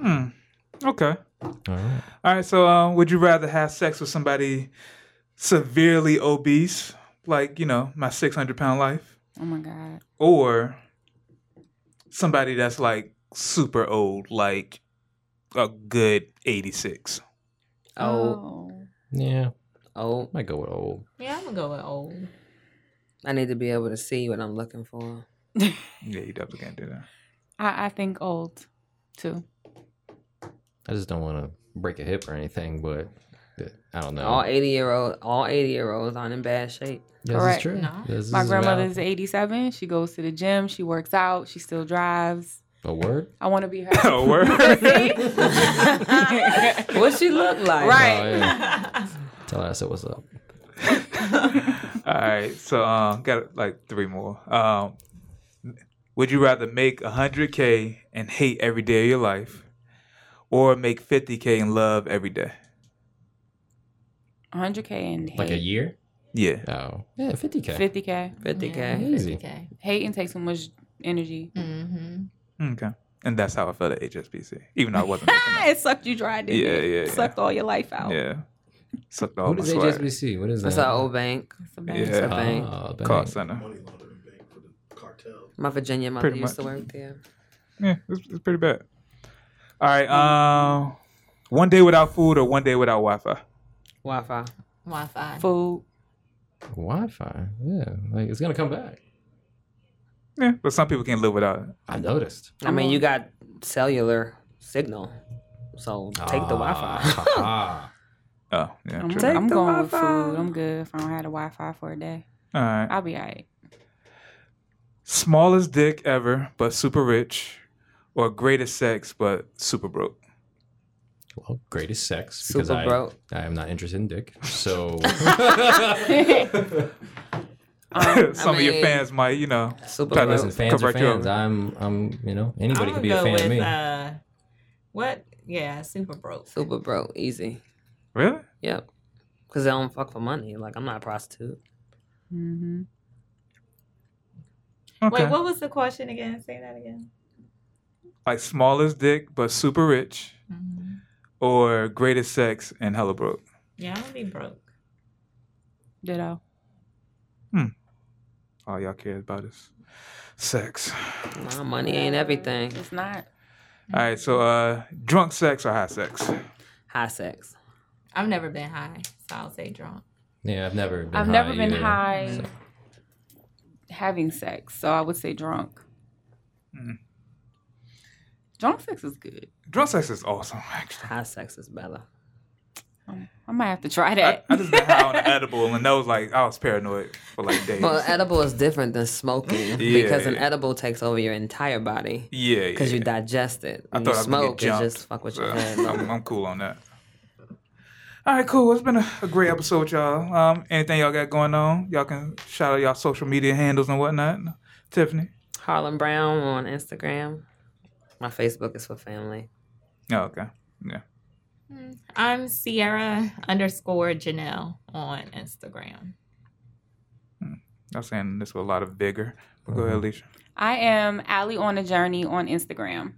Speaker 2: Hmm. Okay.
Speaker 4: all right.
Speaker 2: All right. So, um, would you rather have sex with somebody severely obese, like you know my six hundred pound life,
Speaker 5: Oh my god.
Speaker 2: or somebody that's like super old, like a good eighty six?
Speaker 3: Oh,
Speaker 4: Yeah,
Speaker 3: oh,
Speaker 4: might go with old.
Speaker 6: Yeah, I'm gonna go with old.
Speaker 3: I need to be able to see what I'm looking for.
Speaker 2: Yeah, you definitely can't do that.
Speaker 5: I, I think old too.
Speaker 4: I just don't want to break a hip or anything, but uh, I don't know.
Speaker 3: All eighty year old, all eighty year olds aren't in bad shape.
Speaker 4: This is
Speaker 5: correct.
Speaker 4: true.
Speaker 6: No.
Speaker 4: This
Speaker 5: My
Speaker 4: is
Speaker 5: grandmother's 87. She goes to the gym. She works out. She still drives.
Speaker 4: valid. a word.
Speaker 5: I want to be her.
Speaker 2: Oh, word.
Speaker 3: What she look like?
Speaker 5: Right.
Speaker 4: Oh, yeah. Tell her I said what's up.
Speaker 2: All right, so um, got like three more. Um, would you rather make hundred k and hate every day of your life, or make fifty k and love every day?
Speaker 5: 100k and hate.
Speaker 4: Like a year?
Speaker 2: Yeah,
Speaker 4: Oh, yeah, fifty k.
Speaker 5: 50k.
Speaker 3: Fifty k.
Speaker 4: Easy.
Speaker 6: Okay.
Speaker 5: Hating takes so much energy.
Speaker 6: Mm-hmm.
Speaker 2: okay, and that's how I felt at HSBC, even though I wasn't.
Speaker 5: Ah, it sucked you dry, didn't
Speaker 2: Yeah,
Speaker 5: it?
Speaker 2: yeah,
Speaker 5: It
Speaker 2: yeah.
Speaker 5: Sucked all your life out.
Speaker 2: yeah, sucked all
Speaker 4: What
Speaker 2: Oh, my
Speaker 4: is
Speaker 2: swag.
Speaker 4: HSBC? What is that?
Speaker 3: That's our old bank.
Speaker 5: It's a bad-
Speaker 2: Yeah.
Speaker 3: It's a bank.
Speaker 4: Ah, bank.
Speaker 2: Call center.
Speaker 7: Money laundering bank for the cartel.
Speaker 3: My Virginia mother
Speaker 2: Pretty
Speaker 3: used to
Speaker 2: much.
Speaker 3: work there.
Speaker 2: Yeah, it's, it's pretty bad. All right, um, one day without food or one day without Wi-Fi.
Speaker 3: Wi Fi.
Speaker 6: Wi-Fi.
Speaker 5: Food.
Speaker 4: Wi-Fi. Yeah, like it's gonna come back.
Speaker 2: Yeah, but some people can't live without it.
Speaker 4: I noticed.
Speaker 3: I mean, you got cellular signal, so take the Wi
Speaker 4: Ah,
Speaker 2: Ah,
Speaker 3: Fi.
Speaker 4: Wi-Fi.
Speaker 2: Oh, yeah,
Speaker 5: I'm,
Speaker 2: true.
Speaker 3: Take
Speaker 5: I'm
Speaker 3: the
Speaker 5: going with
Speaker 3: Wi-Fi.
Speaker 5: food. I'm good if I don't have the Wi Fi for a day.
Speaker 2: All right.
Speaker 5: I'll be all right.
Speaker 2: Smallest dick ever, but super rich, or greatest sex, but super broke.
Speaker 4: well, greatest sex because
Speaker 3: Super
Speaker 4: I,
Speaker 3: broke.
Speaker 4: I am not interested in dick. So
Speaker 2: Some of your
Speaker 3: Um, mean-
Speaker 2: fans might, you know.
Speaker 3: Super
Speaker 2: Try
Speaker 3: broke.
Speaker 4: listen, fans are
Speaker 2: Convert you
Speaker 4: fans.
Speaker 2: over.
Speaker 4: I'm, I'm, you know, anybody
Speaker 6: I'm
Speaker 4: can be a
Speaker 6: gonna
Speaker 4: fan
Speaker 6: go
Speaker 4: of me.
Speaker 6: with, Uh, what? Yeah, super broke.
Speaker 3: Super broke. Easy.
Speaker 2: Really?
Speaker 3: Yep. Because they don't fuck for money. Like, I'm not a prostitute.
Speaker 5: Mm-hmm.
Speaker 2: Okay.
Speaker 6: Wait, what was the question again? Say that again.
Speaker 2: Like smallest dick, but super rich,
Speaker 6: Mhm.
Speaker 2: or greatest sex and hella broke.
Speaker 6: Yeah, I'm gonna be broke.
Speaker 5: Ditto.
Speaker 2: All y'all care about is sex.
Speaker 3: Mm. Nah, money ain't everything.
Speaker 5: It's not.
Speaker 2: All right. So, uh, drunk sex or high sex?
Speaker 3: High sex.
Speaker 6: I've never been high, so I'll say drunk.
Speaker 4: Yeah, I've never. Been
Speaker 5: I've
Speaker 4: high
Speaker 5: never been
Speaker 4: either.
Speaker 5: high
Speaker 4: So-
Speaker 5: having sex, so I would say drunk.
Speaker 2: Mm.
Speaker 5: Drunk sex is good.
Speaker 2: Drunk sex is awesome, actually.
Speaker 3: High sex is better.
Speaker 5: I might have to try
Speaker 2: I,
Speaker 5: that.
Speaker 2: I just been high on an edible, and that was like I was paranoid for like days.
Speaker 3: Well, edible is different than smoking
Speaker 2: Yeah.
Speaker 3: because an edible takes over your entire body
Speaker 2: yeah,
Speaker 3: because
Speaker 2: yeah.
Speaker 3: you digest it.
Speaker 2: I
Speaker 3: When
Speaker 2: thought
Speaker 3: you
Speaker 2: I was gonna
Speaker 3: smoke,
Speaker 2: get
Speaker 3: it
Speaker 2: jumped.
Speaker 3: just fuck with
Speaker 2: So
Speaker 3: your head.
Speaker 2: I'm, I'm cool on that. All right, cool. It's been a, a great episode, y'all. Um, anything y'all got going on? Y'all can shout out y'all social media handles and whatnot. Tiffany.
Speaker 3: Harlem Brown on Instagram. My Facebook is for family.
Speaker 2: Oh, okay.
Speaker 6: I'm Sierra underscore Janelle on Instagram.
Speaker 2: I'm saying this with a lot of vigor. But go
Speaker 4: Mm-hmm.
Speaker 2: ahead, Alicia.
Speaker 5: I am Allie on a journey on Instagram.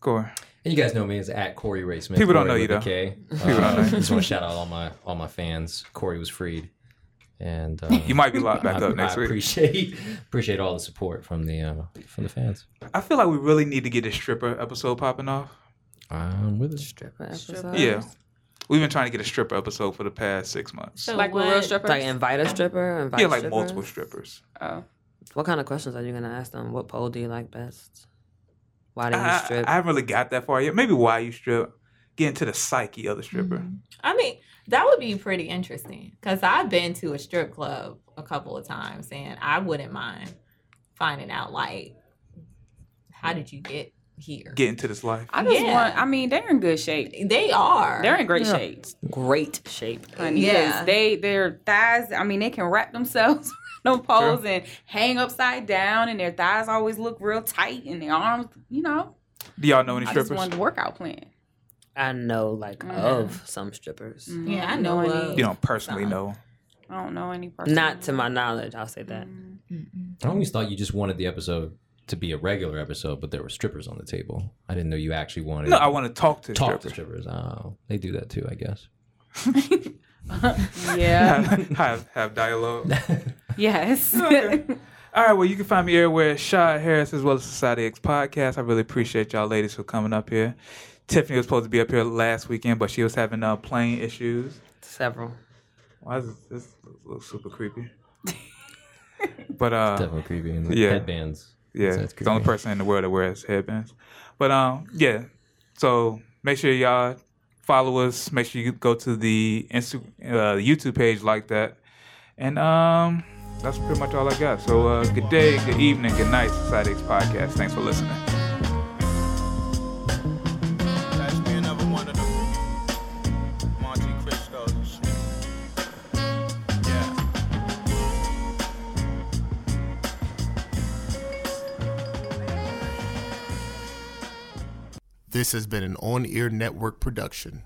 Speaker 2: Corey.
Speaker 4: And you guys know me as at Corey Ray Smith.
Speaker 2: People don't know
Speaker 4: Corey
Speaker 2: you,
Speaker 4: with a
Speaker 2: though.
Speaker 4: K.
Speaker 2: don't
Speaker 4: Uh,
Speaker 2: know you.
Speaker 4: Just want to shout out all my all my fans. Corey was freed, and uh,
Speaker 2: You might be locked back
Speaker 4: I,
Speaker 2: up next
Speaker 4: I
Speaker 2: week.
Speaker 4: appreciate appreciate all the support from the uh, from the fans.
Speaker 2: I feel like we really need to get this stripper episode popping off.
Speaker 4: I'm with it.
Speaker 3: Stripper episode.
Speaker 2: Yeah. We've been trying to get a stripper episode for the past six months.
Speaker 6: So
Speaker 5: Like we're real
Speaker 6: what-
Speaker 5: strippers.
Speaker 3: Like invite a stripper, invite
Speaker 2: yeah, like
Speaker 3: stripper.
Speaker 2: multiple strippers.
Speaker 5: Oh.
Speaker 3: What kind of questions are you gonna ask them? What pole do you like best? Why do you
Speaker 2: I,
Speaker 3: strip?
Speaker 2: I haven't really got that far yet. Maybe why you strip. Get into the psyche of the stripper.
Speaker 6: Mhm. I mean, that would be pretty interesting because I've been to a strip club a couple of times, and I wouldn't mind finding out like, how did you get here?
Speaker 2: Get into this life.
Speaker 5: I just
Speaker 6: Yeah.
Speaker 5: want. I mean, they're in good shape.
Speaker 6: they are.
Speaker 5: They're in great
Speaker 3: Yeah.
Speaker 5: shape,
Speaker 3: Great shape.
Speaker 5: honey. 'cause
Speaker 6: Yeah.
Speaker 5: They their thighs. I mean, they can wrap themselves. No poles
Speaker 2: True.
Speaker 5: and hang upside down, and their thighs always look real tight, and their arms, you know.
Speaker 2: Do y'all know any
Speaker 5: I just
Speaker 2: strippers?
Speaker 5: wanted the workout plan.
Speaker 3: I know like
Speaker 5: Mhm.
Speaker 3: of some strippers.
Speaker 5: Mm,
Speaker 6: Yeah, I
Speaker 5: don't
Speaker 6: know
Speaker 5: any-
Speaker 6: of-
Speaker 2: You don't personally
Speaker 6: Some.
Speaker 2: know.
Speaker 5: I don't know any person.
Speaker 3: Not to my knowledge, I'll say that.
Speaker 5: Mm.
Speaker 6: Mm-mm.
Speaker 4: I always thought you just wanted the episode to be a regular episode, but there were strippers on the table. I didn't know you actually wanted.
Speaker 2: No, I want to talk to
Speaker 4: to talk
Speaker 2: strippers.
Speaker 4: to strippers. Oh, they do that too, I guess.
Speaker 5: Yeah.
Speaker 2: have have dialogue.
Speaker 5: yes.
Speaker 2: All right, well, you can find me everywhere at Shy Harris as well as Society X Podcast. I really appreciate y'all ladies for coming up here. Tiffany was supposed to be up here last weekend, but she was having uh, plane issues.
Speaker 3: Several.
Speaker 2: Why is this, this looks super creepy? but uh,
Speaker 4: Definitely creepy. And
Speaker 2: Oh, Yeah.
Speaker 4: Headbands.
Speaker 2: Yeah,
Speaker 4: So it's
Speaker 2: it's the only
Speaker 4: crazy.
Speaker 2: person in the world that wears headbands. But um, yeah. So make sure y'all follow us. Make sure you go to the Insta- uh, YouTube page like that. And um, that's pretty much all I got. So uh, good day, good evening, good night, Society X Podcast. Thanks for listening.
Speaker 1: Pass me another one of them Monte Cristos and shit. Yeah.
Speaker 8: This has been an on air network production.